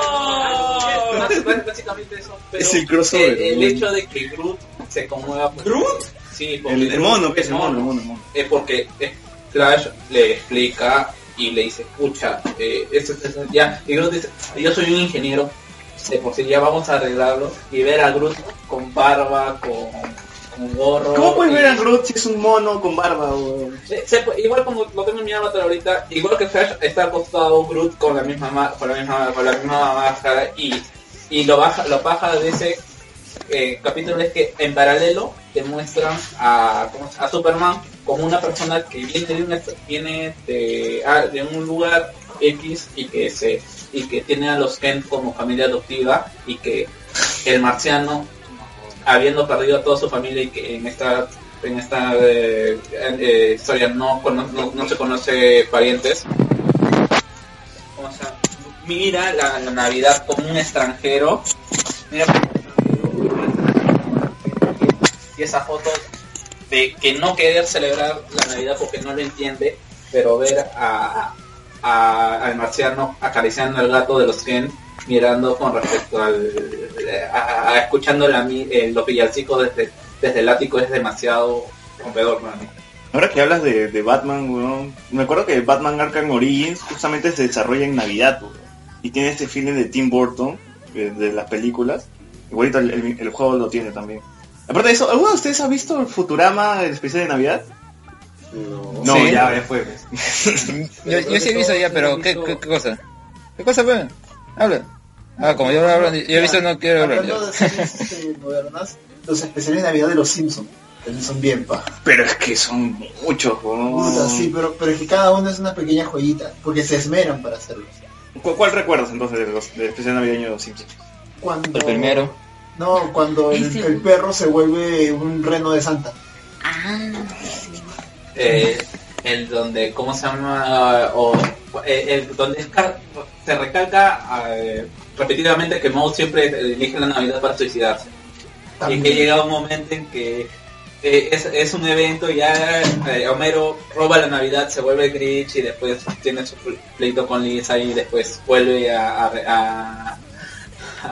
Speaker 12: No, bueno, básicamente eso, pero
Speaker 1: Es el crossover,
Speaker 12: El, el
Speaker 1: ¿no?
Speaker 12: hecho de que Groot se conmueva. por- Sí, porque
Speaker 1: El, el
Speaker 12: Groot-
Speaker 1: mono, pues, el mono,
Speaker 12: mono.
Speaker 1: el mono, el mono.
Speaker 12: Es porque eh, Flash le explica y le dice, escucha, eh, esto, esto, esto, ya. Y Groot dice, yo soy un ingeniero, sé por si ya vamos a arreglarlo. Y ver a Groot con barba, con con un gorro.
Speaker 1: ¿Cómo puedes
Speaker 12: y-
Speaker 1: ver a Groot si es un mono con
Speaker 12: Ah,
Speaker 1: barba, weón?
Speaker 12: Sí, se pu- igual como lo tengo en mi avatar ahorita, igual que Flash está acostado a un Groot con la misma ma- con la misma con la misma máscara y, y lo baja lo baja de ese eh, capítulo es que en paralelo te muestran a, ¿cómo se- a Superman como una persona que viene de una- viene de, ah, de un lugar X y que se y que tiene a los Kent como familia adoptiva y que el marciano habiendo perdido a toda su familia y que en esta en esta eh, eh, historia no, cono- no, no se conoce parientes o sea, mira la, la navidad como un extranjero mira como un extranjero, y esa foto de que no querer celebrar la navidad porque no lo entiende pero ver a, a- al marciano acariciando al gato de los Ken mirando con respecto al a, a- escuchando la mi- eh, los villancicos desde desde el ático es demasiado rompedor para mí.
Speaker 1: Ahora que hablas de, de Batman, weón, me acuerdo que Batman Arkham Origins justamente se desarrolla en Navidad, weón. Y tiene este feeling de Tim Burton, eh, de, las películas. Igualito el, el- el juego lo tiene también. Aparte de eso, ¿alguno de ustedes ha visto el Futurama, el especial de Navidad?
Speaker 9: No.
Speaker 1: No,
Speaker 4: Sí.
Speaker 1: ya, ya fue. pues.
Speaker 4: Yo, yo sí he visto ya, pero ¿qué, qué, qué cosa? ¿Qué cosa, pues? Habla. Ah, como yo no hablo, ni- yo he visto no quiero hablar.
Speaker 2: Hablando de
Speaker 4: ya.
Speaker 2: series este, modernas, los especiales de Navidad de los Simpsons. También son bien
Speaker 12: Ah.
Speaker 2: paja.
Speaker 1: Pero es que son muchos,
Speaker 2: Puta,
Speaker 1: weón.
Speaker 2: sí, pero, pero es que cada uno es una pequeña joyita, porque se esmeran para hacerlos.
Speaker 1: ¿Cu- ¿Cuál recuerdas entonces del del especial navideño de los Simpsons?
Speaker 2: Cuando,
Speaker 4: El primero.
Speaker 2: No, cuando el,
Speaker 12: Este.
Speaker 3: Ese-
Speaker 2: el perro se vuelve un reno de Santa.
Speaker 3: Ah,
Speaker 12: eh, el donde cómo se llama o eh, el donde es ca- se recalca eh, repetidamente que Moe siempre elige la Navidad para suicidarse
Speaker 2: También.
Speaker 12: y que llega un momento en que eh, es, es un evento ya eh, Homero roba la Navidad se vuelve Grinch y después tiene su pleito con Lisa y después vuelve a, a- a-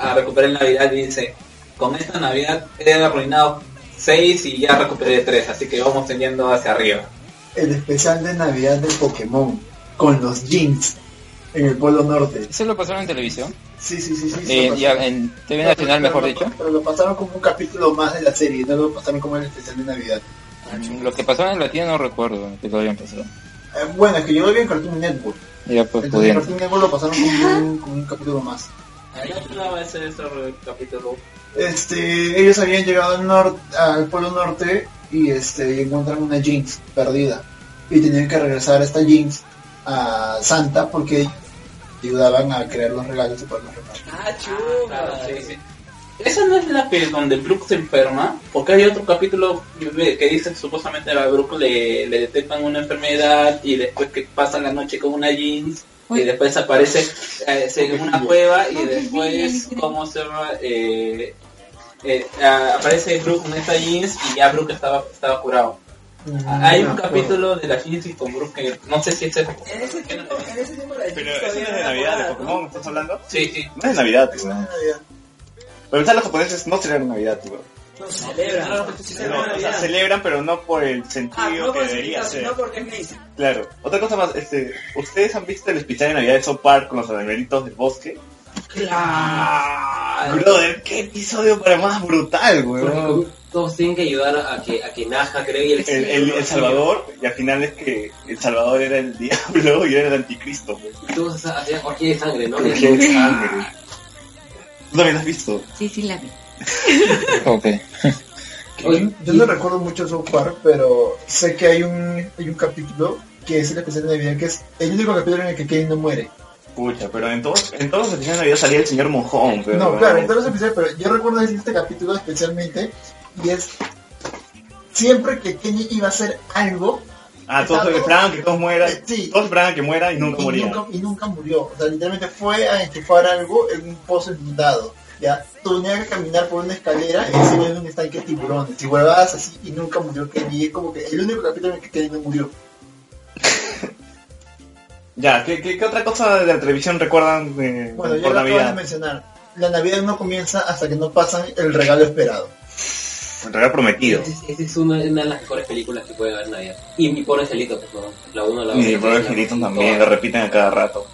Speaker 12: a recuperar Navidad y dice, con esta Navidad he arruinado 6 y ya recuperé 3, así que vamos teniendo hacia arriba.
Speaker 2: El especial de Navidad de Pokémon, con los jeans, en el Polo Norte.
Speaker 4: ¿Eso lo pasaron en televisión?
Speaker 2: Sí, sí, sí, sí. se
Speaker 4: Eh,
Speaker 2: pasó.
Speaker 4: ya, en TV
Speaker 2: Pero
Speaker 4: Nacional, mejor
Speaker 2: lo-
Speaker 4: dicho.
Speaker 2: Pero lo pasaron como un capítulo más de la serie, no lo pasaron como el especial de Navidad.
Speaker 4: Mm, Lo que pasó en Latino no recuerdo que lo habían pasado.
Speaker 2: Eh, bueno, es que yo lo vi en Cartoon Network.
Speaker 4: Ya
Speaker 2: Entonces
Speaker 4: pues
Speaker 2: en
Speaker 4: pudiendo.
Speaker 2: Cartoon Network lo pasaron como un, como un capítulo más.
Speaker 12: Ahí va a ser el capítulo.
Speaker 2: Este, ellos habían llegado al, nor- al Polo Norte y este, y encuentran una jeans perdida. Y tenían que regresar esta jeans a Santa porque ellos ayudaban a crear los regalos y poder los regalos.
Speaker 12: Ah, Esa no es la que donde Brooke se enferma, porque hay otro capítulo que dice que supuestamente a Brooke le, le detectan una enfermedad y después que pasan la noche con una jeans y después aparece eh, se- en una cueva y después cómo se llama eh, eh, ah, aparece Brooke con esa jeans y ya Brooke estaba estaba curado.
Speaker 9: Mm,
Speaker 12: Ah, Hay un capítulo de la jeans y con Brooke que no sé si es el...
Speaker 6: En ese tiempo, en ese tiempo la
Speaker 1: Pero
Speaker 6: gente
Speaker 1: eso no es de
Speaker 6: era
Speaker 1: Navidad, de
Speaker 6: jugada,
Speaker 1: Pokémon, ¿estás hablando?
Speaker 12: Sí, sí.
Speaker 1: No es de Navidad,
Speaker 2: Es una
Speaker 1: weón.
Speaker 2: Navidad.
Speaker 1: Pero quizás los japoneses no celebran Navidad, weón.
Speaker 6: ¿no? No, celebran. No, sí
Speaker 1: No,
Speaker 6: celebran
Speaker 1: o sea,
Speaker 6: Navidad.
Speaker 1: celebran, pero no por el
Speaker 6: Ah,
Speaker 1: sentido
Speaker 6: no
Speaker 1: que debería
Speaker 6: por significado,
Speaker 1: ser.
Speaker 6: sino porque es Mason.
Speaker 1: Claro. Otra cosa más, este, ¿ustedes han visto el especial de Navidad de South Park con los animalitos del bosque?
Speaker 12: Claro.
Speaker 1: Brother, qué episodio para más brutal, weón.
Speaker 9: Porque todos tienen que ayudar a que, a que Naja cree y el,
Speaker 1: El, el, el Salvador, y al final es que El Salvador era el diablo y era el anticristo, weón.
Speaker 9: Todos hacían orgía de sangre, ¿no?
Speaker 1: Orgía de sangre. ¿Tú también lo has visto?
Speaker 3: sí, sí, la vi.
Speaker 4: Ok.
Speaker 9: Oye,
Speaker 2: Yo no recuerdo mucho South Park, pero sé que hay un, hay un capítulo que es el especial de Navidad, que es el único capítulo en el que Kane no muere.
Speaker 1: Pucha, pero en todos, en todos los especiales de Navidad salía el señor mojón, pero...
Speaker 2: No, claro, en todos los episodios, pero yo recuerdo este capítulo especialmente, y es siempre que Kenny iba a hacer algo,
Speaker 1: Ah, todos
Speaker 2: Exacto.
Speaker 1: esperaban que todos mueran,
Speaker 2: Sí.
Speaker 1: todos esperaban que muera y nunca
Speaker 2: y,
Speaker 1: morían.
Speaker 2: nunca, y nunca murió. O sea, literalmente fue a enchufar algo en un pozo inundado. Ya, tenía que caminar por una escalera y se iba en un estanque de tiburones y huevadas así y nunca murió Kenny. Es como que el único capítulo en el que Kenny no murió.
Speaker 1: Ya, ¿qué, qué, qué otra cosa de la televisión recuerdan eh,
Speaker 2: Bueno, ya
Speaker 1: por
Speaker 2: lo acabas de
Speaker 1: Navidad?
Speaker 2: mencionar. La Navidad no comienza hasta que no pasan el regalo esperado.
Speaker 1: El regalo prometido.
Speaker 9: Esa es, una, una de las mejores películas que puede haber en Navidad. Y mi pobre angelito, pues no. La uno, la
Speaker 1: Y
Speaker 9: otra.
Speaker 1: el pobre Angelito también, lo repiten a cada rato.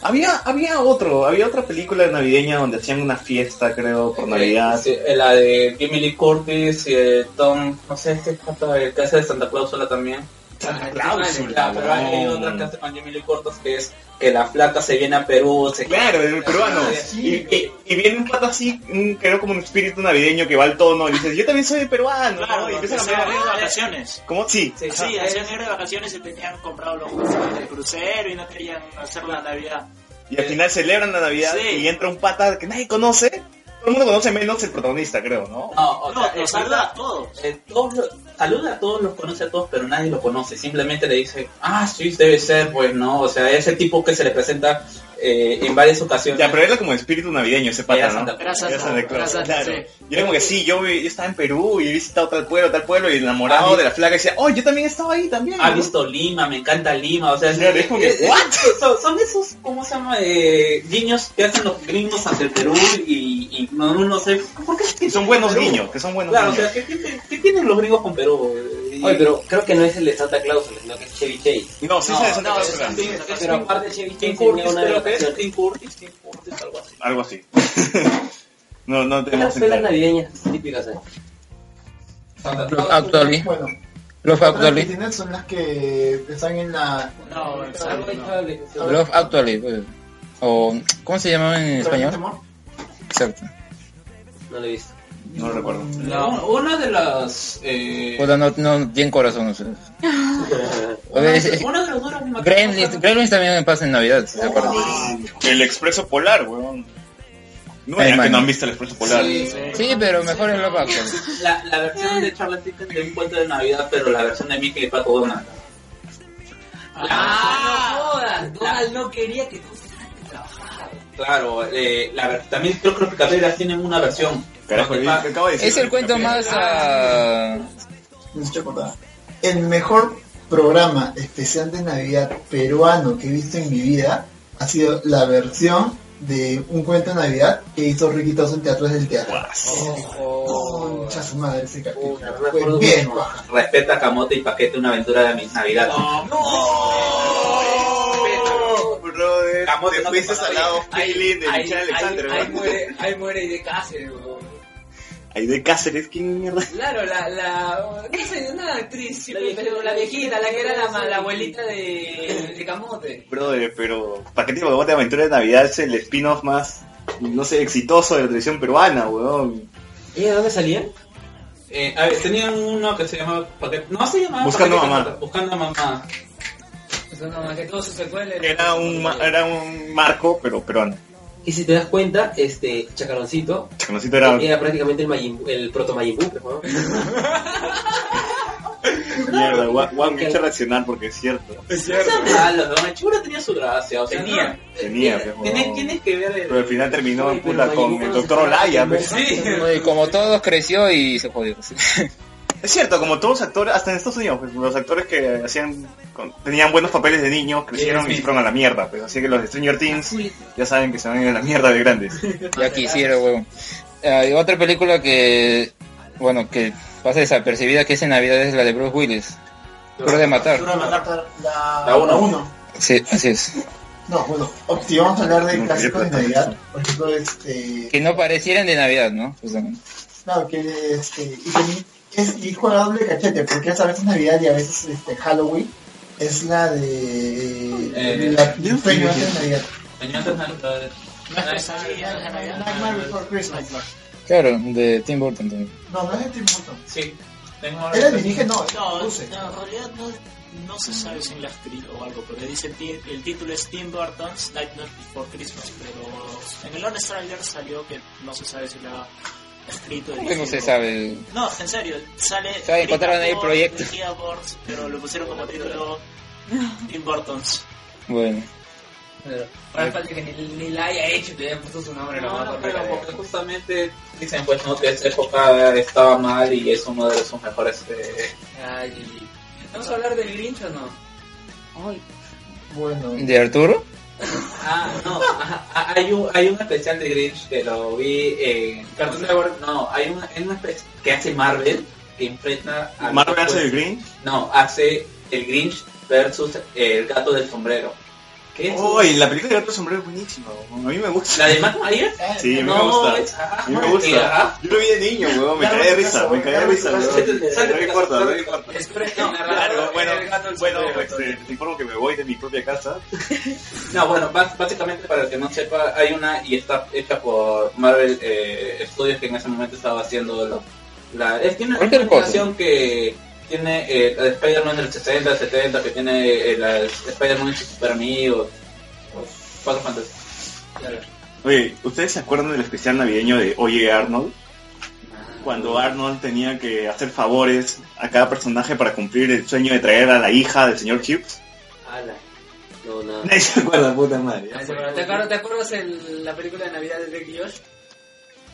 Speaker 1: Había, había otro, había otra película navideña donde hacían una fiesta, creo, por Navidad.
Speaker 12: Sí, la de Jimmy Lee Curtis y eh, Tom, no sé este cuánto, el que hace de Santa Clausula también.
Speaker 1: Santa
Speaker 12: Ya,
Speaker 1: Clausula,
Speaker 12: Ah, pero hay hay
Speaker 1: weón.
Speaker 12: otra que hace con Jimmy Lee Curtis que es que la flaca se viene a Perú, se Ah,
Speaker 1: Claro, el peruano. Y, y- y viene un pato así, un- creo como un espíritu navideño que va al tono y dices, yo también soy peruano, ¿no? Y empieza a
Speaker 7: Se
Speaker 1: cambiar.
Speaker 7: habían ido de vacaciones.
Speaker 1: ¿Cómo? Sí.
Speaker 12: Sí,
Speaker 7: Sí,
Speaker 12: ajá.
Speaker 7: hacían ir de vacaciones y tenían comprado los juegos del crucero y no querían hacer la Navidad.
Speaker 1: Y al final celebran la Navidad
Speaker 7: Sí.
Speaker 1: y entra un pata que nadie conoce. Todo el mundo conoce menos el protagonista, creo, ¿no?
Speaker 12: No, o
Speaker 7: No,
Speaker 12: sea,
Speaker 7: nos
Speaker 12: el
Speaker 7: saluda a todos.
Speaker 12: Eh, todos lo- saluda a todos, los conoce a todos, pero nadie lo conoce. Simplemente le dice, ah, sí, debe ser, pues no. O sea, ese tipo que se le presenta eh, en varias ocasiones.
Speaker 1: Ya, pero era como espíritu navideño ese
Speaker 12: Era
Speaker 1: pata,
Speaker 12: Santa
Speaker 1: ¿no?
Speaker 12: Claus.
Speaker 6: Gracias,
Speaker 1: Era Santa Claus,
Speaker 6: gracias,
Speaker 1: claro.
Speaker 6: sí.
Speaker 1: Yo era como que sí, yo, vi- yo estaba en Perú y he visitado tal pueblo, tal pueblo, y el enamorado
Speaker 12: Ah,
Speaker 1: de la flaca decía, oh, yo también estaba ahí también.
Speaker 12: Ha
Speaker 1: ¿no?
Speaker 12: visto Lima, me encanta Lima. O sea,
Speaker 1: Claro, es como que,
Speaker 12: eh, eh,
Speaker 1: ¿what?
Speaker 12: son, son esos, ¿cómo se llama? Eh, guiños que hacen los gringos ante el Perú y, y no, no sé. ¿Por qué? es que-
Speaker 1: Que son buenos
Speaker 12: Perú?
Speaker 1: niños, que son buenos
Speaker 12: Claro, o
Speaker 1: niños.
Speaker 12: sea, ¿qué, qué, qué- qué tienen los gringos con Perú? Eh,
Speaker 9: Oye, pero creo que no es el de Santa Claus, sino que es Chevy Chase.
Speaker 1: no, sí,
Speaker 12: no,
Speaker 1: se de Santa
Speaker 12: no,
Speaker 1: Claus,
Speaker 12: es
Speaker 1: claro.
Speaker 12: Tim- es
Speaker 9: Pero
Speaker 12: Tim-
Speaker 9: aparte Chevy Chase
Speaker 12: Tim
Speaker 9: tenía
Speaker 12: Curtis,
Speaker 9: una de
Speaker 12: creo que
Speaker 9: vacaciones.
Speaker 12: es Tim Curtis, Tim Curtis, algo así.
Speaker 1: Algo así. no, no tenemos
Speaker 9: Las pelas navideñas típicas, ¿eh?
Speaker 4: Love Actually.
Speaker 2: Bueno, las
Speaker 4: Love
Speaker 2: que
Speaker 4: Actually.
Speaker 2: tienen son las que están en la...
Speaker 7: No,
Speaker 9: Algo
Speaker 7: exacto.
Speaker 9: ahí
Speaker 7: no.
Speaker 9: estable.
Speaker 4: Love Actually. pues. O, ¿Cómo se llamaba en español?
Speaker 2: amor?
Speaker 4: Exacto.
Speaker 9: No lo he visto.
Speaker 1: No lo recuerdo.
Speaker 12: No, una de las eh,
Speaker 4: Puta, no, no tienen corazón ustedes. A ver, es- es-
Speaker 12: una de las duras me
Speaker 4: Gremlins, Gremlins también me pasa en Navidad, si se acuerdan.
Speaker 1: El expreso polar, weón. No,
Speaker 4: Ay,
Speaker 1: ya que
Speaker 4: man.
Speaker 1: no han visto el expreso polar.
Speaker 4: Sí, pero mejor es Love Actually.
Speaker 12: la, la versión de Charles Dickens de un cuento de Navidad, pero la versión de Mickey y Paco Donald.
Speaker 6: ¡Ah, no jodas! Donald no quería que tú salieras a trabajar.
Speaker 12: Claro, eh, la ver- también creo que los picapiedras tienen una versión.
Speaker 1: Carajo,
Speaker 12: Donde
Speaker 1: yo
Speaker 12: pa-
Speaker 1: acabo de decir.
Speaker 4: Es el cuento más ah,
Speaker 2: Me estoy acordando. El mejor programa especial de Navidad peruano que he visto en mi vida ha sido la versión de un cuento de Navidad que hizo Riquitos en Teatros del Teatro. Concha su madre ese capítulo.
Speaker 9: Puta, no me
Speaker 2: Fue
Speaker 9: acuerdo
Speaker 2: bien,
Speaker 9: cómo.
Speaker 2: guaja.
Speaker 12: Respeta a Camote y Paquete una aventura de mi Navidad.
Speaker 1: Oh, brother.
Speaker 12: Camote,
Speaker 1: Te
Speaker 12: no
Speaker 1: fuiste
Speaker 12: te
Speaker 1: al lado
Speaker 6: Ahí-
Speaker 1: Kaylin de
Speaker 6: ahí-
Speaker 1: Michelle
Speaker 6: ahí-
Speaker 1: Alexander,
Speaker 6: ahí
Speaker 1: weón.
Speaker 6: muere- Ahí muere de Cáceres, weón.
Speaker 1: Ahí de Cáceres, ¿qué mierda?
Speaker 6: Claro, la, la, no sé, una actriz, siempre- pero la viejita, la que era la, ma- la abuelita de, de Camote.
Speaker 1: Brother, eh, pero Paquete Pacote de Aventura de Navidad es el spin-off más, no sé, exitoso de la televisión peruana, weón.
Speaker 9: ¿Y de dónde salía?
Speaker 12: Eh, a ver, tenían uno que se llamaba Paquete. No se llamaba
Speaker 1: Buscando
Speaker 12: Paquete
Speaker 1: Mamá.
Speaker 12: Camote, Buscando a Mamá.
Speaker 6: Eso no, más que todo su secuela
Speaker 1: Era un, ma- era un marco, pero peruano.
Speaker 9: Y si te das cuenta, este Chacaroncito
Speaker 1: Chaconcito era...
Speaker 9: era prácticamente el, Majin- el proto Majin Buu, ¿no?
Speaker 1: Mierda, guau, guau, me he hecho reaccionar porque es cierto.
Speaker 12: Ah, los Don Achura tenía su gracia. O sea,
Speaker 6: Tenía.
Speaker 12: no,
Speaker 1: Tenía,
Speaker 12: tienes-
Speaker 1: pero-
Speaker 12: tienes, tienes que ver el...
Speaker 1: Pero al final terminó
Speaker 9: Oye, pero
Speaker 1: puta
Speaker 9: Majin
Speaker 1: con
Speaker 9: Buu
Speaker 1: el
Speaker 9: no
Speaker 1: doctor
Speaker 9: se
Speaker 1: Olaya,
Speaker 9: sabe
Speaker 1: pues.
Speaker 9: cómo es.
Speaker 4: y como todos creció y se jodió. sí.
Speaker 1: Es cierto, como todos los actores, hasta en Estados Unidos, pues, los actores que hacían con- tenían buenos papeles de niños crecieron y se fueron a la mierda, pues así que los de Stranger Things ya saben que se van a ir a la mierda de grandes.
Speaker 4: Ya quisiera, huevón. Hay otra película que, bueno, que pasa desapercibida que es en Navidad es la de Bruce Willis. Duro de matar.
Speaker 2: Duro de matar. La,
Speaker 12: La uno.
Speaker 2: la uno.
Speaker 4: Sí, así es.
Speaker 2: No, bueno, o- si vamos a hablar de
Speaker 1: No,
Speaker 2: clásicos de
Speaker 1: yo creo que
Speaker 2: Navidad, por ejemplo, este...
Speaker 4: Que no parecieran de Navidad, ¿no? Justamente.
Speaker 2: Claro, que este, y también es y juega doble cachete, porque es a veces Navidad y a veces este, Halloween. Es la de.
Speaker 12: Eh,
Speaker 2: la de un sueño antes de Navidad.
Speaker 12: Peñatas Navidades.
Speaker 2: Nightmare Before Christmas.
Speaker 4: Claro, de Tim Burton también.
Speaker 2: No, no es de Tim Burton.
Speaker 12: Sí. Tengo
Speaker 2: Era el dije, no,
Speaker 7: No,
Speaker 2: no sé.
Speaker 7: en realidad no, no se sabe si en la escrito o algo, porque dice ti- el título es Tim Burton's Nightmare Before Christmas, pero en el Honest Trailer salió que no se sabe si la ha escrito.
Speaker 4: ¿Cómo que no se
Speaker 7: dirigido.
Speaker 4: sabe?
Speaker 7: No, en serio, sale.
Speaker 4: sea, encontraron ahí el
Speaker 7: Board,
Speaker 4: proyecto.
Speaker 7: dirigida por- pero lo pusieron como título Tim Burton's.
Speaker 4: Bueno.
Speaker 6: Ahora falta que ni, ni la haya hecho y le hayan puesto su nombre.
Speaker 12: No, no,
Speaker 6: pero
Speaker 12: pero porque justamente dicen pues no que esa época estaba mal y es uno de sus mejores eh,
Speaker 6: Ay, ¿Vamos a hablar del Grinch o no?
Speaker 2: Bueno,
Speaker 4: ¿De Arturo?
Speaker 12: Ah, no, ajá, ah, hay un, hay un especial de Grinch que lo vi en Cartoon Network, no, hay un, hay un especial que hace Marvel que enfrenta a
Speaker 1: Marvel hace
Speaker 12: pues,
Speaker 1: el Green,
Speaker 12: No, hace el Grinch versus el gato del sombrero.
Speaker 16: ¿Qué es?
Speaker 1: Uy, la película de Gato Sombrero es buenísima, weón. A mí me gusta.
Speaker 16: ¿La de Matt Myers?
Speaker 1: Sí, a mí me
Speaker 16: No, es-
Speaker 1: gusta.
Speaker 12: ah,
Speaker 1: A mí me gusta. Yo lo vi de niño, weón. Me
Speaker 16: Claro,
Speaker 1: caí
Speaker 16: me
Speaker 1: de risa,
Speaker 16: caso,
Speaker 1: me caí de
Speaker 16: me
Speaker 1: risa,
Speaker 16: caso.
Speaker 1: weón.
Speaker 16: Salte
Speaker 1: No me
Speaker 16: de
Speaker 1: importa,
Speaker 16: casa,
Speaker 1: no me importa.
Speaker 6: Es que
Speaker 1: Claro, bueno, bueno, este, te informo que me voy de mi propia casa.
Speaker 16: No, bueno, bas- básicamente para el que no sepa, hay una y está hecha por Marvel eh, Studios que en ese momento estaba haciendo lo- la... Es, tiene
Speaker 4: Cualquier
Speaker 16: una
Speaker 4: cosa.
Speaker 16: animación que tiene eh, la de Spider-Man del 60, 70, que tiene eh, la de Spider-Man y sus super amigos. Cuatro fantasías.
Speaker 1: Oye, ¿ustedes se acuerdan del especial navideño de Oye Arnold? Cuando Arnold tenía que hacer favores a cada personaje para cumplir el sueño de traer a la hija del señor Hughes.
Speaker 9: Ala. No, nada.
Speaker 1: Nadie se acuerda, puta madre.
Speaker 6: ¿Te acuerdas, ¿te acuerdas el- la película de Navidad de Drake y Josh?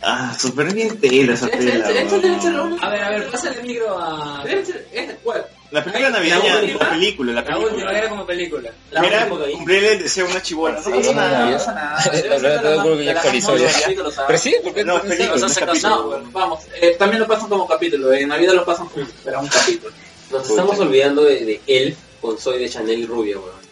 Speaker 1: Ah, súper bien tela esa tela. weón.
Speaker 6: A ver, a ver, pasa el micro a...
Speaker 1: La película navideña,
Speaker 6: última?
Speaker 1: la película, la
Speaker 6: La última,
Speaker 1: película.
Speaker 6: era como película.
Speaker 1: Era cumplirle el deseo a una chibola.
Speaker 4: Sí, no, no, yo- La verdad, yo creo que ya actualizó ya. Pero sí, ¿por qué
Speaker 1: No, es película, no es capítulo.
Speaker 16: No, vamos, eh, también lo pasan como capítulo, eh, en Navidad lo pasan como si fuera un capítulo.
Speaker 9: Nos estamos olvidando de, de Elf con Soy de Chanel y Rubia, weón.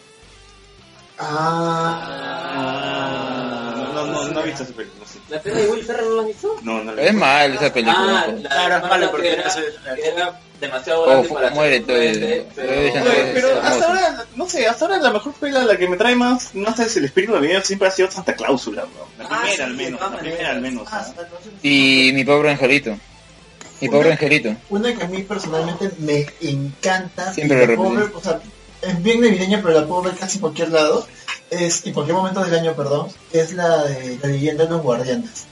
Speaker 2: Ah.
Speaker 1: No, no, no he visto esa película. sí.
Speaker 9: ¿La pena de Will Ferrell no la has visto?
Speaker 1: No, no la he
Speaker 4: Es
Speaker 1: visto.
Speaker 4: mal esa película.
Speaker 16: Ah,
Speaker 4: pues.
Speaker 16: la
Speaker 2: Claro, es
Speaker 16: mala
Speaker 2: malo
Speaker 16: que
Speaker 2: porque
Speaker 16: era,
Speaker 2: no se-
Speaker 16: que era demasiado
Speaker 4: Oh,
Speaker 16: grande
Speaker 4: fu-
Speaker 16: para ser
Speaker 4: muere todo el-
Speaker 16: diferente,
Speaker 4: todo
Speaker 16: pero-
Speaker 4: el-
Speaker 1: Oye, pero
Speaker 4: Hermoso.
Speaker 1: hasta ahora, no sé, hasta ahora la mejor película, la que me trae más, no sé, es el espíritu navideño siempre ha sido Santa Cláusula, bro. La
Speaker 16: Ah,
Speaker 1: primera
Speaker 16: sí,
Speaker 1: al
Speaker 16: de
Speaker 1: menos,
Speaker 16: todas
Speaker 1: la primera
Speaker 16: maneras.
Speaker 1: al menos.
Speaker 2: Ah,
Speaker 1: ¿no?
Speaker 2: hasta entonces-
Speaker 4: Y mi pobre angelito. Mi pobre angelito.
Speaker 2: Una que a mí personalmente me encanta.
Speaker 4: Siempre
Speaker 2: y
Speaker 4: lo
Speaker 2: la puedo
Speaker 4: repetí.
Speaker 2: ver, o sea, es bien navideña, pero la puedo ver casi en cualquier lado. Es, en cualquier momento del año, perdón. Es la de la leyenda de los guardianes.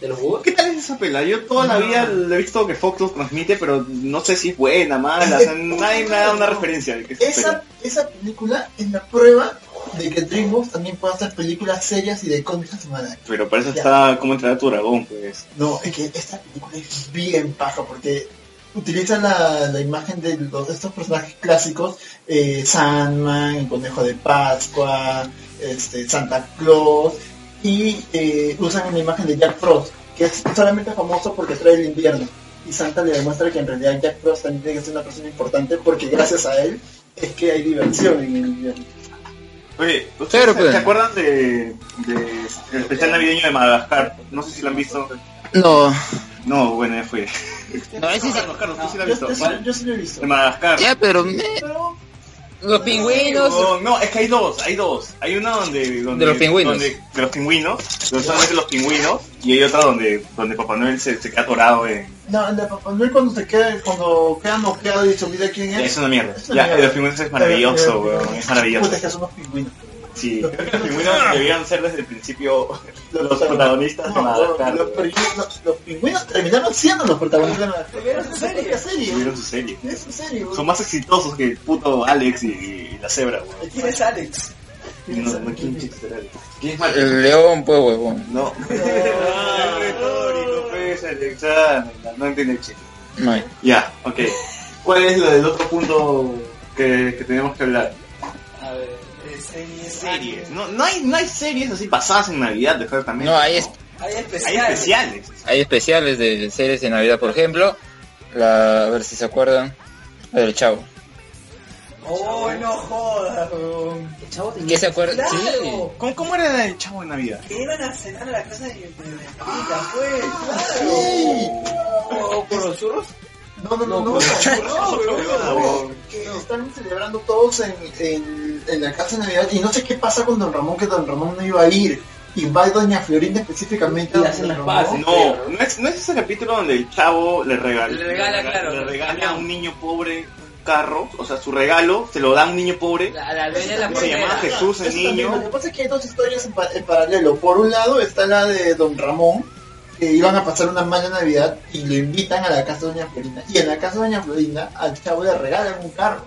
Speaker 9: ¿De los Google?
Speaker 1: ¿Qué tal es esa pela? Yo toda la vida le he visto que Fox lo transmite, pero no sé si es buena, mala, o sea, nadie me ha dado una referencia de que es
Speaker 2: Esa, esa película es la prueba de que DreamWorks también puede hacer películas serias y de cómics a su manera.
Speaker 1: Pero para eso está como entrenar a tu dragón, pues.
Speaker 2: No, es que esta película es bien paja porque utilizan la, la imagen de los- estos personajes clásicos, eh, Sandman, el conejo de Pascua, este, Santa Claus, y eh, usan la imagen de Jack Frost, que es solamente famoso porque trae el invierno. Y Santa le demuestra que en realidad Jack Frost también tiene que ser una persona importante porque gracias a él es que hay diversión en el invierno.
Speaker 1: Oye, ¿ustedes
Speaker 4: Pero,
Speaker 1: se,
Speaker 4: pues.
Speaker 1: se acuerdan de, de el especial navideño de Madagascar? No sé si lo han visto.
Speaker 4: No.
Speaker 1: No, bueno, ya fue.
Speaker 4: No, ese sí.
Speaker 1: Carlos, Carlos, tú sí lo has
Speaker 2: Ah, Yo,
Speaker 1: visto.
Speaker 2: yo sí- yo sí lo he visto.
Speaker 1: De Madagascar.
Speaker 4: Ya, pero. eh,
Speaker 2: Pero
Speaker 4: Los pingüinos.
Speaker 1: No, no, es que hay dos, hay dos. Hay una donde, donde-
Speaker 4: De los pingüinos.
Speaker 1: donde- de los pingüinos, donde solamente los pingüinos, y hay otra donde, donde Papá Noel se, se queda atorado en.
Speaker 2: no, la Papá Noel cuando se queda, cuando queda noqueado y se olvida quién es, pues
Speaker 1: Es una mierda.
Speaker 2: Es una
Speaker 1: Ya,
Speaker 2: mierda.
Speaker 1: los pingüinos es maravilloso, weón. Es maravilloso.
Speaker 2: Puta, es que son los pingüinos.
Speaker 1: Sí, creo que los pingüinos debían ser desde el principio los protagonistas de
Speaker 2: No,
Speaker 1: Madagascar.
Speaker 2: los,
Speaker 1: weón.
Speaker 2: pingüinos- los- los pingüinos terminaron siendo los protagonistas de Madagascar. Es una serie.
Speaker 1: Tuvieron su serie.
Speaker 2: Es una serie.
Speaker 1: Son más exitosos que el puto Alex y, y la cebra, weón.
Speaker 2: ¿Quién es Alex?
Speaker 1: No, no quieren chistes, Alex.
Speaker 4: El león, pues, huevón.
Speaker 1: No. Es retórico, pues, Alexandra. No entiende chistes.
Speaker 4: No hay.
Speaker 1: Ya, ok. ¿Cuál es lo del otro punto que, que tenemos que hablar?
Speaker 14: A ver,
Speaker 6: eh,
Speaker 14: este,
Speaker 1: Series. No, no, hay, no hay series así basadas en Navidad, de verdad, también.
Speaker 4: No, hay, es-
Speaker 14: Hay
Speaker 1: Hay
Speaker 14: especial.
Speaker 1: especiales.
Speaker 4: hay especiales de series de Navidad, por ejemplo. La, a ver si se acuerdan. La del chavo.
Speaker 14: Oh, no jodas, weón.
Speaker 4: ¿Qué se acuerdan?
Speaker 14: Claro.
Speaker 1: ¿Cómo, cómo era el chavo de Navidad?
Speaker 14: Que iban a cenar a la casa de mi tita, fue.
Speaker 2: ¿O por los churros? No, no, no, no. No, bro. Que están celebrando todos en, en, en la casa de Navidad y no sé qué pasa con Don Ramón, que Don Ramón no iba a ir. Y va Doña Florinda específicamente a
Speaker 9: Y
Speaker 2: Don
Speaker 9: hacen las
Speaker 2: Ramón.
Speaker 9: paces.
Speaker 1: No, no es, no es ese capítulo donde el chavo le regala,
Speaker 6: Le regala, claro,
Speaker 1: le
Speaker 6: le
Speaker 1: regala
Speaker 6: regala.
Speaker 1: a un niño pobre un carro, o sea, su regalo se lo da a un niño pobre.
Speaker 6: La, la dueña de la
Speaker 1: Se llamaba
Speaker 6: portera.
Speaker 1: Jesús el
Speaker 2: Eso también, Lo
Speaker 1: niño.
Speaker 2: que pasa es que hay dos historias en, pa- en paralelo. Por un lado está la de Don Ramón, que iban a pasar una mala Navidad y lo invitan a la casa de Doña Florinda. Y en la casa de Doña Florinda al chavo le regalan un carro,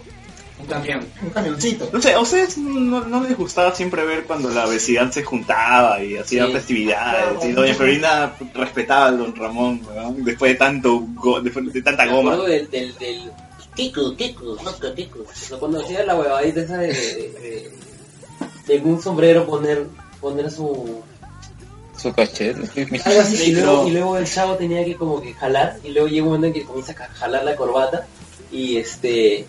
Speaker 6: Un campeón.
Speaker 2: un camioncito.
Speaker 1: No sé, ¿a ustedes no, no les gustaba siempre ver cuando la vecindad se juntaba y hacía
Speaker 9: Sí.
Speaker 1: festividades?
Speaker 2: Claro.
Speaker 1: y Doña Florinda respetaba al Don Ramón, ¿verdad? después de tanto go- después de tanta
Speaker 9: Me acuerdo
Speaker 1: goma.
Speaker 9: del, del, del... Tico, tico, tico, tico. Cuando hacía la huevadita esa de... de, de un sombrero poner, poner su...
Speaker 4: Su cachete. mi-
Speaker 9: Algo así, y
Speaker 1: Sí,
Speaker 9: luego,
Speaker 1: no.
Speaker 9: y luego el chavo tenía que como que jalar, y luego llega un momento en que comienza a ca- jalar la corbata, y este...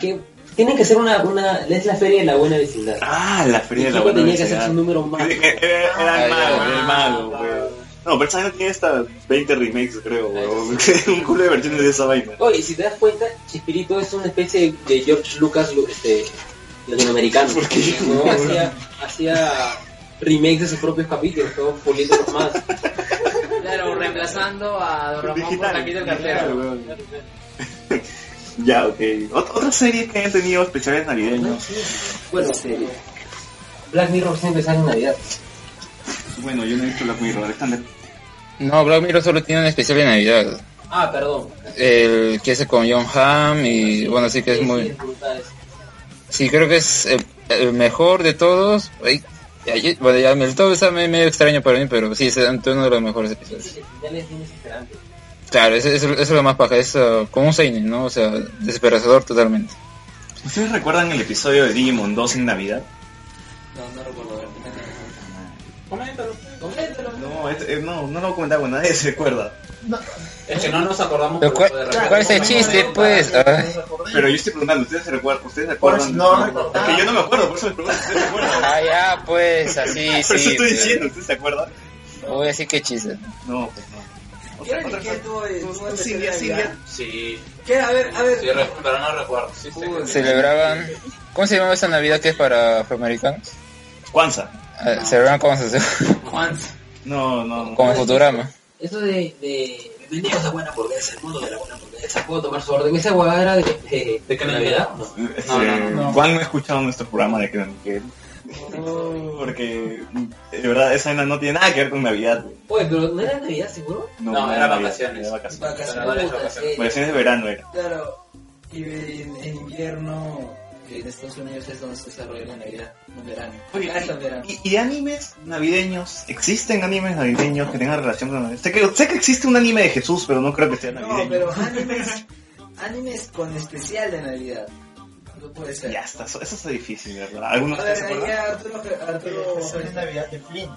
Speaker 9: ¿Qué? Tienen que hacer una, una. Es la feria de la buena vecindad.
Speaker 1: Ah, la feria de la
Speaker 9: Kiko
Speaker 1: buena
Speaker 9: tenía que hacer
Speaker 1: vecindad.
Speaker 9: su número mágico.
Speaker 1: Era, era el malo,
Speaker 4: Ah,
Speaker 1: era
Speaker 4: ya.
Speaker 1: el malo, weón. No, pero esa tiene hasta 20 remakes, creo, weón. Un culo de versiones de esa vaina.
Speaker 9: Oye, si te das cuenta, Chespirito es una especie de George Lucas lu- este, latinoamericano.
Speaker 1: ¿Por qué?
Speaker 9: ¿no? hacía, hacía remakes de sus propios capítulos, todo puliéndolos más.
Speaker 6: Claro, reemplazando a Don Ramón por
Speaker 1: Digital,
Speaker 6: Taquito el
Speaker 1: claro,
Speaker 6: Cartero.
Speaker 1: weón. Ya, ok. Ot- otras series que hayan tenido especiales navideños.
Speaker 9: Bueno, este, Black Mirror siempre sale en Navidad.
Speaker 1: Bueno, yo no he visto Black Mirror, Alexander.
Speaker 4: No, Black Mirror solo tiene un especial de Navidad.
Speaker 9: Ah, perdón.
Speaker 4: El que hace con John Hamm y bueno, sí que es
Speaker 9: Sí,
Speaker 4: muy...
Speaker 9: sí, es brutal.
Speaker 4: Sí, creo que es el, el mejor de todos. Ay, ay, bueno, ya el todo está me- medio extraño para mí, pero sí, es uno de los mejores
Speaker 9: Sí,
Speaker 4: episodios.
Speaker 9: sí, el final es bien desesperante.
Speaker 4: Claro, eso, eso- eso es lo más paja, es ah, como un seinen, ¿no? O sea, desesperanzador totalmente.
Speaker 1: ¿Ustedes recuerdan el episodio de Digimon 2 en Navidad?
Speaker 6: No, no recuerdo.
Speaker 16: Coméntalo.
Speaker 2: pues.
Speaker 6: Complétalo.
Speaker 1: No, este- eh, no, no lo comentaba con nadie, se recuerda.
Speaker 16: Es que no nos acordamos
Speaker 4: Pero ¿cuál,
Speaker 16: por eso de
Speaker 4: cuál es el chiste, pues? Ah,
Speaker 1: Pero yo estoy preguntando, ¿ustedes se recuerdan? ¿Ustedes se
Speaker 2: Por
Speaker 1: acuerdan?
Speaker 2: si no recordaba.
Speaker 1: Es que yo no me acuerdo, por eso les pregunto, ¿ustedes se acuerdan?
Speaker 4: ah, ya, pues, así,
Speaker 1: Por eso
Speaker 4: sí.
Speaker 1: estoy
Speaker 4: pues.
Speaker 1: diciendo, ¿ustedes se acuerdan?
Speaker 4: Voy a decir que chiste.
Speaker 1: No, pues no.
Speaker 6: ¿Quieren que quede todo el- todo el
Speaker 1: Sí,
Speaker 6: especial de
Speaker 1: sí,
Speaker 6: Navidad?
Speaker 1: ya.
Speaker 16: Sí,
Speaker 6: ¿Qué? A ver, a
Speaker 16: sí,
Speaker 6: ver.
Speaker 16: re- pero no recuerdo. Sí, sí.
Speaker 4: Celebraban... ¿Cómo se llamaba esa Navidad que es para afroamericanos?
Speaker 1: Kwanzaa.
Speaker 4: Ah, Celebraban con, su-
Speaker 6: Juan.
Speaker 1: No, no, no.
Speaker 4: con Futurama.
Speaker 9: Eso de, de bienvenidos Eh, a Buena Hamburguesa, el mundo de la Buena Hamburguesa, puedo tomar su orden. Esa huevada era de, de,
Speaker 16: ¿De qué
Speaker 9: Navidad.
Speaker 16: Navidad?
Speaker 9: No.
Speaker 1: Este,
Speaker 16: No, no, no, no.
Speaker 1: Juan no ha escuchado nuestro programa de Gran Miguel. Oh, Porque, de verdad, esa vaina no tiene nada que ver con Navidad. güey.
Speaker 9: Oye, pero no era Navidad, seguro.
Speaker 1: No,
Speaker 16: No, era
Speaker 1: Navidad,
Speaker 16: vacaciones.
Speaker 1: Era vacaciones.
Speaker 16: Ganadores de
Speaker 9: Puta,
Speaker 16: vacaciones.
Speaker 9: sí.
Speaker 1: Vacaciones de verano eh. era.
Speaker 6: Claro, y en, en invierno, que en Estados Unidos es donde se desarrolla la Navidad, en verano.
Speaker 1: Oye,
Speaker 6: Ah, es en verano.
Speaker 1: ¿Y, y animes navideños? ¿Existen animes navideños que tengan relación con Navidad? Sé que, sé que existe un anime de Jesús, pero no creo que sea navideño.
Speaker 6: No, pero animes, animes con especial de Navidad. No puede ser.
Speaker 1: Ya está, eso, eso está difícil, ¿verdad? Algunos
Speaker 6: A
Speaker 1: de ustedes
Speaker 6: ver,
Speaker 1: se
Speaker 6: ahí
Speaker 1: acuerdan?
Speaker 6: ya Arturo, Arturo,
Speaker 2: Eso es Navidad de Flynn.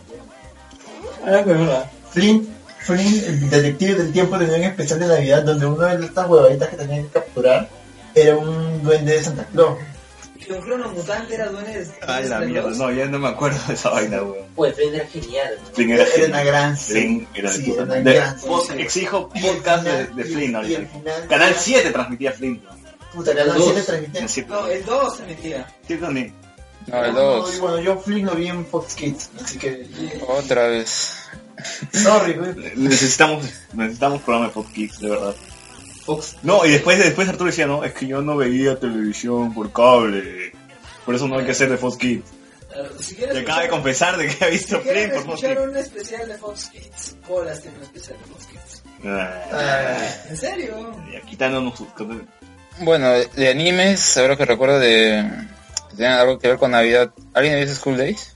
Speaker 2: Flynn, Flynn, el detective del tiempo tenía un especial de Navidad donde uno de estas huevaditas que tenían que capturar era un duende de Santa Claus.
Speaker 6: que un crono mutante era duende de-
Speaker 1: Ah, la
Speaker 6: de-
Speaker 1: mierda, no, ya no me acuerdo de esa vaina, weón.
Speaker 9: Oye, Friends Pues, era genial. ¿no?
Speaker 1: Flynn
Speaker 2: Era,
Speaker 1: era
Speaker 2: una
Speaker 1: genial.
Speaker 2: gran serie.
Speaker 1: Flynn era de
Speaker 2: Sí,
Speaker 1: puta
Speaker 2: era una
Speaker 1: madre.
Speaker 2: gran serie.
Speaker 1: Vos Exijo podcast de, de Flynn
Speaker 2: Y al
Speaker 1: ahorita.
Speaker 2: final-
Speaker 1: Canal 7 transmitía Flynn.
Speaker 2: Puta, Canal
Speaker 9: Dos.
Speaker 2: 7 transmitía.
Speaker 1: En 7.
Speaker 6: No, eh. el 2 se metía.
Speaker 1: Sí, también.
Speaker 4: No, el
Speaker 2: No,
Speaker 4: dos.
Speaker 2: Bueno, yo Flynn lo vi en Fox Kids, así que...
Speaker 4: Otra vez.
Speaker 2: Sorry, güey.
Speaker 1: Necesitamos, necesitamos programa de podcast, de verdad.
Speaker 9: Fox.
Speaker 1: No, y después, después Arturo decía, no, es que yo no veía televisión por cable. Por eso no hay que hacer de Fox Kids.
Speaker 6: Claro, Si quieres
Speaker 1: Y acaba de confesar de que ha visto
Speaker 6: si
Speaker 1: Flynn
Speaker 6: quieres
Speaker 1: por Fox Kids.
Speaker 6: escuchar un especial de Fox Kids, Colas tiene un especial de Fox Kids.
Speaker 1: Ah,
Speaker 6: ¿En serio?
Speaker 1: ya, quitándonos sus cosas.
Speaker 4: Bueno, de animes, ahora que recuerdo de... que Tienen algo que ver con Navidad. ¿Alguien ha visto School Days?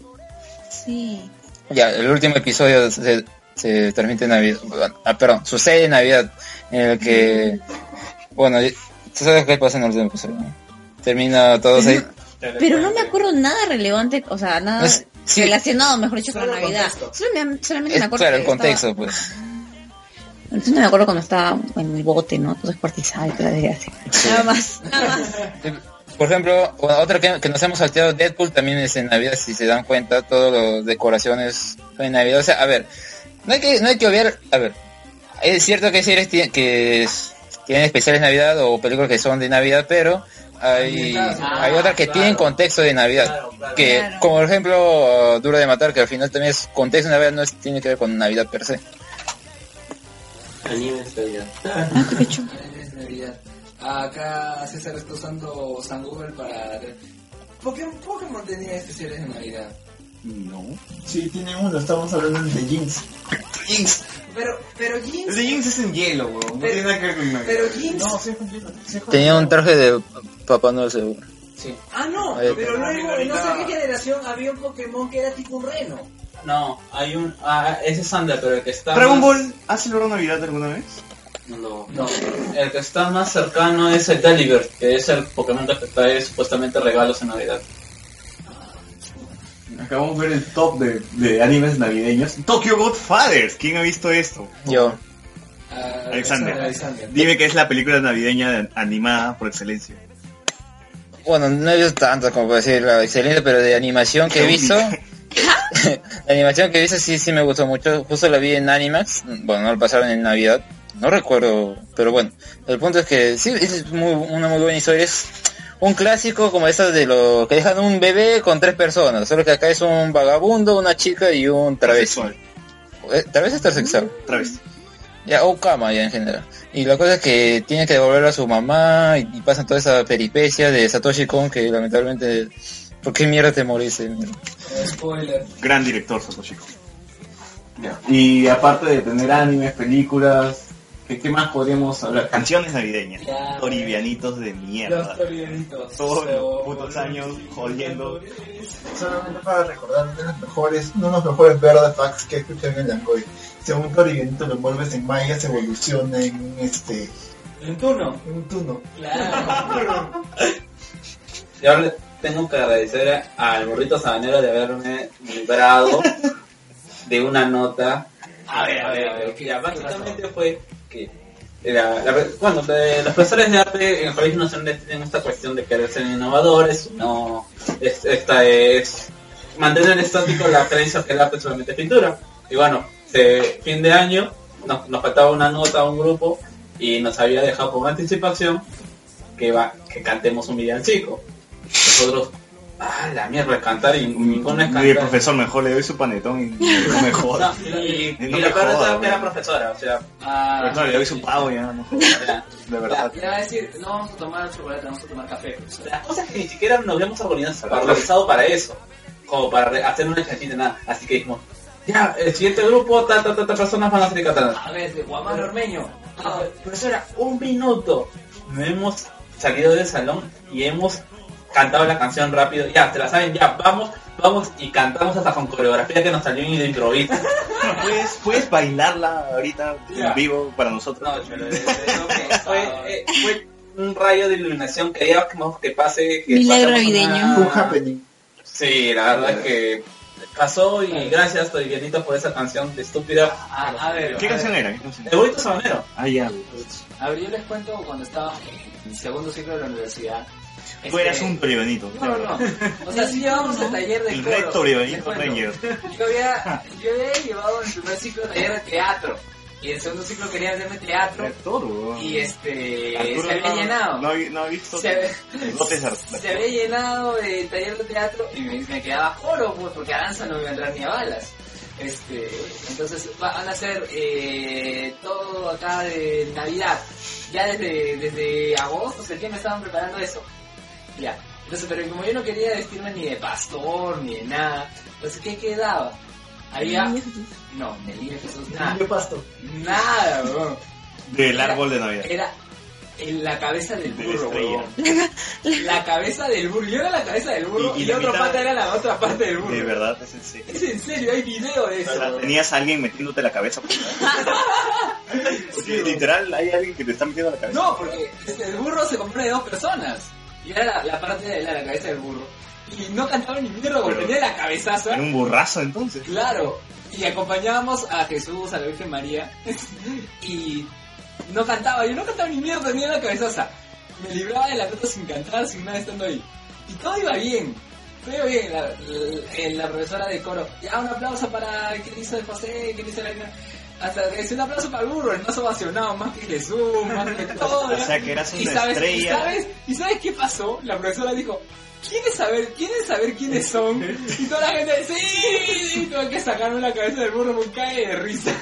Speaker 3: Sí.
Speaker 4: Ya, el último episodio se, se transmite en Navidad. Ah, perdón, sucede en Navidad. En el que... Bueno, tú sabes qué pasa en el último episodio. ¿no? Termina todos ahí.
Speaker 3: Pero no me acuerdo nada relevante, o sea, nada
Speaker 4: No es- sí.
Speaker 3: relacionado, mejor dicho, con
Speaker 6: Solo
Speaker 3: Navidad.
Speaker 6: contexto.
Speaker 3: Solo me- solamente
Speaker 4: Es,
Speaker 3: me acuerdo.
Speaker 4: claro, el
Speaker 3: que estaba-
Speaker 4: contexto, pues.
Speaker 3: Entonces no me acuerdo cuando estaba en el bote, ¿no? Todo descuartizado y toda la desgracia. Nada más, nada más.
Speaker 4: Por ejemplo, bueno, otra que, que nos hemos salteado, Deadpool también es en Navidad, si se dan cuenta, todas las decoraciones son en Navidad. O sea, a ver, no hay que, no hay que obviar, a ver, es cierto que hay series ti- que es- tienen especiales de Navidad o películas que son de Navidad, pero hay,
Speaker 6: Ah,
Speaker 4: hay otras que
Speaker 6: claro.
Speaker 4: tienen contexto de Navidad. Que,
Speaker 3: Claro.
Speaker 4: como por ejemplo, uh, Duro de Matar, que al final también es contexto de Navidad, no es- tiene que ver con Navidad per se.
Speaker 9: Anime de Navidad.
Speaker 3: Ah, qué pecho.
Speaker 6: Es Navidad. Acá César está usando San Google para... ¿Por qué Pokémon tenía especiales de Navidad?
Speaker 1: No.
Speaker 2: Sí, tiene uno, estamos hablando de jeans.
Speaker 1: Jinx.
Speaker 6: Pero, pero Jeans...
Speaker 1: Ese Jinx es en hielo, weón. No tiene nada que ver con Navidad.
Speaker 6: Pero Jeans...
Speaker 2: No, sí es un jeans. sí es un-
Speaker 4: Tenía un traje de Papá Noel seguro.
Speaker 6: Ah, no,
Speaker 4: Oye,
Speaker 6: pero luego en no sé
Speaker 16: ahorita-
Speaker 6: qué generación había un Pokémon que era tipo un reno.
Speaker 16: No, hay un. Ah, ese es Sander, pero el que está.
Speaker 1: ¿Dragon
Speaker 16: más-
Speaker 1: Ball ha celebrado Navidad alguna vez?
Speaker 9: No.
Speaker 16: No, el que está más cercano es el Dalibert, que es el Pokémon que te trae supuestamente regalos en Navidad.
Speaker 1: Acabamos de ver el top de, de animes navideños. Tokyo Godfathers. ¿Quién ha visto esto?
Speaker 4: Yo,
Speaker 6: Ah,
Speaker 1: Alexander. Dime que es la película navideña de- animada por excelencia.
Speaker 4: bueno, no he visto tantas como puedo decir, la excelente, pero de animación que he visto, la animación que he visto sí, sí me gustó mucho. Justo la vi en Animax, bueno, no la pasaron en Navidad, no recuerdo, pero bueno, el punto es que sí, es muy- una muy buena historia, es un clásico como esa de lo que dejan un bebé con tres personas, solo que acá es un vagabundo, una chica y un travesti. Eh, ¿Travesti o transexual?
Speaker 1: Travesti.
Speaker 4: Ya, o cama ya en general. Y la cosa es que tiene que devolver a su mamá y, y pasan toda esa peripecia de Satoshi Kon que lamentablemente... ¿Por qué mierda te moriste?
Speaker 6: Spoiler.
Speaker 1: Gran director, Satoshi Kon. Y aparte de tener animes, películas, ¿qué, qué más podríamos hablar? Canciones navideñas.
Speaker 6: Ya.
Speaker 1: Toribianitos de mierda.
Speaker 6: Los toribianitos.
Speaker 1: Todos los putos años jodiendo.
Speaker 2: Solamente para recordar uno de los mejores, uno de los mejores verdad facts que escuché en el Langoy. Según Toriviento lo envuelves en mallas, evoluciona en un este
Speaker 6: En turno.
Speaker 2: en un tuno.
Speaker 6: Claro.
Speaker 12: Y ahora le tengo que agradecer al burrito sabanero de haberme librado de una nota.
Speaker 6: A ver, a ver, a ver,
Speaker 12: Que
Speaker 6: ¿qué-
Speaker 12: ya
Speaker 6: qué pasó?
Speaker 12: básicamente fue que la- la- bueno, eh, los profesores de arte en el Colegio Nacional tienen esta cuestión de querer ser innovadores, no es- esta es mantener estático la creencia que el arte solamente es pintura. Y bueno, se- fin de año nos, nos faltaba una nota a un grupo y nos había dejado con anticipación que va que cantemos un villancico. Nosotros, ah, la mierda, cantar y mi pone
Speaker 1: Y el
Speaker 12: cantar.
Speaker 1: profesor mejor le doy su panetón y no me joda.
Speaker 12: No, y, y
Speaker 1: No
Speaker 12: la
Speaker 1: me
Speaker 12: peor de todo
Speaker 1: jodas,
Speaker 12: es que era
Speaker 1: güey.
Speaker 12: profesora, o sea,
Speaker 6: Ah,
Speaker 1: No, le doy su pavo ya, no jodas.
Speaker 12: la,
Speaker 1: De
Speaker 6: ya,
Speaker 1: verdad.
Speaker 6: ya va a decir, no vamos a tomar chocolate, vamos a tomar café.
Speaker 12: la cosa es que ni siquiera nos habíamos organizado, organizado para eso, como para re- hacer una chanchita, nada. Así que dijimos, ya, el siguiente grupo, ta, ta, ta, ta, personas van a ser catalanas.
Speaker 6: A ver, de Guamán Ormeño.
Speaker 12: Ah, profesora, un minuto. No hemos salido del salón y hemos cantado la canción rápido. Ya, te la saben, ya, vamos, vamos y cantamos hasta con coreografía que nos salió de improviso.
Speaker 1: ¿Puedes, puedes bailarla ahorita en vivo para nosotros?
Speaker 12: No, chulo, eh, eh, no, que fue, eh, fue un rayo de iluminación. Quería que, no- que pase... Que
Speaker 3: Milagro
Speaker 12: pasemos
Speaker 2: Fue
Speaker 12: una-
Speaker 2: un happening.
Speaker 12: Sí, la verdad es que pasó y gracias, Toribianito, por esa canción de estúpida.
Speaker 6: A, a ver,
Speaker 1: ¿Qué
Speaker 6: a ver.
Speaker 1: canción era? ¿Qué canción
Speaker 12: El
Speaker 1: era?
Speaker 12: bonito sabanero.
Speaker 1: Ah, ya.
Speaker 6: A ver, yo les cuento cuando estaba en segundo ciclo de la universidad.
Speaker 1: Tú
Speaker 6: este,
Speaker 1: eras un toribanito.
Speaker 6: No, no, no. O sea, sí llevábamos el taller de
Speaker 1: El
Speaker 6: coro.
Speaker 1: rey toribanito
Speaker 6: les cuento.
Speaker 1: Ranger.
Speaker 6: Yo había, yo había llevado en primer ciclo taller de teatro. Y en segundo ciclo quería hacerme teatro.
Speaker 1: Actor, weón.
Speaker 6: Y este...
Speaker 1: Arturo
Speaker 6: se había
Speaker 1: no-
Speaker 6: llenado.
Speaker 1: No, había- no he visto
Speaker 6: Se
Speaker 1: los dotes de arte.
Speaker 6: se había llenado el taller de teatro y me, me quedaba joro pues, porque a danza no me iba a entrar ni a balas. Este, entonces va- van a hacer eh, todo acá de Navidad. Ya desde, desde agosto, septiembre estaban preparando eso. Ya. Entonces, pero como yo no quería vestirme ni de pastor, ni de nada, entonces, ¿qué quedaba? Había... No, el niño Jesús, nada.
Speaker 2: Yo pasto.
Speaker 6: Nada, weón.
Speaker 1: Del árbol de Navidad.
Speaker 6: Era en la cabeza del
Speaker 1: De la
Speaker 6: burro,
Speaker 1: estrella.
Speaker 6: weón. La cabeza del burro. Yo era la cabeza del burro
Speaker 1: Y-
Speaker 6: y,
Speaker 1: y
Speaker 6: la
Speaker 1: la
Speaker 6: otra
Speaker 1: mitad-
Speaker 6: pata era la otra parte del burro.
Speaker 1: De verdad, es en serio.
Speaker 6: Es en serio, hay video de eso.
Speaker 1: O sea,
Speaker 6: weón.
Speaker 1: Tenías a alguien metiéndote la cabeza. por- Sí, literal, hay alguien que te está metiendo la cabeza.
Speaker 6: No, porque este, el burro se compró de dos personas. Y era la, la parte de la, la cabeza del burro. Y no cantaba ni mierda porque
Speaker 1: Pero-
Speaker 6: tenía la cabezaza.
Speaker 1: Era un burrazo entonces.
Speaker 6: Claro. Y acompañábamos a Jesús, a la Virgen María. y no cantaba. Yo no cantaba ni mierda, tenía la cabezaza. Me libraba de la plata sin cantar, sin nada estando ahí. Y todo iba bien. Todo iba bien. La, la- la profesora de coro. Ya, un aplauso para el que hizo el José, que hizo la... Hasta que es un aplauso para el burro, el más ovacionado, más que Jesús, más que todo.
Speaker 1: O sea, que eras
Speaker 6: y
Speaker 1: una
Speaker 6: sabes, y
Speaker 1: estrella.
Speaker 6: sabes, y sabes qué pasó, la profesora dijo, ¿quieres saber, quieren saber quiénes son? Y toda la gente, sí, y tuve que sacarme la cabeza del burro con cae de risa.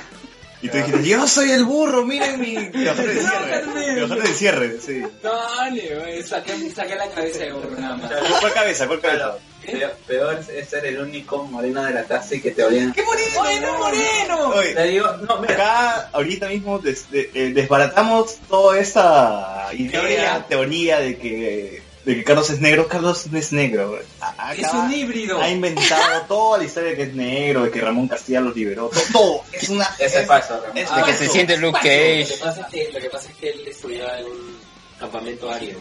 Speaker 1: Y tú dijiste, yo soy el burro, miren mi... Cajón de cierre.
Speaker 6: Sácame.
Speaker 1: Cajón de cierre, sí.
Speaker 6: No, le saqué, saqué la cabeza del burro nada más.
Speaker 1: ¿Cuál cabeza? ¿Cuál cabeza?
Speaker 12: Peor, peor es ser el único moreno de la clase y que te olían.
Speaker 6: ¡Qué moreno! ¡Moreno, moreno!
Speaker 1: Oye,
Speaker 12: Te digo, no, mira,
Speaker 1: acá ahorita mismo des- de- eh, desbaratamos toda esta idea,
Speaker 6: Teoría.
Speaker 1: teoría de que, de que Carlos es negro. Carlos no es negro. A-
Speaker 6: Es
Speaker 1: acá
Speaker 6: un híbrido.
Speaker 1: Ha inventado toda la historia de que es negro, de que Ramón Castilla lo liberó. to- Todo. Es una...
Speaker 12: ese es falso. Ramón.
Speaker 1: es
Speaker 4: De que se
Speaker 1: falso.
Speaker 4: siente Luke Cage.
Speaker 17: Lo que pasa es que, lo que, pasa es que él estudiaba en un campamento árido.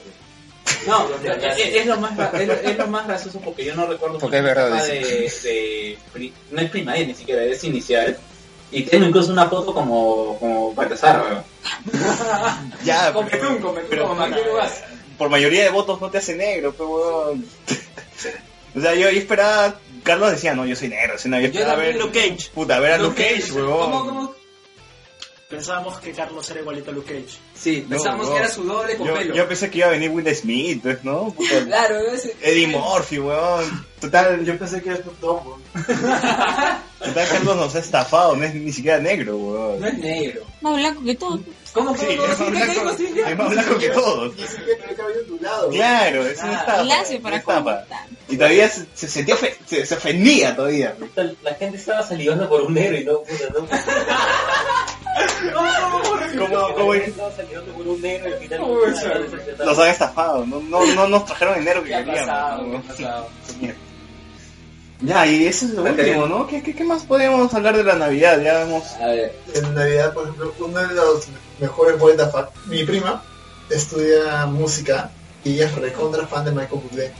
Speaker 12: No, es, es lo más, gra- es, lo- es lo más gracioso porque yo no recuerdo
Speaker 4: Porque es
Speaker 12: mucho
Speaker 4: verdad,
Speaker 12: la de, de pri- no es primaria ni siquiera, es inicial. Y tengo incluso una foto como, como Baltasar, weón.
Speaker 1: Ya,
Speaker 6: Cometún,
Speaker 1: pero-
Speaker 6: cometún,
Speaker 1: pero-
Speaker 6: como Maquero Vaz.
Speaker 1: por mayoría de votos no te hace negro, pero O sea, yo, yo esperaba. Carlos decía, no, yo soy negro, o sea, no, yo
Speaker 7: Yo
Speaker 1: esperaba
Speaker 7: también
Speaker 1: ver.
Speaker 7: Luke Cage.
Speaker 1: Puta, a ver a
Speaker 7: Luke
Speaker 1: Luke Cage, huevón.
Speaker 7: ¿Cómo, cómo? Pensábamos que Carlos era igualito a Luke Cage.
Speaker 6: Sí,
Speaker 1: No,
Speaker 6: pensamos
Speaker 1: no.
Speaker 6: que era su doble con
Speaker 1: yo,
Speaker 6: pelo.
Speaker 1: yo pensé que iba a venir Will Smith, pues, ¿no? Puta,
Speaker 6: Claro, ese-
Speaker 1: Eddie Murphy, weón. Total,
Speaker 2: Yo pensé que era Snoop Dogg, weón.
Speaker 1: total Carlos nos ha estafado, no es ni siquiera negro,
Speaker 6: No
Speaker 1: weón.
Speaker 6: es negro.
Speaker 3: Más blanco que todo.
Speaker 6: ¿Cómo
Speaker 1: Sí,
Speaker 6: que no?
Speaker 1: es
Speaker 6: Sí,
Speaker 1: más
Speaker 6: que negro,
Speaker 1: blanco,
Speaker 6: sí, ya.
Speaker 1: es más blanco que todos.
Speaker 2: Y ese que tiene el cabello ondulado, weón.
Speaker 1: Claro, es una estafa.
Speaker 3: Lacio
Speaker 1: una
Speaker 3: para
Speaker 1: estafa.
Speaker 3: contar.
Speaker 1: Y todavía se, se sentía, ofe- se, se ofendía todavía.
Speaker 9: La, la gente estaba salivando por un negro y no, puta, no.
Speaker 1: Como, como
Speaker 9: La gente estaba salivando por un negro y al final.
Speaker 1: los han estafado, no, no, no nos trajeron el dinero que
Speaker 6: ¿Qué ha pasado?
Speaker 1: queríamos.
Speaker 6: ¿Qué
Speaker 1: ¿no?
Speaker 6: ha pasado?
Speaker 1: Ya, y eso es lo último, ¿no? ¿Qué, qué, qué más podemos hablar de la Navidad? Ya hemos...
Speaker 6: A ver,
Speaker 2: En Navidad, por ejemplo, uno de los mejores poetas fan. Mi prima estudia música y ella es recontra fan de Michael Bublé.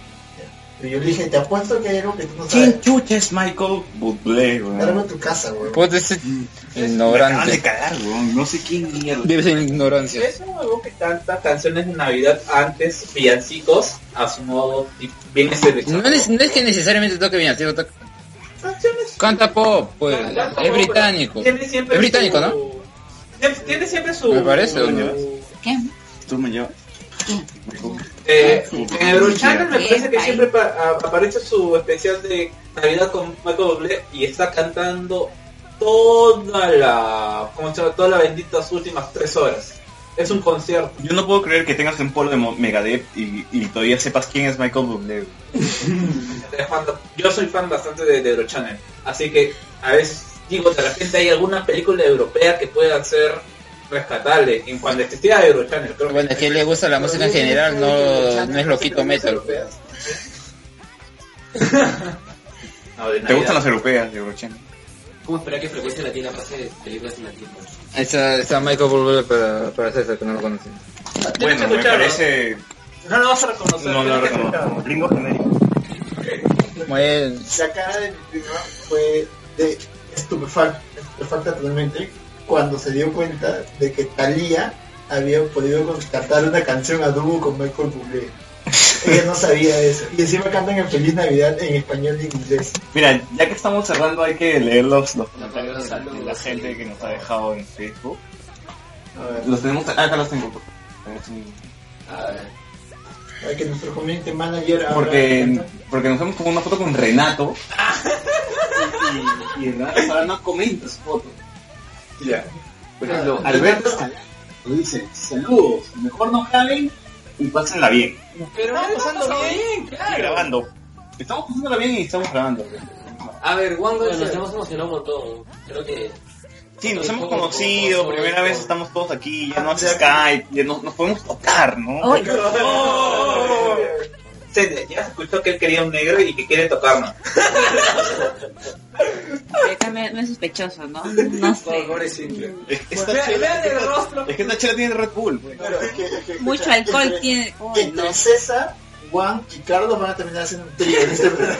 Speaker 2: Y yo le dije, te apuesto que hay algo que tú no sabes.
Speaker 1: ¿Quién chucha es Michael Bublé,
Speaker 2: Darme
Speaker 1: weón?
Speaker 2: a tu casa, weón.
Speaker 4: Puta, ese
Speaker 1: Me acaban de
Speaker 4: ignorante.
Speaker 1: cagar, weón. No sé quién mierda.
Speaker 4: Debe ser ignorancia.
Speaker 16: Es un huevón que canta canciones de Navidad antes, villancicos, a su modo, y viene este seleccionado.
Speaker 4: No es, no es que necesariamente toque bien, tío, toca- canta pop, pues, es británico.
Speaker 16: Tiene siempre
Speaker 4: Es británico, ¿no?
Speaker 16: su- Tiene- Tiene siempre su...
Speaker 4: Me parece, ¿o no?
Speaker 3: ¿Qué?
Speaker 1: Tú me llevas.
Speaker 16: Eh, en Eurochannel me
Speaker 3: Bien,
Speaker 16: parece que
Speaker 3: ahí.
Speaker 16: siempre pa- a- aparece su especial de Navidad con Michael Bublé y está cantando toda la... ¿Cómo se llama? Toda la bendita sus últimas tres horas. Es un concierto.
Speaker 1: Yo no puedo creer que tengas un polo de Mo- Megadeth y, y todavía sepas quién es Michael Bublé. weón.
Speaker 16: de fan- Yo soy fan bastante de, de Eurochannel, así que a veces digo, de repente hay alguna película europea que pueda ser rescatable en cuanto existía Eurochannel. Creo
Speaker 4: Bueno, es que le gusta la música en general, no, no es loquito metal. pues.
Speaker 16: No, de
Speaker 1: ¿Te gustan
Speaker 16: Navidad.
Speaker 1: las europeas de Eurochannel?
Speaker 6: ¿cómo esperar que Frecuencia Latina
Speaker 9: pues.
Speaker 6: pase películas en latino?
Speaker 4: Está, está Michael Bublé para, para César, que no lo conoce.
Speaker 1: Bueno, me
Speaker 16: escucharon.
Speaker 1: parece...
Speaker 16: No lo vas a reconocer.
Speaker 1: No, no,
Speaker 16: tienes que
Speaker 1: no,
Speaker 16: escucharlo.
Speaker 1: no. Gringo genérico.
Speaker 4: Bueno,
Speaker 2: La cara de mi prima fue de estupefacta, estupefacta totalmente cuando se dio cuenta de que Thalía había podido con- cantar una canción a dúo con Michael Bublé. Ella no sabía eso. Y encima cantan en Feliz Navidad en español y en inglés.
Speaker 1: Mira, ya que estamos cerrando hay que leer los, los
Speaker 6: No, pero
Speaker 1: comentarios de- de la
Speaker 6: saludos.
Speaker 1: gente que nos ha dejado en Facebook.
Speaker 2: A ver,
Speaker 1: Los tenemos... Ah, acá los tengo. Es un-
Speaker 6: A ver,
Speaker 2: para que nuestro community manager ahora-
Speaker 1: Porque, porque nos vemos como una foto con Renato. Y, y Renato ahora no comenta su foto. Ya. Por ejemplo, Ah, Alberto Escalante dice, saludos, mejor no jalen y pásenla bien.
Speaker 6: pero no pasando bien,
Speaker 1: Estoy
Speaker 6: claro.
Speaker 1: grabando. Estamos pasándola bien y estamos grabando.
Speaker 6: A ver, Wango,
Speaker 9: Bueno, nos hemos emocionado un montón. Creo que
Speaker 1: Sí, nos hemos conocido, por primera vez estamos todos aquí, ya no hace Skype, ya no- nos podemos tocar, ¿no?
Speaker 3: Ay,
Speaker 16: Sí, ya se escuchó que él quería un negro y que quiere tocarnos.
Speaker 3: acá me, me es sospechoso, ¿no? No sé.
Speaker 6: Pobre simple.
Speaker 1: Es que
Speaker 16: Vean-
Speaker 1: esta chela-
Speaker 16: vean el rostro.
Speaker 1: es que esta chela tiene Red Bull. pues. güey.
Speaker 2: Claro, es que- es que-
Speaker 3: Mucho
Speaker 2: escucha,
Speaker 3: alcohol
Speaker 2: entre-
Speaker 3: tiene. Uy, no.
Speaker 2: Entre César, Juan y Carlos van a terminar haciendo un trío en este programa.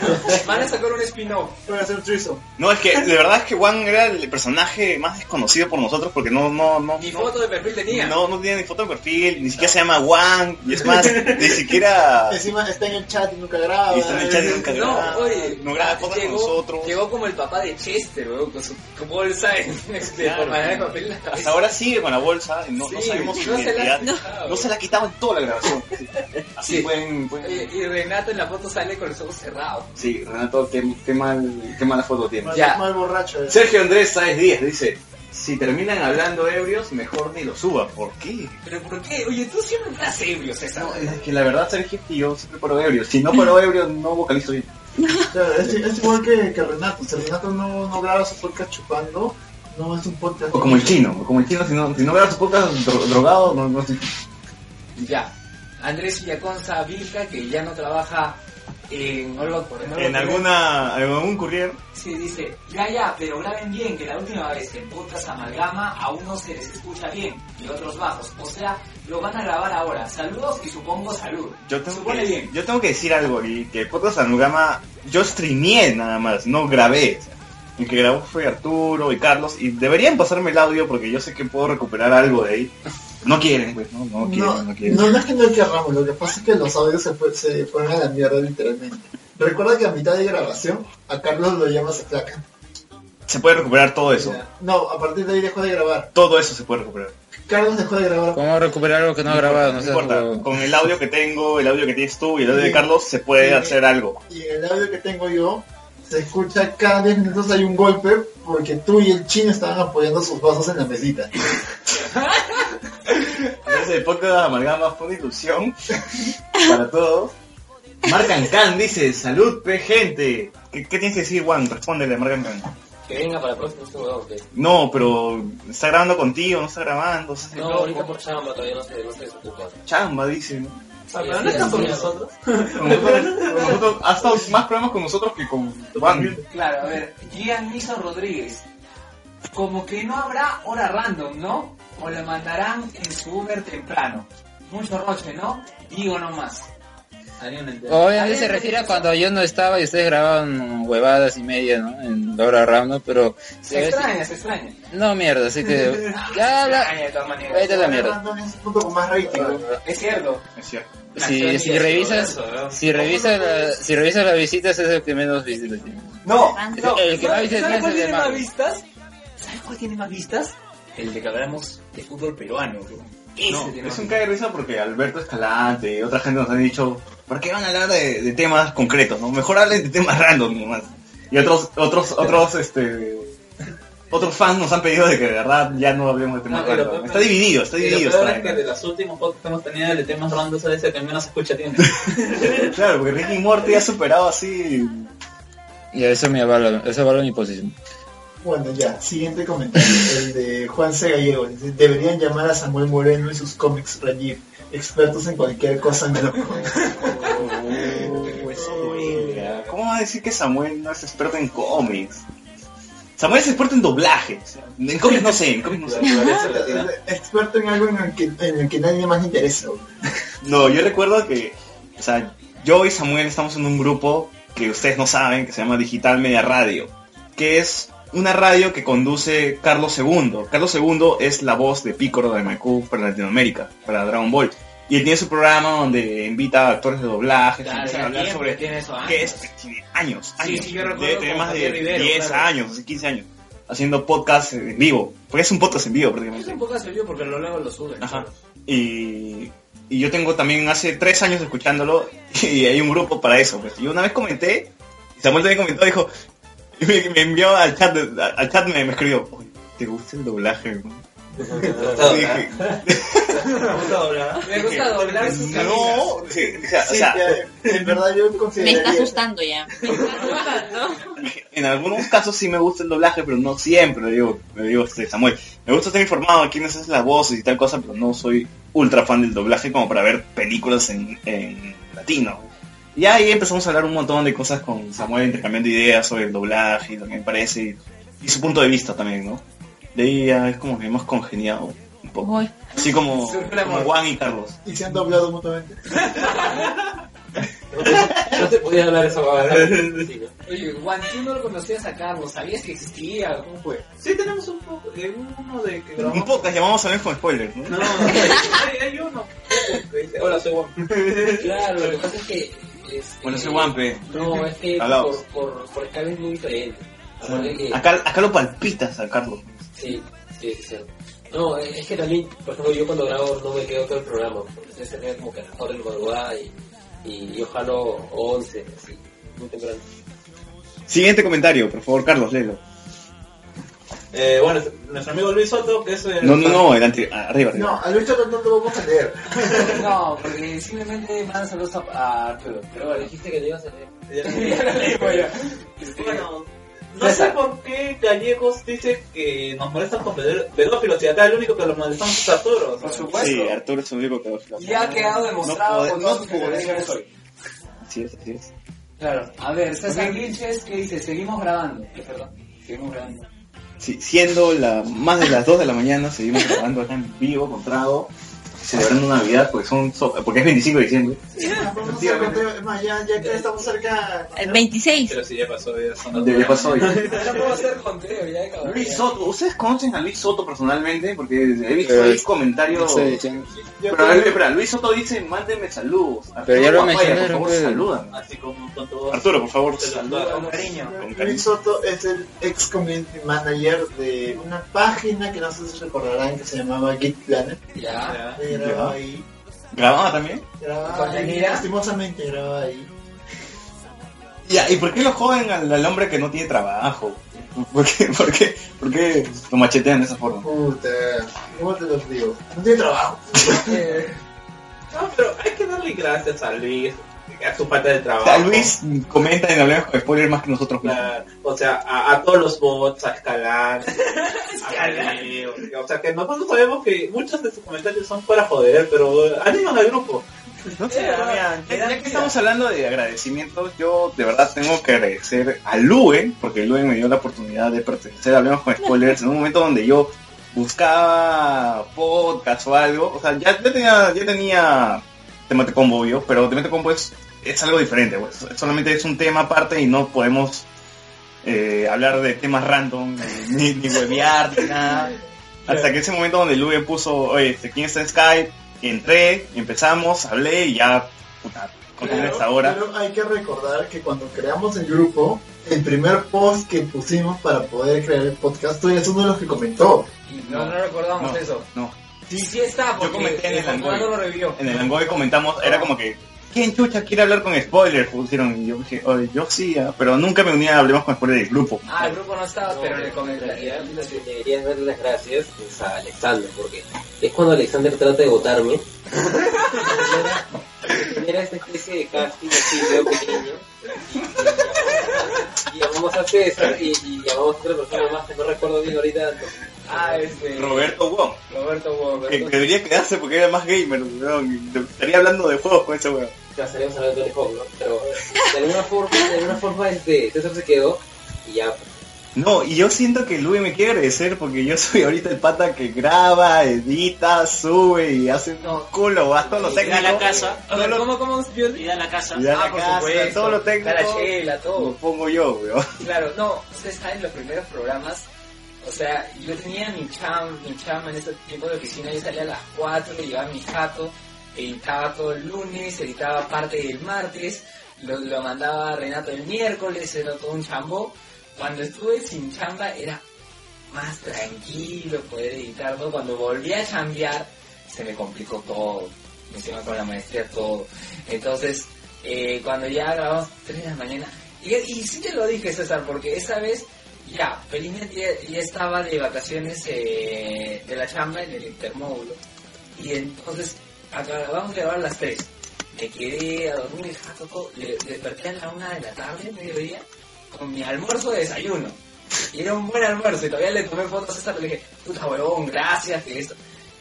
Speaker 6: Van a sacar un spin-off.
Speaker 2: Van a hacer un threesome.
Speaker 1: No, es que de verdad es que Juan era el personaje más desconocido por nosotros porque no, no, no.
Speaker 6: Mi
Speaker 1: no-
Speaker 6: foto de perfil tenía.
Speaker 1: No, no tiene ni foto de perfil, ni siquiera se llama Juan, y es más, ni siquiera
Speaker 2: Encima está en el chat y nunca graba.
Speaker 1: y está en el chat y nunca
Speaker 6: No,
Speaker 1: graba,
Speaker 6: oye,
Speaker 1: no graba fotos con
Speaker 6: llegó-
Speaker 1: nosotros.
Speaker 6: Llegó como el papá de Chester, weón, con su bolsa de, de formadera de papel en la
Speaker 1: Hasta
Speaker 6: cabeza.
Speaker 1: ahora sigue con la bolsa, y no, no
Speaker 6: Sí,
Speaker 1: sabemos su
Speaker 6: no se la-
Speaker 1: identidad.
Speaker 6: no.
Speaker 1: No se la ha quitado en toda la grabación. Así
Speaker 6: Sí. Eh.
Speaker 1: pueden,
Speaker 6: Y,
Speaker 1: pueden-
Speaker 6: y Renato en la foto sale con los ojos cerrados.
Speaker 1: Sí, Renato, qué, qué mal, qué mala foto tiene.
Speaker 2: Mal,
Speaker 6: Ya.
Speaker 2: mal borracho. eh.
Speaker 1: Sergio Andrés Sáez Díaz dice, si terminan hablando ebrios, mejor ni lo suba. ¿Por qué?
Speaker 6: ¿Pero por qué? Oye, tú siempre estás ebrio, César.
Speaker 1: No, eh. es que la verdad, Sergio, es que yo siempre paro ebrio. Si no paro ebrio, no vocalizo bien.
Speaker 2: Claro, es, es igual que, que Renato. Si Renato no, no graba su podcast chupando, no es un podcast.
Speaker 1: O como el chino, o como el chino, si no, si no grabas su podcast dro- drogado, no, no sé.
Speaker 6: Ya. Andrés Villaconza Vilca, que ya no trabaja en... no lo- no lo-
Speaker 1: En alguna, algún courier.
Speaker 6: Sí, dice, ya, ya, pero graben bien, que la última vez que en podcast amalgama a unos se les escucha bien y otros bajos. O sea, lo van a grabar ahora. Saludos y supongo salud.
Speaker 1: Yo tengo,
Speaker 6: Supone
Speaker 1: que,
Speaker 6: bien.
Speaker 1: yo tengo que decir algo, y que Podcast Anugama, yo streameé nada más, no grabé. El que grabó fue Arturo y Carlos, y deberían pasarme el audio porque yo sé que puedo recuperar algo de ahí. No quieren, pues, no, no quieren,
Speaker 2: No,
Speaker 1: no, quieren.
Speaker 2: no, no es que no querramos, lo que pasa es que los audios se, fue- se fueron a la mierda literalmente. Recuerda que a mitad de grabación a Carlos lo llamas a placa.
Speaker 1: Se puede recuperar todo eso.
Speaker 2: No, a partir de ahí dejó de grabar.
Speaker 1: Todo eso se puede recuperar.
Speaker 2: Carlos dejó de grabar.
Speaker 4: ¿Cómo recuperar algo que no ha grabado? No
Speaker 1: No
Speaker 4: sé,
Speaker 1: importa,
Speaker 4: huevón.
Speaker 1: con el audio que tengo, el audio que tienes tú y el audio de
Speaker 2: Sí.
Speaker 1: Carlos se puede
Speaker 2: Sí.
Speaker 1: hacer algo.
Speaker 2: Y en el audio que tengo yo se escucha cada 10 minutos hay un golpe porque tú y el chino estaban apoyando sus vasos en la mesita.
Speaker 1: Entonces el podcast de Amalgamas fue una ilusión para todos. Marcan Can dice, salud, pe gente. ¿Qué, qué tienes que decir, Juan? Respóndele, Marcan Can.
Speaker 9: Que venga para el próximo este huevón, que-
Speaker 1: No, pero está grabando contigo, no está grabando, se hace
Speaker 9: No,
Speaker 1: loco.
Speaker 9: ahorita por chamba todavía no se, no se desocupa.
Speaker 1: Chamba, dice. ¿no?
Speaker 9: pero no están con nosotros.
Speaker 1: Con nosotros- con nosotros- ha estado más problemas con nosotros que con Juan.
Speaker 6: Claro, a ver, Gian Misa Rodríguez. Como que no habrá hora random, ¿no? O la mandarán en su Uber temprano. Mucho roche, ¿no? Digo nomás.
Speaker 4: Obviamente se refiere a cuando yo no estaba y ustedes grababan huevadas y media, ¿no? En la hora random, pero...
Speaker 6: Se extraña, se extraña.
Speaker 4: No, mierda, así que... Ya,
Speaker 6: Se
Speaker 4: la...
Speaker 6: extraña de todas maneras.
Speaker 4: Vete a la mierda.
Speaker 2: Fernando es el punto con más rating.
Speaker 6: Es cierto.
Speaker 1: Es cierto.
Speaker 4: Si, si revisas... Si revisas, la- si revisas las visitas es el que menos visitas tiene.
Speaker 6: No,
Speaker 4: no. El que más
Speaker 6: ¿Sabes
Speaker 4: vistas tiene es
Speaker 6: ¿sabes cuál
Speaker 4: el de
Speaker 6: tiene más
Speaker 4: Marvel.
Speaker 6: vistas? ¿Sabes cuál tiene más vistas? El de que hablamos de fútbol peruano, bro. Ese
Speaker 1: No,
Speaker 6: tiene
Speaker 1: es
Speaker 6: más
Speaker 1: un cae de risa porque Alberto Escalante y otra gente nos han dicho, ¿por qué van a hablar de, de temas concretos? no? Mejor hablen de temas random nomás. Y otros, otros, otros, este... Otros fans nos han pedido de que de verdad ya no hablemos de temas
Speaker 12: No, pero-
Speaker 1: random. Está dividido, está
Speaker 12: Y
Speaker 1: dividido.
Speaker 12: lo peor es
Speaker 1: está-
Speaker 12: que de los últimos podcasts que hemos tenido de temas rondos es el que menos se escucha tiene.
Speaker 1: Claro, porque Ricky Morty ha superado así...
Speaker 4: Y eso me avala, eso avala mi posición.
Speaker 2: Bueno, ya, siguiente comentario, el de Juan C. Gallego. Dice, Deberían llamar a Samuel Moreno y sus cómics Rajiv, expertos en cualquier cosa menos cómics".
Speaker 1: Oh, pues
Speaker 12: Pues
Speaker 1: Mira, ¿Cómo va a decir que Samuel no es experto en cómics? Samuel es experto en doblaje. En cómics no sé, en cómics no sé.
Speaker 2: experto en algo en el que, en el que nadie más le interesa. güey.
Speaker 1: No, yo recuerdo que, o sea, yo y Samuel estamos en un grupo que ustedes no saben, que se llama Digital Media Radio, que es una radio que conduce Carlos II. Carlos II es la voz de Picoro de Maicú para Latinoamérica, para Dragon Ball. Y él tiene su programa donde invita a actores de doblaje,
Speaker 9: Claro,
Speaker 1: empiezan a hablar
Speaker 9: tiempo
Speaker 1: sobre
Speaker 9: que tiene eso
Speaker 1: que
Speaker 9: antes.
Speaker 1: es, tiene años,
Speaker 9: Sí,
Speaker 1: años.
Speaker 9: sí, yo recuerdo
Speaker 1: Debe tener
Speaker 9: con
Speaker 1: más de
Speaker 9: Javier Rivero,
Speaker 1: 10
Speaker 9: claro.
Speaker 1: años, 15 años, haciendo podcast en vivo. Porque es un podcast en vivo prácticamente.
Speaker 9: Es un poco serio porque lo luego lo suben.
Speaker 1: Ajá. Y, y yo tengo también hace tres años escuchándolo y hay un grupo para eso. Pues. Yo una vez comenté, y Samuel también comentó, dijo, y me, me envió al chat, de- al chat me, me escribió, "Oye, ¿te gusta el doblaje? hermano?" Y dije,
Speaker 6: Me gusta doblar sus camisas.
Speaker 1: no, dije, o sea,
Speaker 2: Sí, ya, en verdad yo
Speaker 3: Me
Speaker 2: consideraría...
Speaker 3: está asustando ya. Me está asustando.
Speaker 1: en algunos casos sí me gusta el doblaje, pero no siempre, le digo, le digo este, Samuel. Me gusta estar informado de quiénes hacen las voces y tal cosa, pero no soy ultra fan del doblaje como para ver películas en, en latino. Y ahí empezamos a hablar un montón de cosas con Samuel, intercambiando ideas sobre el doblaje, lo que me parece, y, y su punto de vista también, ¿no? De ahí ya es como que hemos congeniado un poco.
Speaker 3: Uy.
Speaker 1: Así como,
Speaker 6: Surge el amor.
Speaker 1: como Juan y Carlos.
Speaker 2: Y se han doblado mutuamente.
Speaker 18: No te podía hablar esa palabra.
Speaker 6: Oye, Juan, tú no lo conocías a Carlos, sabías que existía, ¿cómo fue?
Speaker 12: Sí, tenemos un poco, de uno de que
Speaker 1: Un
Speaker 12: grabamos.
Speaker 1: podcast llamamos a ver con spoilers, ¿no?
Speaker 12: No, hay, hay uno que dice, hola, soy Juan.
Speaker 9: Claro, lo que pasa es que. este,
Speaker 1: Bueno, soy Juanpe.
Speaker 9: No, es que
Speaker 1: Hablamos.
Speaker 9: por, por, por Skype es muy diferente. Aparte que-
Speaker 1: Acá, acá lo palpitas a Carlos.
Speaker 9: Sí, sí, sí. No, es que también, por ejemplo, yo cuando grabo no me quedo todo el programa, porque ustedes se quedan como que a las 4 de la madrugada y, y yo jalo 11, así, muy temprano.
Speaker 1: Siguiente comentario, por favor, Carlos, léelo.
Speaker 12: Eh, bueno, nuestro amigo Luis Soto, que es el...
Speaker 1: No, no, no, el anterior. Arriba, arriba.
Speaker 2: No, a Lucho no no lo vamos a leer.
Speaker 6: No, porque simplemente mandan saludos a, a Arturo. Pero
Speaker 9: Pero
Speaker 6: bueno,
Speaker 9: dijiste que te ibas a leer.
Speaker 6: ya lo leímos ya. Este,
Speaker 12: Bueno, Eh, no sé por qué Gallegos dice que nos molestan con pedó- pedófilos y acá el único que lo molestamos es Arturo. o sea,
Speaker 6: Por supuesto.
Speaker 1: Sí, Arturo es un único que
Speaker 6: Ya ha quedado demostrado
Speaker 1: No
Speaker 6: con
Speaker 1: pode-
Speaker 6: todos
Speaker 1: no
Speaker 6: sus publicaciones hoy.
Speaker 1: Así es, así es.
Speaker 6: Claro. A ver, César Vilches, ¿qué dice? Seguimos grabando. Eh, Perdón, seguimos grabando.
Speaker 1: Sí, siendo la, más de las 2 de la mañana, seguimos grabando acá en vivo con Trago. celebrando Navidad, porque, son, so- porque es 25 de diciembre.
Speaker 2: Vamos a encontrar- es más, ya, ya que estamos cerca.
Speaker 3: El 26.
Speaker 16: Pero si ya pasó, ya son
Speaker 1: Ya pasó ya.
Speaker 6: Ya puedo hacer conteo, ya he acabado.
Speaker 1: Luis Soto, ¿ustedes conocen a Luis Soto personalmente? Porque he visto
Speaker 4: Eh,
Speaker 1: ahí comentarios.
Speaker 2: Yo
Speaker 1: Pero,
Speaker 2: creo-
Speaker 1: espera, Luis Soto dice, mándenme saludos. Arturo
Speaker 4: Pero ya lo
Speaker 1: Papaya, por
Speaker 4: mencionaron,
Speaker 1: favor,
Speaker 4: pues.
Speaker 1: salúdame.
Speaker 16: Así como con todos.
Speaker 1: Arturo, por favor,
Speaker 16: Saluda con cariño.
Speaker 1: con
Speaker 2: Luis
Speaker 1: cariño.
Speaker 2: Soto es el ex community manager de una página que no sé si recordarán que se llamaba Git Planet.
Speaker 6: Ya.
Speaker 12: Ah,
Speaker 2: Graba ahí.
Speaker 1: ¿Grababa también?
Speaker 2: Graba
Speaker 6: ¿Con
Speaker 2: ahí.
Speaker 6: Yanira?
Speaker 2: Lastimosamente graba ahí.
Speaker 1: Ya, ¿y por qué lo joden al, al hombre que no tiene trabajo? ¿Por qué, por qué, por qué lo machetean de esa forma?
Speaker 2: Puta, ¿cómo te los digo? No tiene trabajo.
Speaker 16: No, pero hay que darle gracias a Luis, a su parte de
Speaker 1: O
Speaker 16: trabajo.
Speaker 1: sea, Luis comenta en Hablemos con Spoiler más que nosotros.
Speaker 16: La- o sea, a, a todos los bots, a escalar, a Leo, o sea que nosotros sabemos que muchos de sus comentarios son para joder, pero eh, animan al grupo.
Speaker 1: No sé, mira, ya, ya que estamos hablando de agradecimientos, yo de verdad tengo que agradecer a Luen, porque Luen me dio la oportunidad de pertenecer a Hablemos con Spoilers en un momento donde yo buscaba podcast o algo. O sea, ya, ya tenía, ya tenía Temate Combo yo, pero Temate Combo es, es algo diferente, pues. solamente es un tema aparte y no podemos eh, hablar de temas random, eh, ni, ni huevear, ni nada. Hasta que ese momento donde Luen puso, oye, este, ¿quién está en Skype? entré, empezamos, hablé y ya, puta, continué
Speaker 2: Claro,
Speaker 1: hasta ahora.
Speaker 2: Pero hay que recordar que cuando creamos el grupo, el primer post que pusimos para poder crear el podcast, tú eres uno de los que comentó.
Speaker 6: Y no, no recordamos
Speaker 1: No,
Speaker 6: eso.
Speaker 1: no.
Speaker 6: Sí, sí está, porque
Speaker 1: comenté en el
Speaker 6: Fernando
Speaker 1: Angoy.
Speaker 6: lo revivió.
Speaker 1: En el Angoy comentamos, era como que, ¿quién chucha quiere hablar con spoilers? Pusieron, y yo dije, "Oye, yo sí, ah", pero nunca me unía a Hablemos con spoilers del grupo.
Speaker 6: Ah, el grupo no estaba, pero en el comentario.
Speaker 9: Entonces, Deberías dar las gracias pues, a Alexander, porque es cuando Alexander trata de votarme. Era esta especie de casting así, medio pequeño. Y llamamos a César y, y llamamos a otra persona más que no recuerdo bien ahorita.
Speaker 6: Ah, este.
Speaker 1: Roberto Wong,
Speaker 6: Roberto Wong.
Speaker 1: que
Speaker 6: Roberto-
Speaker 1: debería quedarse porque era más gamer, weón, y estaría hablando de juegos con ese weón.
Speaker 9: Ya estaríamos hablando de Hong, ¿no? Pero de alguna forma, de alguna forma este, César se quedó y ya.
Speaker 1: No, y yo siento que Luis me quiere agradecer porque yo soy ahorita el pata que graba, edita, sube y hace un culo, basta lo
Speaker 7: Y da la
Speaker 1: técnico.
Speaker 7: casa.
Speaker 6: A ver, ¿cómo, cómo? Yo-
Speaker 7: Y da la casa.
Speaker 1: Y da la
Speaker 6: Ah, por
Speaker 1: casa,
Speaker 6: supuesto.
Speaker 1: todo lo técnico.
Speaker 6: Para chela,
Speaker 1: Lo
Speaker 6: todo.
Speaker 1: pongo yo, weón.
Speaker 6: Claro, no, ustedes saben los primeros programas. O sea, yo tenía mi cham, mi chama en ese tiempo de oficina, yo salía a las 4, llevaba mi jato, editaba todo el lunes, editaba parte del martes, lo, lo mandaba a Renato el miércoles, era todo un chambo. Cuando estuve sin chamba era más tranquilo poder editar, ¿no? Cuando volví a chambear, se me complicó todo, encima con la maestría todo. Entonces, eh, cuando ya grabamos 3 de la mañana, y, y sí te lo dije, César, porque esa vez, ya, felizmente ya, ya estaba de vacaciones eh, de la chamba en el intermódulo. Y entonces, acabamos de grabar a las 3. Me quedé a dormir el jato, todo, le, desperté a la 1 de la tarde, mediodía, con mi almuerzo de desayuno. Y era un buen almuerzo, y todavía le tomé fotos a César, le dije, puta huevón, gracias, que esto.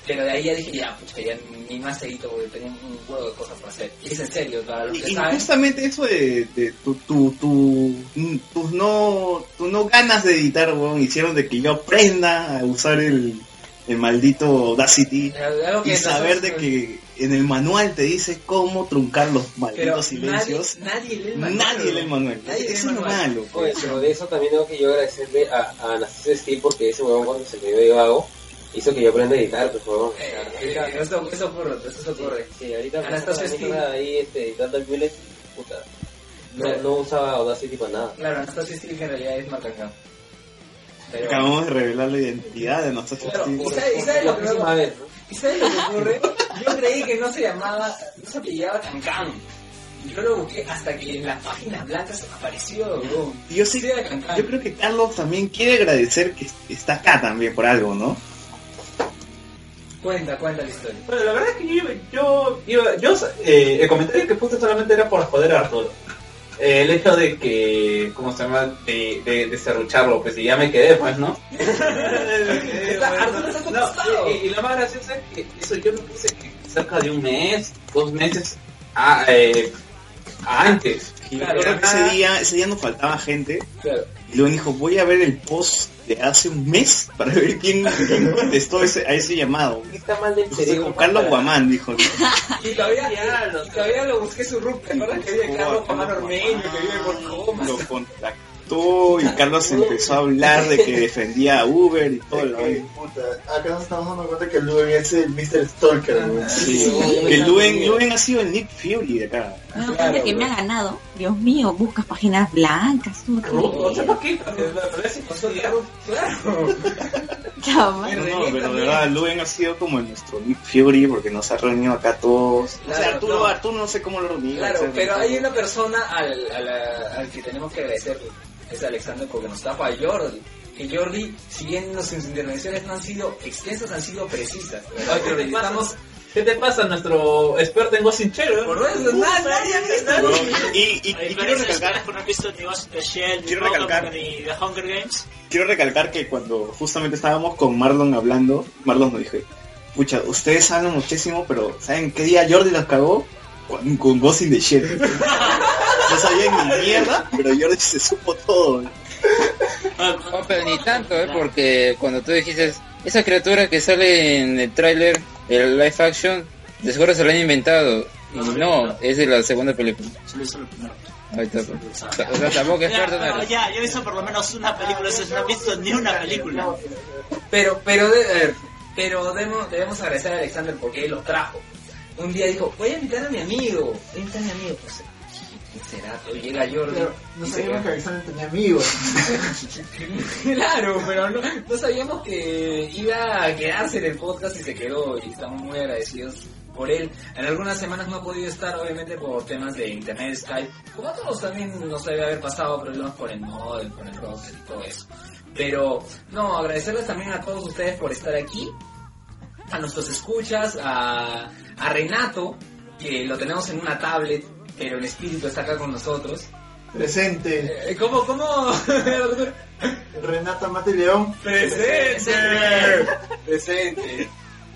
Speaker 6: Pero de ahí ya dije, ya, pucha, ya ni más edito, porque tenía un huevo de cosas para hacer. Y es en serio, para los que
Speaker 1: Y, y
Speaker 6: saben.
Speaker 1: justamente eso de, de tu, tu, tu, mm, tus no, tus no ganas de editar, weón, hicieron de que yo aprenda a usar el, el maldito Audacity
Speaker 6: algo que
Speaker 1: y saber de
Speaker 6: nosotros-
Speaker 1: que en el manual te dice cómo truncar los
Speaker 6: Pero
Speaker 1: malditos silencios.
Speaker 6: Nadie, nadie lee el
Speaker 1: Nadie,
Speaker 6: manual.
Speaker 1: lee el manual.
Speaker 6: Nadie lee el
Speaker 1: Eso es lo
Speaker 6: manual.
Speaker 1: malo.
Speaker 9: Oye, Pues, pero de eso también tengo que yo agradecerle a, a Anastasio Steel porque ese huevón cuando se quedó de vago hizo que yo aprenda a editar, pues huevón.
Speaker 6: Eh, eh, eso, eso ocurre, eso ocurre.
Speaker 9: Sí, ahorita
Speaker 6: Anastasio
Speaker 9: Anastasio
Speaker 6: Steele.
Speaker 9: ahí este, editando el Miles, puta. No,
Speaker 6: Claro.
Speaker 9: no usaba Audacity para nada.
Speaker 6: Claro, Anastasio Steel en realidad es Macacán. Pero,
Speaker 1: Acabamos de revelar la identidad de Anastasia
Speaker 6: Claro,
Speaker 1: Steele.
Speaker 6: ¿y sabe- y sabe lo
Speaker 9: Por
Speaker 6: que
Speaker 9: la próxima
Speaker 6: luego-
Speaker 9: vez, ¿no?
Speaker 6: ¿Y sabes lo que ocurre? Yo creí que no se llamaba, no se apellidaba Cancán. Yo lo busqué hasta que en las páginas blancas apareció. bro.
Speaker 1: Y Yo, sí,
Speaker 6: Sí, era Cancán.
Speaker 1: yo creo que Carlos también quiere agradecer que está acá también por algo, ¿no?
Speaker 6: Cuenta, cuenta la historia.
Speaker 16: Pero la verdad es que yo, yo, yo, yo, eh, el comentario que puse solamente era por joder a Arturo. Eh, el hecho de que, ¿cómo se llama? De, de, de serrucharlo, pues y ya me quedé, pues, ¿no?
Speaker 6: Está- Arturo está
Speaker 16: No,
Speaker 6: contestado.
Speaker 16: y, y lo más gracioso es que eso yo lo puse cerca de un mes, dos meses a- eh, ah, antes.
Speaker 1: Y yo creo que ese día, ese día nos faltaba gente. Y luego dijo, voy a ver el post de hace un mes para ver quién, quién contestó ese- a ese llamado.
Speaker 9: Está mal del
Speaker 1: Dijo,
Speaker 9: cerebro.
Speaker 1: Carlos Guamán dijo.
Speaker 6: Y todavía, y todavía lo busqué su root, ¿te acuerdas que vive Carlos Juan Ormeño, que vive por Comas?
Speaker 1: Lo contactó y Carlos empezó a hablar de que defendía a Uber y todo. lo
Speaker 2: Ay, puta, Acá nos estamos dando cuenta que Luen es el Mr. Stalker, weón.
Speaker 1: Sí. Que Luen, Luen ha sido el Nick Fury de acá.
Speaker 3: No, gente que me ha ganado. Dios mío, buscas páginas blancas. tú,
Speaker 12: No sé
Speaker 3: tú.
Speaker 12: por qué, pero la verdad sí pasó de algo. Claro.
Speaker 6: Ah,
Speaker 3: Chama.
Speaker 1: No, no, pero de verdad, Luen ha sido como nuestro Nick Fury porque nos ha reunido acá todos. o sea,
Speaker 6: Claro,
Speaker 1: Arturo,
Speaker 6: no.
Speaker 1: Arturo no sé cómo lo reunió. o
Speaker 6: Claro,
Speaker 1: sea,
Speaker 6: pero
Speaker 1: no-
Speaker 6: hay una persona al, a la- al que tenemos que agradecerle, es Alexander, porque nos trajo a Jordi. Que Jordi, si bien nos- sus intervenciones no han sido extensas, han sido precisas.
Speaker 12: Ay, pero ¿qué pasa?
Speaker 6: Estamos
Speaker 12: ¿Qué te pasa, nuestro experto en Gossip
Speaker 6: por
Speaker 12: Channel?
Speaker 6: eso, nada, nadie ha visto.
Speaker 1: Y, y- y
Speaker 7: Hay
Speaker 1: quiero
Speaker 7: varias personas
Speaker 1: recalcar
Speaker 7: que no han visto ni Ghost in the Shell, ni
Speaker 1: Quiero
Speaker 7: Bob
Speaker 1: recalcar-
Speaker 7: Hope, ni The Hunger Games.
Speaker 1: quiero recalcar que cuando justamente estábamos con Marlon hablando, Marlon nos dijo, pucha, ustedes hablan muchísimo, pero ¿saben qué día Jordi nos cagó? Con, con Ghost in the Shell. No sabían ni mierda, pero Jordi se supo todo.
Speaker 7: Ah,
Speaker 4: Oh, pero ni tanto, ¿eh? porque cuando tú dijiste esa criatura que sale en el tráiler, el live action, de seguro se lo han inventado. Y no, es de la segunda película.
Speaker 7: Se lo hizo el primero.
Speaker 4: Ahí está. O sea, tampoco es
Speaker 7: Ya,
Speaker 4: perdonar.
Speaker 7: ya, yo he visto por lo menos una película, ustedes no han visto ni una película.
Speaker 6: Pero, pero, de- a ver, pero debemos, debemos agradecer a Alexander porque él lo trajo. Un día dijo, voy a invitar a mi amigo, voy a invitar a mi amigo. Pues, ¿quién será? Pero llega Jordi.
Speaker 2: Pero no
Speaker 6: y se
Speaker 2: sabíamos que
Speaker 6: queda.
Speaker 2: Alexander tenía amigos.
Speaker 6: Claro, pero no, no sabíamos que iba a quedarse en el podcast y se quedó y estamos muy agradecidos por él. En algunas semanas no ha podido estar, obviamente, por temas de internet, Skype, como a todos también nos debe haber pasado problemas con el modem, con el router y todo eso. Pero, no, agradecerles también a todos ustedes por estar aquí, a nuestros escuchas, a, a Renato, que lo tenemos en una tablet, pero el espíritu está acá con nosotros.
Speaker 2: Presente.
Speaker 6: Eh, ¿Cómo, cómo?
Speaker 2: Renata Mate León.
Speaker 6: ¡Presente! ¡Presente!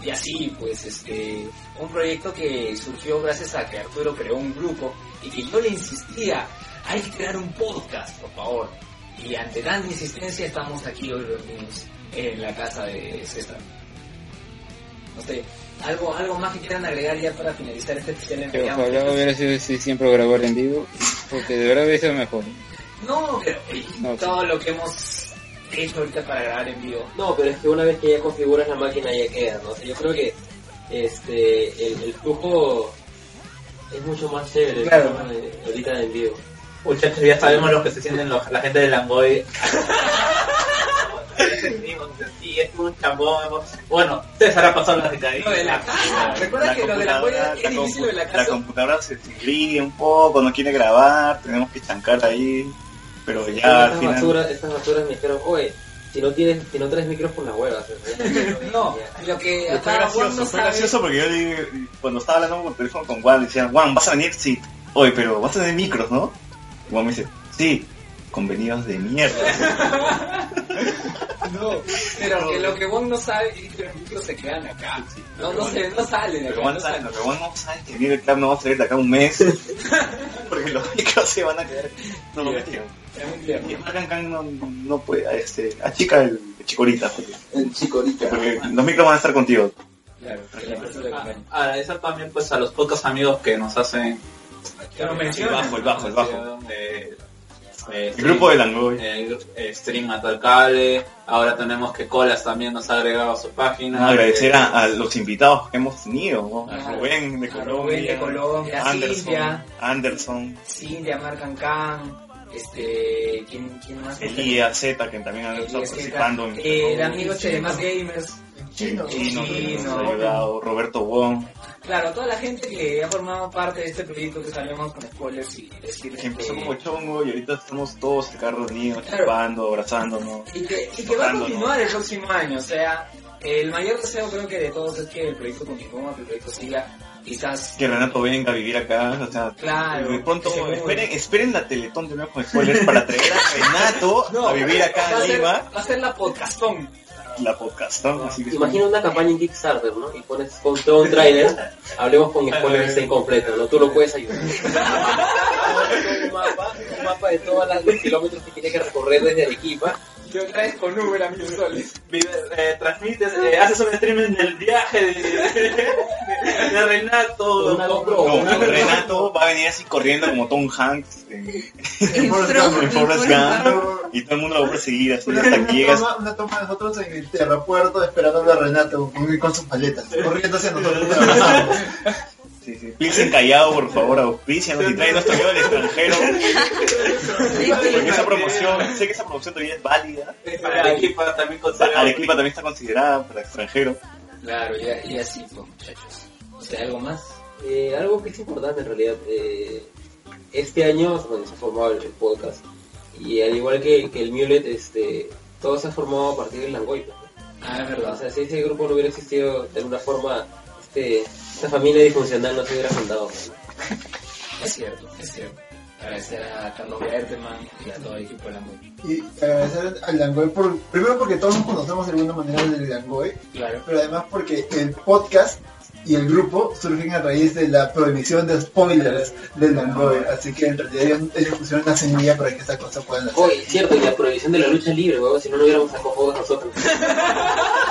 Speaker 6: Y así, pues, este, un proyecto que surgió gracias a que Arturo creó un grupo y que yo le insistía, hay que crear un podcast, por favor. Y ante tanta insistencia estamos aquí hoy reunidos en la casa de César. No sé, algo, algo más que quieran agregar ya para finalizar este especial en
Speaker 4: Que
Speaker 6: Miami?
Speaker 4: ojalá hubiera sido así siempre grabar en vivo, porque de verdad hubiera sido mejor.
Speaker 6: No, pero oye,
Speaker 4: No.
Speaker 6: todo lo que hemos hecho ahorita para grabar en vivo
Speaker 9: No, pero es que una vez que ya configuras la máquina ya queda, ¿no? O sea, yo creo que este el, el flujo es mucho más chévere
Speaker 12: Claro.
Speaker 9: ¿no? Eh, ahorita en vivo.
Speaker 12: Muchachos, Pues ya sabemos lo que se sienten los- la gente de Langoy. Sí, es un chambón. Bueno, César ha pasado la
Speaker 6: Lo de la casa, recuerda que lo de la huella es difícil lo de la
Speaker 1: La
Speaker 6: casa.
Speaker 1: computadora se ríe un poco, no quiere grabar, tenemos que estancar ahí. Pero ya al
Speaker 9: estas,
Speaker 1: final...
Speaker 9: basuras, estas basuras me dijeron, oye, si no tienes, si no traes micros por eh". la hueva.
Speaker 6: No, lo que
Speaker 1: Fue
Speaker 6: acá Juan no
Speaker 1: gracioso, fue
Speaker 6: sabe.
Speaker 1: gracioso porque yo le dije, cuando estaba hablando por teléfono con Juan, le decía, Juan, vas a venir, sí, hoy, pero vas a tener micros, ¿no? Y Juan me dice, sí, convenidos de mierda.
Speaker 6: No, pero que lo que Juan no sabe es que los micros se quedan acá. No, no se, no salen
Speaker 1: Pero
Speaker 6: acá.
Speaker 1: Juan
Speaker 6: no
Speaker 1: sabe,
Speaker 6: salen.
Speaker 1: lo que Juan no sabe es que mira, el club no va a salir de acá un mes, porque los micros se van a quedar. No lo metieron.
Speaker 6: Es muy
Speaker 1: Y
Speaker 6: tierno.
Speaker 1: el Can Can no, no puede, este, achica el chicorita, porque,
Speaker 12: El chico
Speaker 1: porque los micros van a estar contigo.
Speaker 6: Claro, que la persona que acompaña.
Speaker 12: Agradecer también pues a los podcast amigos que nos hacen
Speaker 6: Que no
Speaker 1: El
Speaker 6: menciona.
Speaker 1: bajo, el bajo, el bajo.
Speaker 12: Eh,
Speaker 1: El grupo de Langoy.
Speaker 12: el eh, stream Atacable, ahora tenemos que Colas también nos ha agregado a su página.
Speaker 1: Agradecer a, a los invitados que hemos tenido, ¿no? a
Speaker 6: Claro.
Speaker 1: Rubén de
Speaker 6: A Rubén
Speaker 1: Colombia,
Speaker 6: de Colombia,
Speaker 1: Anderson,
Speaker 6: Silvia.
Speaker 1: Anderson,
Speaker 6: Cintia, Marcan Can, este, ¿quién, quién más?
Speaker 1: Elías Z, que también han estado
Speaker 6: Elías,
Speaker 1: participando en
Speaker 6: eh, el amigo Che de Más Gamers.
Speaker 2: Chino.
Speaker 1: Chino, que nos ha
Speaker 6: Chino.
Speaker 1: ayudado, Roberto Wong,
Speaker 6: Claro, toda la gente que ha formado parte de este proyecto que salimos con spoilers y decirles
Speaker 1: que empezó
Speaker 6: que-
Speaker 1: como chongo y ahorita estamos todos acá reunidos,
Speaker 6: Claro.
Speaker 1: chupando, abrazándonos.
Speaker 6: Y que, y que va a
Speaker 1: Tocando,
Speaker 6: continuar el próximo año, o sea, el mayor deseo creo que de todos es que el proyecto continúe, que el proyecto siga, quizás,
Speaker 1: Que Renato venga a vivir acá, o sea,
Speaker 6: claro.
Speaker 1: de
Speaker 6: que se
Speaker 1: pronto
Speaker 6: mueva.
Speaker 1: esperen, esperen la Teletón de nuevo con spoilers para traer a Renato
Speaker 6: No,
Speaker 1: a vivir acá
Speaker 6: va a
Speaker 1: en
Speaker 6: ser-
Speaker 1: Lima.
Speaker 6: Va a ser la podcastón.
Speaker 1: la podcastamos. así que
Speaker 9: Imagina una campaña en Kickstarter, ¿no? Y pones con todo un trailer, hablemos con spoilers está incompleto, ¿no? Tú lo puedes ayudar. un mapa, un mapa de todos los kilómetros que tiene que recorrer desde Arequipa.
Speaker 12: Yo traes con Uber a mil soles.
Speaker 19: Vive- eh, transmites, eh, haces un streaming del viaje de, de- de Renato.
Speaker 9: Una
Speaker 19: con-
Speaker 9: GoPro.
Speaker 19: con-
Speaker 1: No, Renato va a venir así corriendo como Tom Hanks en, en
Speaker 3: Forrest Gump,
Speaker 1: en Forrest Gump
Speaker 2: Gump.
Speaker 1: y todo el mundo lo va a perseguir así
Speaker 2: Una,
Speaker 1: hasta
Speaker 2: una
Speaker 1: que llegas.
Speaker 2: toma, una toma de nosotros en el aeropuerto esperando a Renato con, con sus paletas, corriendo hacia nosotros. pero avanzamos.
Speaker 1: Sí, sí. Pilsen callado, por favor, auspícianos y trae nuestro video del extranjero. Porque esa promoción, sé que esa promoción todavía es válida.
Speaker 19: Para Arequipa también
Speaker 1: O
Speaker 19: considera-
Speaker 1: sea, Arequipa también está considerada para extranjero.
Speaker 6: Claro, y, y así, pues, muchachos. O sea, algo más.
Speaker 9: Eh, algo que es importante en realidad, eh, este año bueno, se ha formado el, el podcast y al igual que, que el Mulet, este, todo se ha formado a partir del Langoy. pues, ¿no?
Speaker 6: Ah, es
Speaker 9: O
Speaker 6: verdad.
Speaker 9: sea, si ese grupo no hubiera existido de alguna forma, este, esta familia disfuncional no se hubiera fundado. pues, ¿no?
Speaker 6: Es cierto, es cierto. Agradecer a Carlos Berteman y a todo el equipo de la muy
Speaker 2: Y agradecer al Langoy, por, primero porque todos nos conocemos de alguna manera del Langoy,
Speaker 6: Claro.
Speaker 2: pero además porque el podcast y el grupo surgen a raíz de la prohibición de spoilers del Langoy,
Speaker 1: Ah.
Speaker 2: así que en realidad ellos, ellos pusieron una semilla para que esta cosa pueda nacer.
Speaker 9: Oye, es cierto, y la prohibición de la lucha libre, huevón, si no, no hubiéramos sacado juegos nosotros.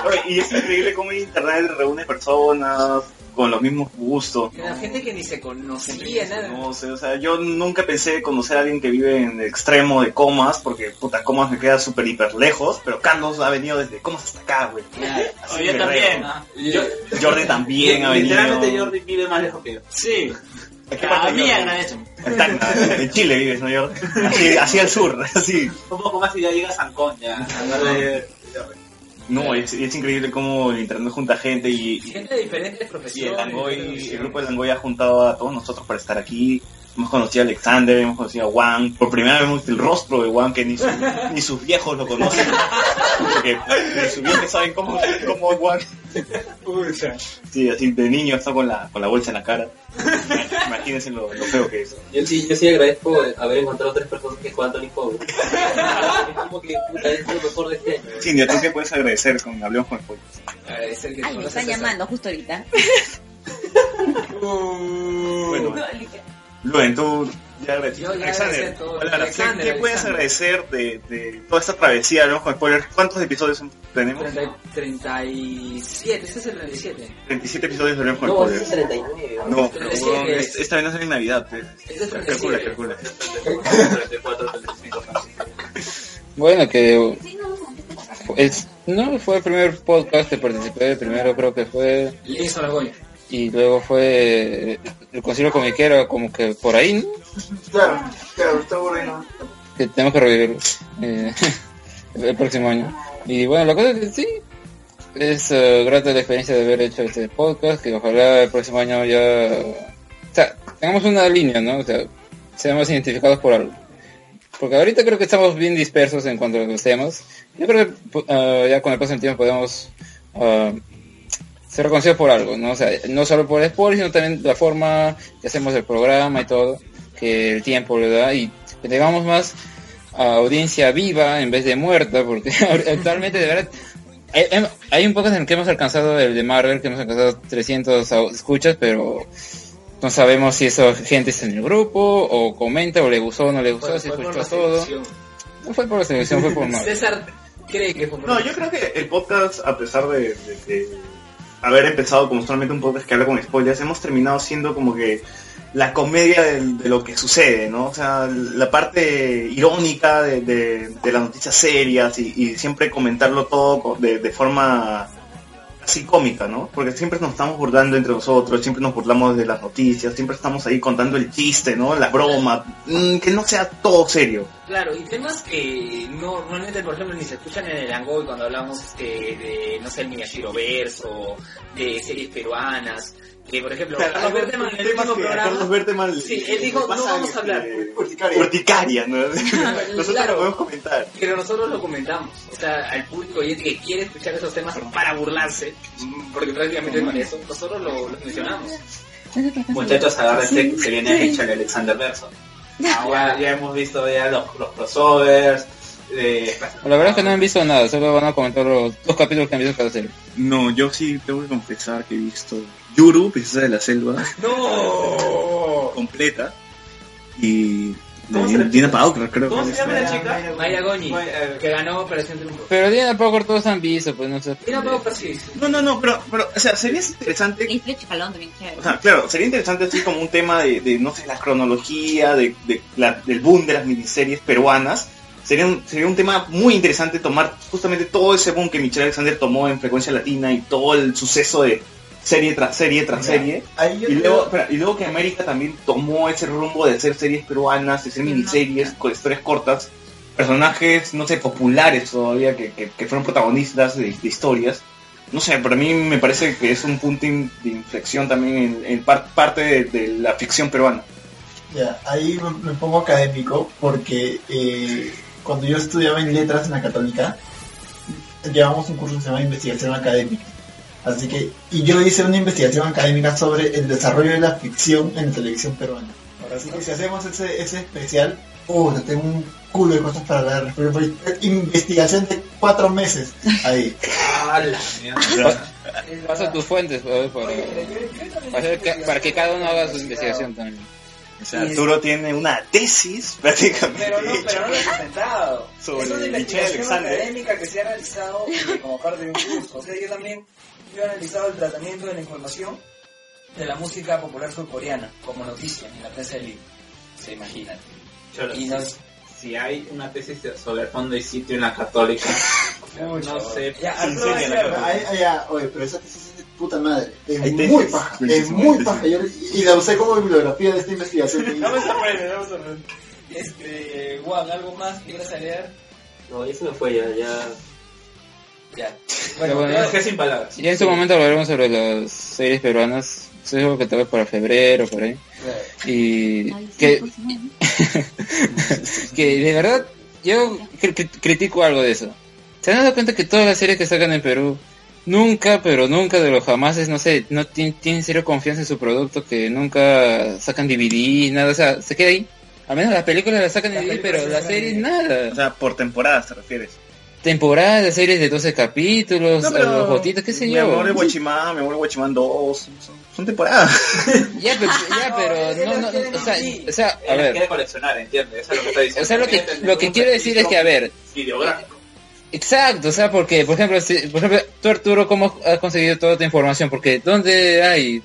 Speaker 1: Oye, Y es increíble cómo internet reúne personas con los mismos gustos.
Speaker 6: La gente que ni se conocía, nada.
Speaker 1: No sé, o sea, yo nunca pensé conocer a alguien que vive en el extremo de Comas, porque puta, Comas me queda súper hiper lejos, pero Carlos ha venido desde Comas hasta acá, güey.
Speaker 6: Claro.
Speaker 1: Así
Speaker 7: Oye,
Speaker 1: que
Speaker 7: también.
Speaker 1: reo.
Speaker 7: ¿ah?
Speaker 12: Yo,
Speaker 1: Jordi también ha venido.
Speaker 12: literalmente Jordi Ah, vive más lejos que yo.
Speaker 7: Sí,
Speaker 1: ¿A qué parte
Speaker 7: a
Speaker 1: de
Speaker 7: mí
Speaker 1: Jordi?
Speaker 7: agradecen.
Speaker 1: En Tacna, en Chile vives, ¿no, Jordi? Así, así al sur, así.
Speaker 12: Un poco más y ya llega a Sancón ya.
Speaker 1: No, es, es increíble cómo el internet junta gente y, y-
Speaker 6: Gente de diferentes
Speaker 1: y
Speaker 6: profesiones.
Speaker 1: el Langoy,
Speaker 6: diferentes
Speaker 1: el grupo de Langoy ha juntado a todos nosotros para estar aquí. Hemos conocido a Alexander, hemos conocido a Juan, por primera vez hemos visto el rostro de Juan que ni, su- ni sus viejos lo conocen. Porque ni sus viejos saben cómo, cómo es Juan. Sí, así de niño está con la, con la bolsa en la cara. Imagínense lo, lo feo que es.
Speaker 9: Yo sí, yo sí agradezco haber encontrado tres personas que juegan Tony Pobre. es como que puta, es lo mejor de este año.
Speaker 1: Sí, ¿tú qué puedes agradecer con Hablemos con el Pollo?
Speaker 6: Agradecer que
Speaker 3: Ay, me están
Speaker 6: conoces a-
Speaker 3: llamando justo ahorita.
Speaker 1: Bueno, Luen, tú ya agradeces.
Speaker 6: Yo ya
Speaker 1: Alexander,
Speaker 6: agradecí todo.
Speaker 1: hola,
Speaker 6: Alexander,
Speaker 1: ¿qué, qué puedes
Speaker 6: Alexander.
Speaker 1: agradecer de, de toda esta travesía? Hablemos con spoilers. ¿Cuántos episodios son- tenemos?
Speaker 6: 30 37, este es el 37.
Speaker 1: 37 episodios de Hablemos con
Speaker 9: No, ese es
Speaker 1: spoilers.
Speaker 9: 39. ¿no?
Speaker 1: No,
Speaker 6: 37
Speaker 1: huevón, es- esta vez no es en Navidad. pues.
Speaker 6: Este es el
Speaker 1: Calcula,
Speaker 6: 37.
Speaker 1: calcula.
Speaker 4: Bueno, que es, no fue el primer podcast que participé, el primero creo que fue,
Speaker 6: Listo, la voy.
Speaker 4: y luego fue eh, el concilio comiquero, como que por ahí, ¿no?
Speaker 2: Claro, claro, está bueno.
Speaker 4: que tenemos que revivirlo eh, el próximo año. Y bueno, la cosa es que sí, es eh, grata la experiencia de haber hecho este podcast, que ojalá el próximo año ya... O sea, tengamos una línea, ¿no? O sea, seamos identificados por algo. Porque ahorita creo que estamos bien dispersos en cuanto a los temas. Yo creo que pu- ah, ya con el paso del tiempo podemos ah, ser reconocidos por algo, ¿no? O sea, no solo por el sport, sino también la forma que hacemos el programa y todo, que el tiempo le da y que tengamos más a audiencia viva en vez de muerta, porque actualmente de verdad hay, hay- hay un poco en el que hemos alcanzado el de Marvel, que hemos alcanzado 300 au- escuchas, pero no sabemos si esa gente está en el grupo, o comenta, o le gustó, o no le gustó, si escuchó todo. No fue por la selección, fue por Marvel.
Speaker 6: César cree que fue por
Speaker 1: No, yo creo que el podcast, a pesar de, de- de haber empezado como solamente un podcast que habla con spoilers, hemos terminado siendo como que la comedia del- de, lo que sucede, ¿no? O sea, la parte irónica de, de- de las noticias serias y, y siempre comentarlo todo co- de, de forma así cómica, ¿no? Porque siempre nos estamos burlando entre nosotros, siempre nos burlamos de las noticias, siempre estamos ahí contando el chiste, ¿no? La broma, mm, que no sea todo serio.
Speaker 6: Claro, y temas que no, normalmente, por ejemplo, ni se escuchan en el Angoy cuando hablamos este, de, no sé, el Miyashiro Verso, de series peruanas, que por ejemplo,
Speaker 1: Claro,
Speaker 6: Carlos
Speaker 1: hay
Speaker 6: Berteman en el
Speaker 1: temas
Speaker 6: último
Speaker 1: que a Carlos
Speaker 6: programa...
Speaker 1: Berteman le-
Speaker 6: Sí, él
Speaker 1: le
Speaker 6: dijo,
Speaker 1: pasa
Speaker 6: no vamos a hablar.
Speaker 1: eh,
Speaker 2: Urticaria.
Speaker 1: Urticaria, ¿no? Nosotros
Speaker 6: Claro.
Speaker 1: lo podemos comentar.
Speaker 6: Pero nosotros lo comentamos, o sea, al público oyente que quiere escuchar esos temas para burlarse, mm, porque prácticamente es con eso, nosotros lo, lo mencionamos.
Speaker 12: Muchachos, agárrense que se
Speaker 4: Ah,
Speaker 12: viene hecha el Alexander Verso. Ah, ya, ya hemos visto ya los, los crossovers, eh,
Speaker 4: La verdad es que no han visto nada, solo van a comentar los dos capítulos que han visto cada serie.
Speaker 1: No, yo sí tengo que confesar que he visto Yuru, Princesa de la Selva,
Speaker 12: ¡No!
Speaker 1: completa. Y
Speaker 12: ¿Cómo
Speaker 1: de
Speaker 12: se le-
Speaker 1: Dina Paukra, creo
Speaker 12: ¿Cómo
Speaker 1: que
Speaker 12: se
Speaker 1: es.
Speaker 12: llama la chica? eh,
Speaker 20: Maya Goñi,
Speaker 12: Maya-
Speaker 20: que ganó Operación Triunfo.
Speaker 4: Pero Dina Power todos han visto, pues no sé.
Speaker 20: Mira, Pau Persis.
Speaker 1: No, no, no, pero, pero, o sea, sería interesante
Speaker 3: Y Flecha Jalón también chévere.
Speaker 1: O sea, claro, sería interesante así como un tema de, de, no sé, la cronología, de, de la- del boom de las miniseries peruanas. Sería un, sería un tema muy interesante tomar justamente todo ese boom que Michelle Alexander tomó en Frecuencia Latina y todo el suceso de serie tras serie tras serie.
Speaker 2: Ahí yo
Speaker 1: Y
Speaker 2: creo-
Speaker 1: luego, espera, y luego que América también tomó ese rumbo de hacer series peruanas, de hacer miniseries con historias cortas, personajes, no sé, populares todavía, que, que- que fueron protagonistas de, de historias. No sé, para mí me parece que es un punto in- de inflexión también en, en par- parte de, de la ficción peruana.
Speaker 2: Ya, ahí me, me pongo académico porque eh, cuando yo estudiaba en letras en la católica, llevábamos un curso que se llama investigación académica. Así que, y yo hice una investigación académica sobre el desarrollo de la ficción en la televisión peruana. Ahora sí que si hacemos ese, ese especial, uh, tengo un culo de cosas para hablar. Pero fue Investigación de cuatro meses ahí.
Speaker 12: ¡Ah, la mierda!
Speaker 4: Pasa Eh, tus fuentes, pues, para, para hacer Pues que, para que cada uno haga su investigación también.
Speaker 1: O sea, Arturo tiene una tesis prácticamente
Speaker 6: Pero no,
Speaker 1: hecha
Speaker 6: pero no lo he presentado.
Speaker 1: Sobre
Speaker 6: es una
Speaker 1: Michelle
Speaker 6: investigación
Speaker 1: Alexander.
Speaker 6: académica que se ha realizado eh, como parte de un curso. O sea, yo también yo he analizado el tratamiento de la información de la música popular surcoreana como noticia en la prensa del libro. Se imaginan.
Speaker 12: Cholo,
Speaker 6: Y nos...
Speaker 12: Si hay una tesis sobre fondo y sitio en la católica, no sé.
Speaker 6: Ya,
Speaker 12: Sí,
Speaker 6: Arturo va a
Speaker 12: sí, en la
Speaker 6: hacer-
Speaker 12: católica.
Speaker 2: Ay, ay, ya, oye, pero esa tesis es de puta madre. Es
Speaker 1: Hay
Speaker 2: muy
Speaker 1: tesis,
Speaker 2: paja. Es
Speaker 1: buenísimo,
Speaker 2: muy
Speaker 1: tesis.
Speaker 2: paja. Yo- y la usé como bibliografía de esta investigación. que hice.
Speaker 6: No me sorprende, no me sorprende. Este, Juan, ¿algo más que quieras agregar?
Speaker 9: No, ya se me fue, ya, ya.
Speaker 6: Ya.
Speaker 4: Pero
Speaker 6: Bueno,
Speaker 4: bueno,
Speaker 12: No, es que sin palabras.
Speaker 4: Y en su momento hablaremos sobre las series peruanas, seguro que tal vez para febrero, por ahí. Y
Speaker 3: Ay, sí,
Speaker 4: que,
Speaker 3: por favor.
Speaker 4: que de verdad yo cri- cri- critico algo de eso. ¿Se han dado cuenta que todas las series que sacan en Perú, nunca, pero nunca de los jamases, no sé, no tien- tienen cero confianza en su producto, que nunca sacan DVD, nada, o sea, se queda ahí. Al menos las películas las sacan en
Speaker 6: Las
Speaker 4: DVD,
Speaker 6: películas
Speaker 4: pero
Speaker 6: se
Speaker 4: las
Speaker 6: sacan en
Speaker 4: series
Speaker 6: DVD.
Speaker 4: nada.
Speaker 1: O sea, por temporadas te refieres.
Speaker 4: Temporadas, de series de 12 capítulos,
Speaker 1: No, pero-
Speaker 4: o gotitas, qué sé
Speaker 1: Mi
Speaker 4: yo.
Speaker 1: amor de Guachimán, mi amor de Guachimán 2, son, son temporadas.
Speaker 4: Ya, pero, ya,
Speaker 6: No,
Speaker 4: pero
Speaker 6: ese
Speaker 4: no,
Speaker 6: no
Speaker 4: no,
Speaker 6: tiene
Speaker 4: o sea,
Speaker 6: ni-
Speaker 4: o sea, a
Speaker 12: Él
Speaker 4: ver,
Speaker 12: quiere coleccionar, ¿entiendes? Eso es lo que está diciendo.
Speaker 4: o sea, lo que, lo que quiero decir es que, a ver,
Speaker 12: Videográfico.
Speaker 4: exacto, o sea, porque, por ejemplo, si- por ejemplo, tú Arturo, ¿cómo has conseguido toda tu información? Porque, ¿dónde hay?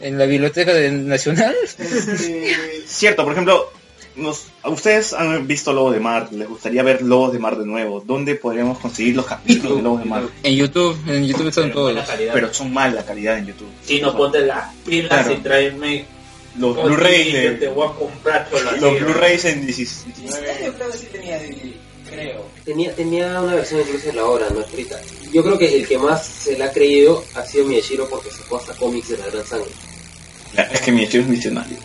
Speaker 4: ¿En la biblioteca de- nacional?
Speaker 2: Este,
Speaker 1: Cierto, por ejemplo, nos, ustedes han visto Lobos de Mar, les gustaría ver Lobos de Mar de nuevo. ¿Dónde podríamos conseguir los capítulos de Lobos de Mar?
Speaker 4: En YouTube, en YouTube están
Speaker 12: Pero buena
Speaker 4: todos.
Speaker 12: calidad.
Speaker 1: Pero son mal la calidad en YouTube.
Speaker 12: si no ponte las pilas
Speaker 1: Claro.
Speaker 12: y tráeme
Speaker 1: Los
Speaker 12: los
Speaker 1: Blu-rays
Speaker 12: DVDs, yo te
Speaker 1: de-
Speaker 12: voy a comprar cholo, así,
Speaker 1: los
Speaker 12: ¿no?
Speaker 1: Blu-rays en 16.
Speaker 6: yo creo que este sí tenía DVD, creo.
Speaker 9: Tenía, tenía una versión incluso en la hora, no escrita. Yo creo que el que más se la ha creído ha sido Miyashiro porque sacó hasta cómics de la gran sangre. Eh,
Speaker 1: Es que mi estilo es misionario.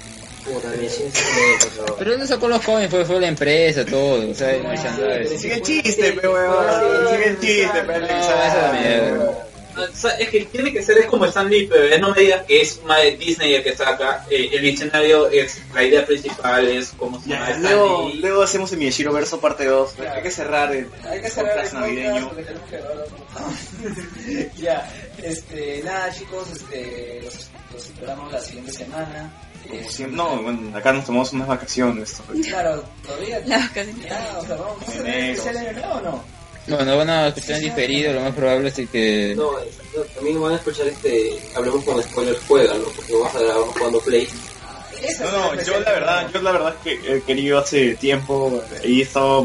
Speaker 9: Puta, Miyashiro se me por favor.
Speaker 4: Pero él no sacó los cómics, fue, fue la empresa, todo, o sea, el merchandising.
Speaker 1: Sigue el chiste, pero weón. Sigue el chiste, pero
Speaker 4: No, esa mierda.
Speaker 12: O sea, es que tiene que ser es como Stan Lee, pero no me digas que es más Disney el que saca, eh, el diccionario es la idea principal, es como se llama
Speaker 1: Ya,
Speaker 12: Stan
Speaker 1: luego,
Speaker 12: Lee.
Speaker 1: luego hacemos el Miyashiro verso parte 2. Hay que cerrar el
Speaker 6: Hay que cerrar el
Speaker 1: podcast
Speaker 6: podcast
Speaker 1: navideño.
Speaker 6: porque tenemos que grabar otro. Ya, este, nada chicos, este, los, los esperamos la siguiente semana. Eh,
Speaker 1: Como siempre- No, bueno, acá nos tomamos unas vacaciones.
Speaker 6: Claro, todavía.
Speaker 3: La vacación.
Speaker 6: Ya, o sea, vamos vamos a hacer
Speaker 1: Enero.
Speaker 6: especial año nuevo o no?
Speaker 4: Bueno, van a escuchar en diferido, lo más probable es que...
Speaker 9: No, eh, no, también van a escuchar este. Hablemos con spoilers, juegan, ¿no? Porque vamos a grabar jugando Play.
Speaker 6: Esa
Speaker 1: No,
Speaker 6: es una
Speaker 1: no, yo
Speaker 6: especial
Speaker 1: la verdad, yo la verdad es que he querido hace tiempo eh, y he estado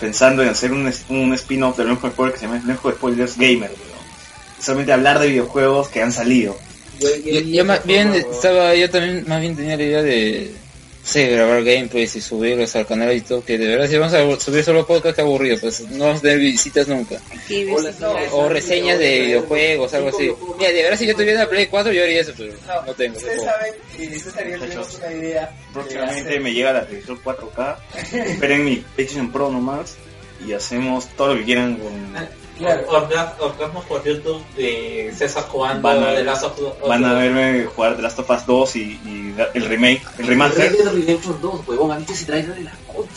Speaker 1: pensando en hacer un, es- un spin-off del mejor juego que se llama El de Spoilers Gamer, weón. Solamente hablar de videojuegos que han salido.
Speaker 4: Yo, yo más bien estaba, yo también más bien tenía la idea de sí, grabar gameplays y subirlos al canal y todo, que de verdad si vamos a subir solo podcast que aburrido, pues no vamos a tener visitas nunca.
Speaker 3: Qué visibilidad.
Speaker 4: O reseñas de videojuegos, algo así. Mira, de verdad si yo tuviera una Play 4 yo haría eso, pero
Speaker 6: No,
Speaker 4: no tengo.
Speaker 6: Ustedes
Speaker 4: supongo.
Speaker 6: saben que César y yo tenemos una idea. de
Speaker 1: Próximamente
Speaker 6: hacer-
Speaker 1: me llega la televisión 4K, esperen mi PlayStation Pro nomás y hacemos todo lo que quieran
Speaker 6: Ah,
Speaker 1: con...
Speaker 6: Claro.
Speaker 12: Orga- orgasmos por YouTube de César Juan,
Speaker 1: Van a-
Speaker 12: de Lazo Ju-
Speaker 1: Van a verme jugar The Last of Us 2 y, y el remake, el
Speaker 9: Red
Speaker 1: remaster.
Speaker 9: Dead Redemption 2, huevón, ¿han visto ese trailer de la concha?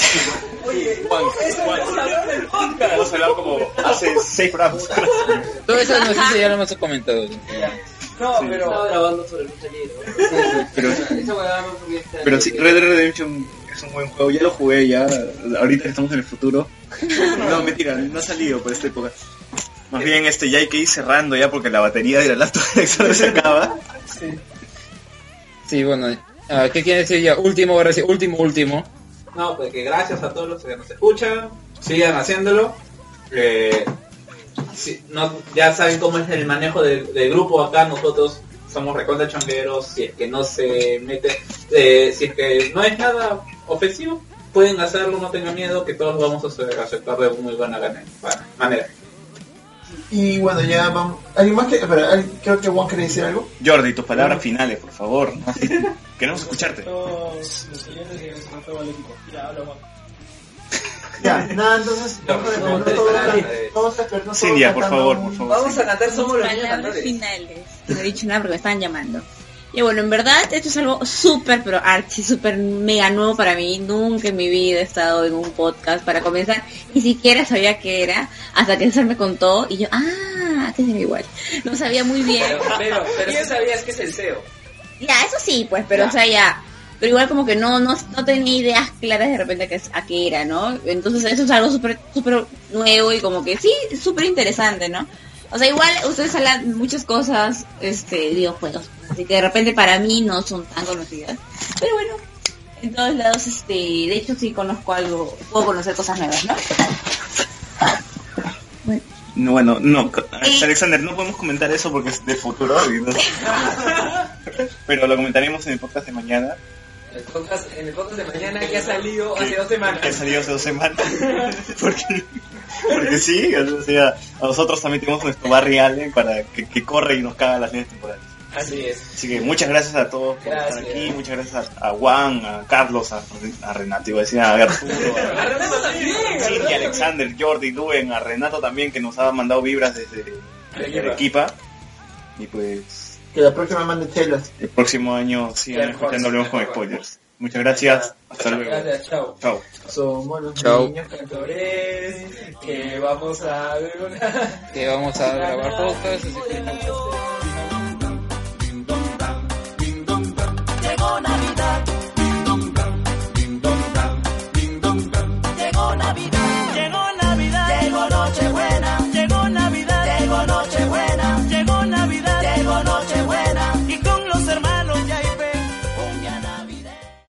Speaker 16: Oye,
Speaker 1: Juan,
Speaker 16: eso
Speaker 1: Juan.
Speaker 16: hemos hablado en el podcast.
Speaker 1: Hemos hablado como hace seis programas.
Speaker 4: Todo eso no sé si ya lo hemos comentado.
Speaker 16: No, pero...
Speaker 9: Estaba grabando sobre lucha libre.
Speaker 1: Pero,
Speaker 9: Esa huevada no subí este
Speaker 1: pero
Speaker 9: año.
Speaker 1: sí, Red Dead Redemption es un buen juego. Ya lo jugué, ya. Ahorita que estamos en el futuro. No, mentira, no ha salido por esta época. Más bien, este, ya hay que ir cerrando ya porque la batería de la laptop de Alexander se acaba.
Speaker 4: Sí, bueno. ah, ¿Qué quiere decir ya? Último, ahora sí, último, último.
Speaker 16: No, pues que gracias a todos los que nos escuchan, sigan haciéndolo. Eh, si- no- ya saben cómo es el manejo del, del grupo acá, nosotros somos recontra changueros, si es que no se mete, eh, si es que no es nada ofensivo, pueden hacerlo, no tengan miedo, que todos vamos a so- aceptar de muy buena gana- pa- manera.
Speaker 2: Y bueno, ya vamos. ¿Alguien más que.? Espera, ¿alguien- creo que Juan quería decir algo.
Speaker 1: Jordi, tus palabras finales, por favor. ¿no? Queremos escucharte.
Speaker 7: Todos los oyentes que se nos fue el equipo. Ya, habla Juan.
Speaker 2: Ya, nada, entonces.
Speaker 16: No,
Speaker 2: vamos a
Speaker 16: no,
Speaker 2: despedirnos
Speaker 16: no,
Speaker 2: todos
Speaker 16: no, no,
Speaker 2: can-
Speaker 16: no.
Speaker 2: Vamos a despedirnos todos
Speaker 1: Cindia, por
Speaker 2: cantando
Speaker 1: favor,
Speaker 2: un-
Speaker 1: por favor.
Speaker 16: Vamos a cantar Somos los niños
Speaker 3: palabras
Speaker 16: cantores.
Speaker 3: finales. No he dicho nada porque me están llamando. Y bueno, en verdad, esto es algo súper, pero archi, súper mega nuevo para mí. Nunca en mi vida he estado en un podcast para comenzar. Ni siquiera sabía qué era. Hasta que César me contó y yo, ah, que será igual. No sabía muy bien.
Speaker 6: Pero, pero, pero sí sabías que es el CEO.
Speaker 3: Ya, eso sí, pues, pero o sea, ya. Pero igual como que no, no, no tenía ideas claras de repente que, a qué era, ¿no? Entonces eso es algo súper súper nuevo y como que sí, súper interesante, ¿no? O sea, igual ustedes hablan muchas cosas, este, videojuegos, así que de repente para mí no son tan conocidas. Pero bueno, en todos lados, este, de hecho sí conozco algo, puedo conocer cosas nuevas, ¿no?
Speaker 1: No, bueno, no, Alexander, no podemos comentar eso porque es del futuro. y no- Pero lo comentaremos en el podcast de mañana,
Speaker 6: El podcast- en el podcast de mañana que ha salido hace dos semanas.
Speaker 1: que salió hace dos semanas. Porque, porque sí, o sea, nosotros también tenemos nuestro Barry Allen para que, que corre y nos caga las líneas temporales.
Speaker 6: Así es.
Speaker 1: Así que muchas gracias a todos por
Speaker 6: Gracias.
Speaker 1: estar aquí, muchas gracias a, a Juan, a Carlos, a, a Renato, iba a decir a Arturo, a
Speaker 6: Renato también.
Speaker 1: Cindy, Alexander, Jordi, Duen, a Renato también que nos ha mandado vibras desde
Speaker 6: Arequipa.
Speaker 1: Arequipa. Y pues
Speaker 2: Que la próxima mande telas.
Speaker 1: el próximo año sigan
Speaker 6: Bien,
Speaker 1: escuchando
Speaker 6: Juan.
Speaker 1: Hablemos con Spoilers. Muchas gracias, hasta luego.
Speaker 6: Gracias, chao.
Speaker 1: Chao.
Speaker 2: Son buenos
Speaker 4: Chao.
Speaker 2: niños.
Speaker 6: Cantores, que vamos a...
Speaker 4: Que pues, vamos a grabar podcast. así que-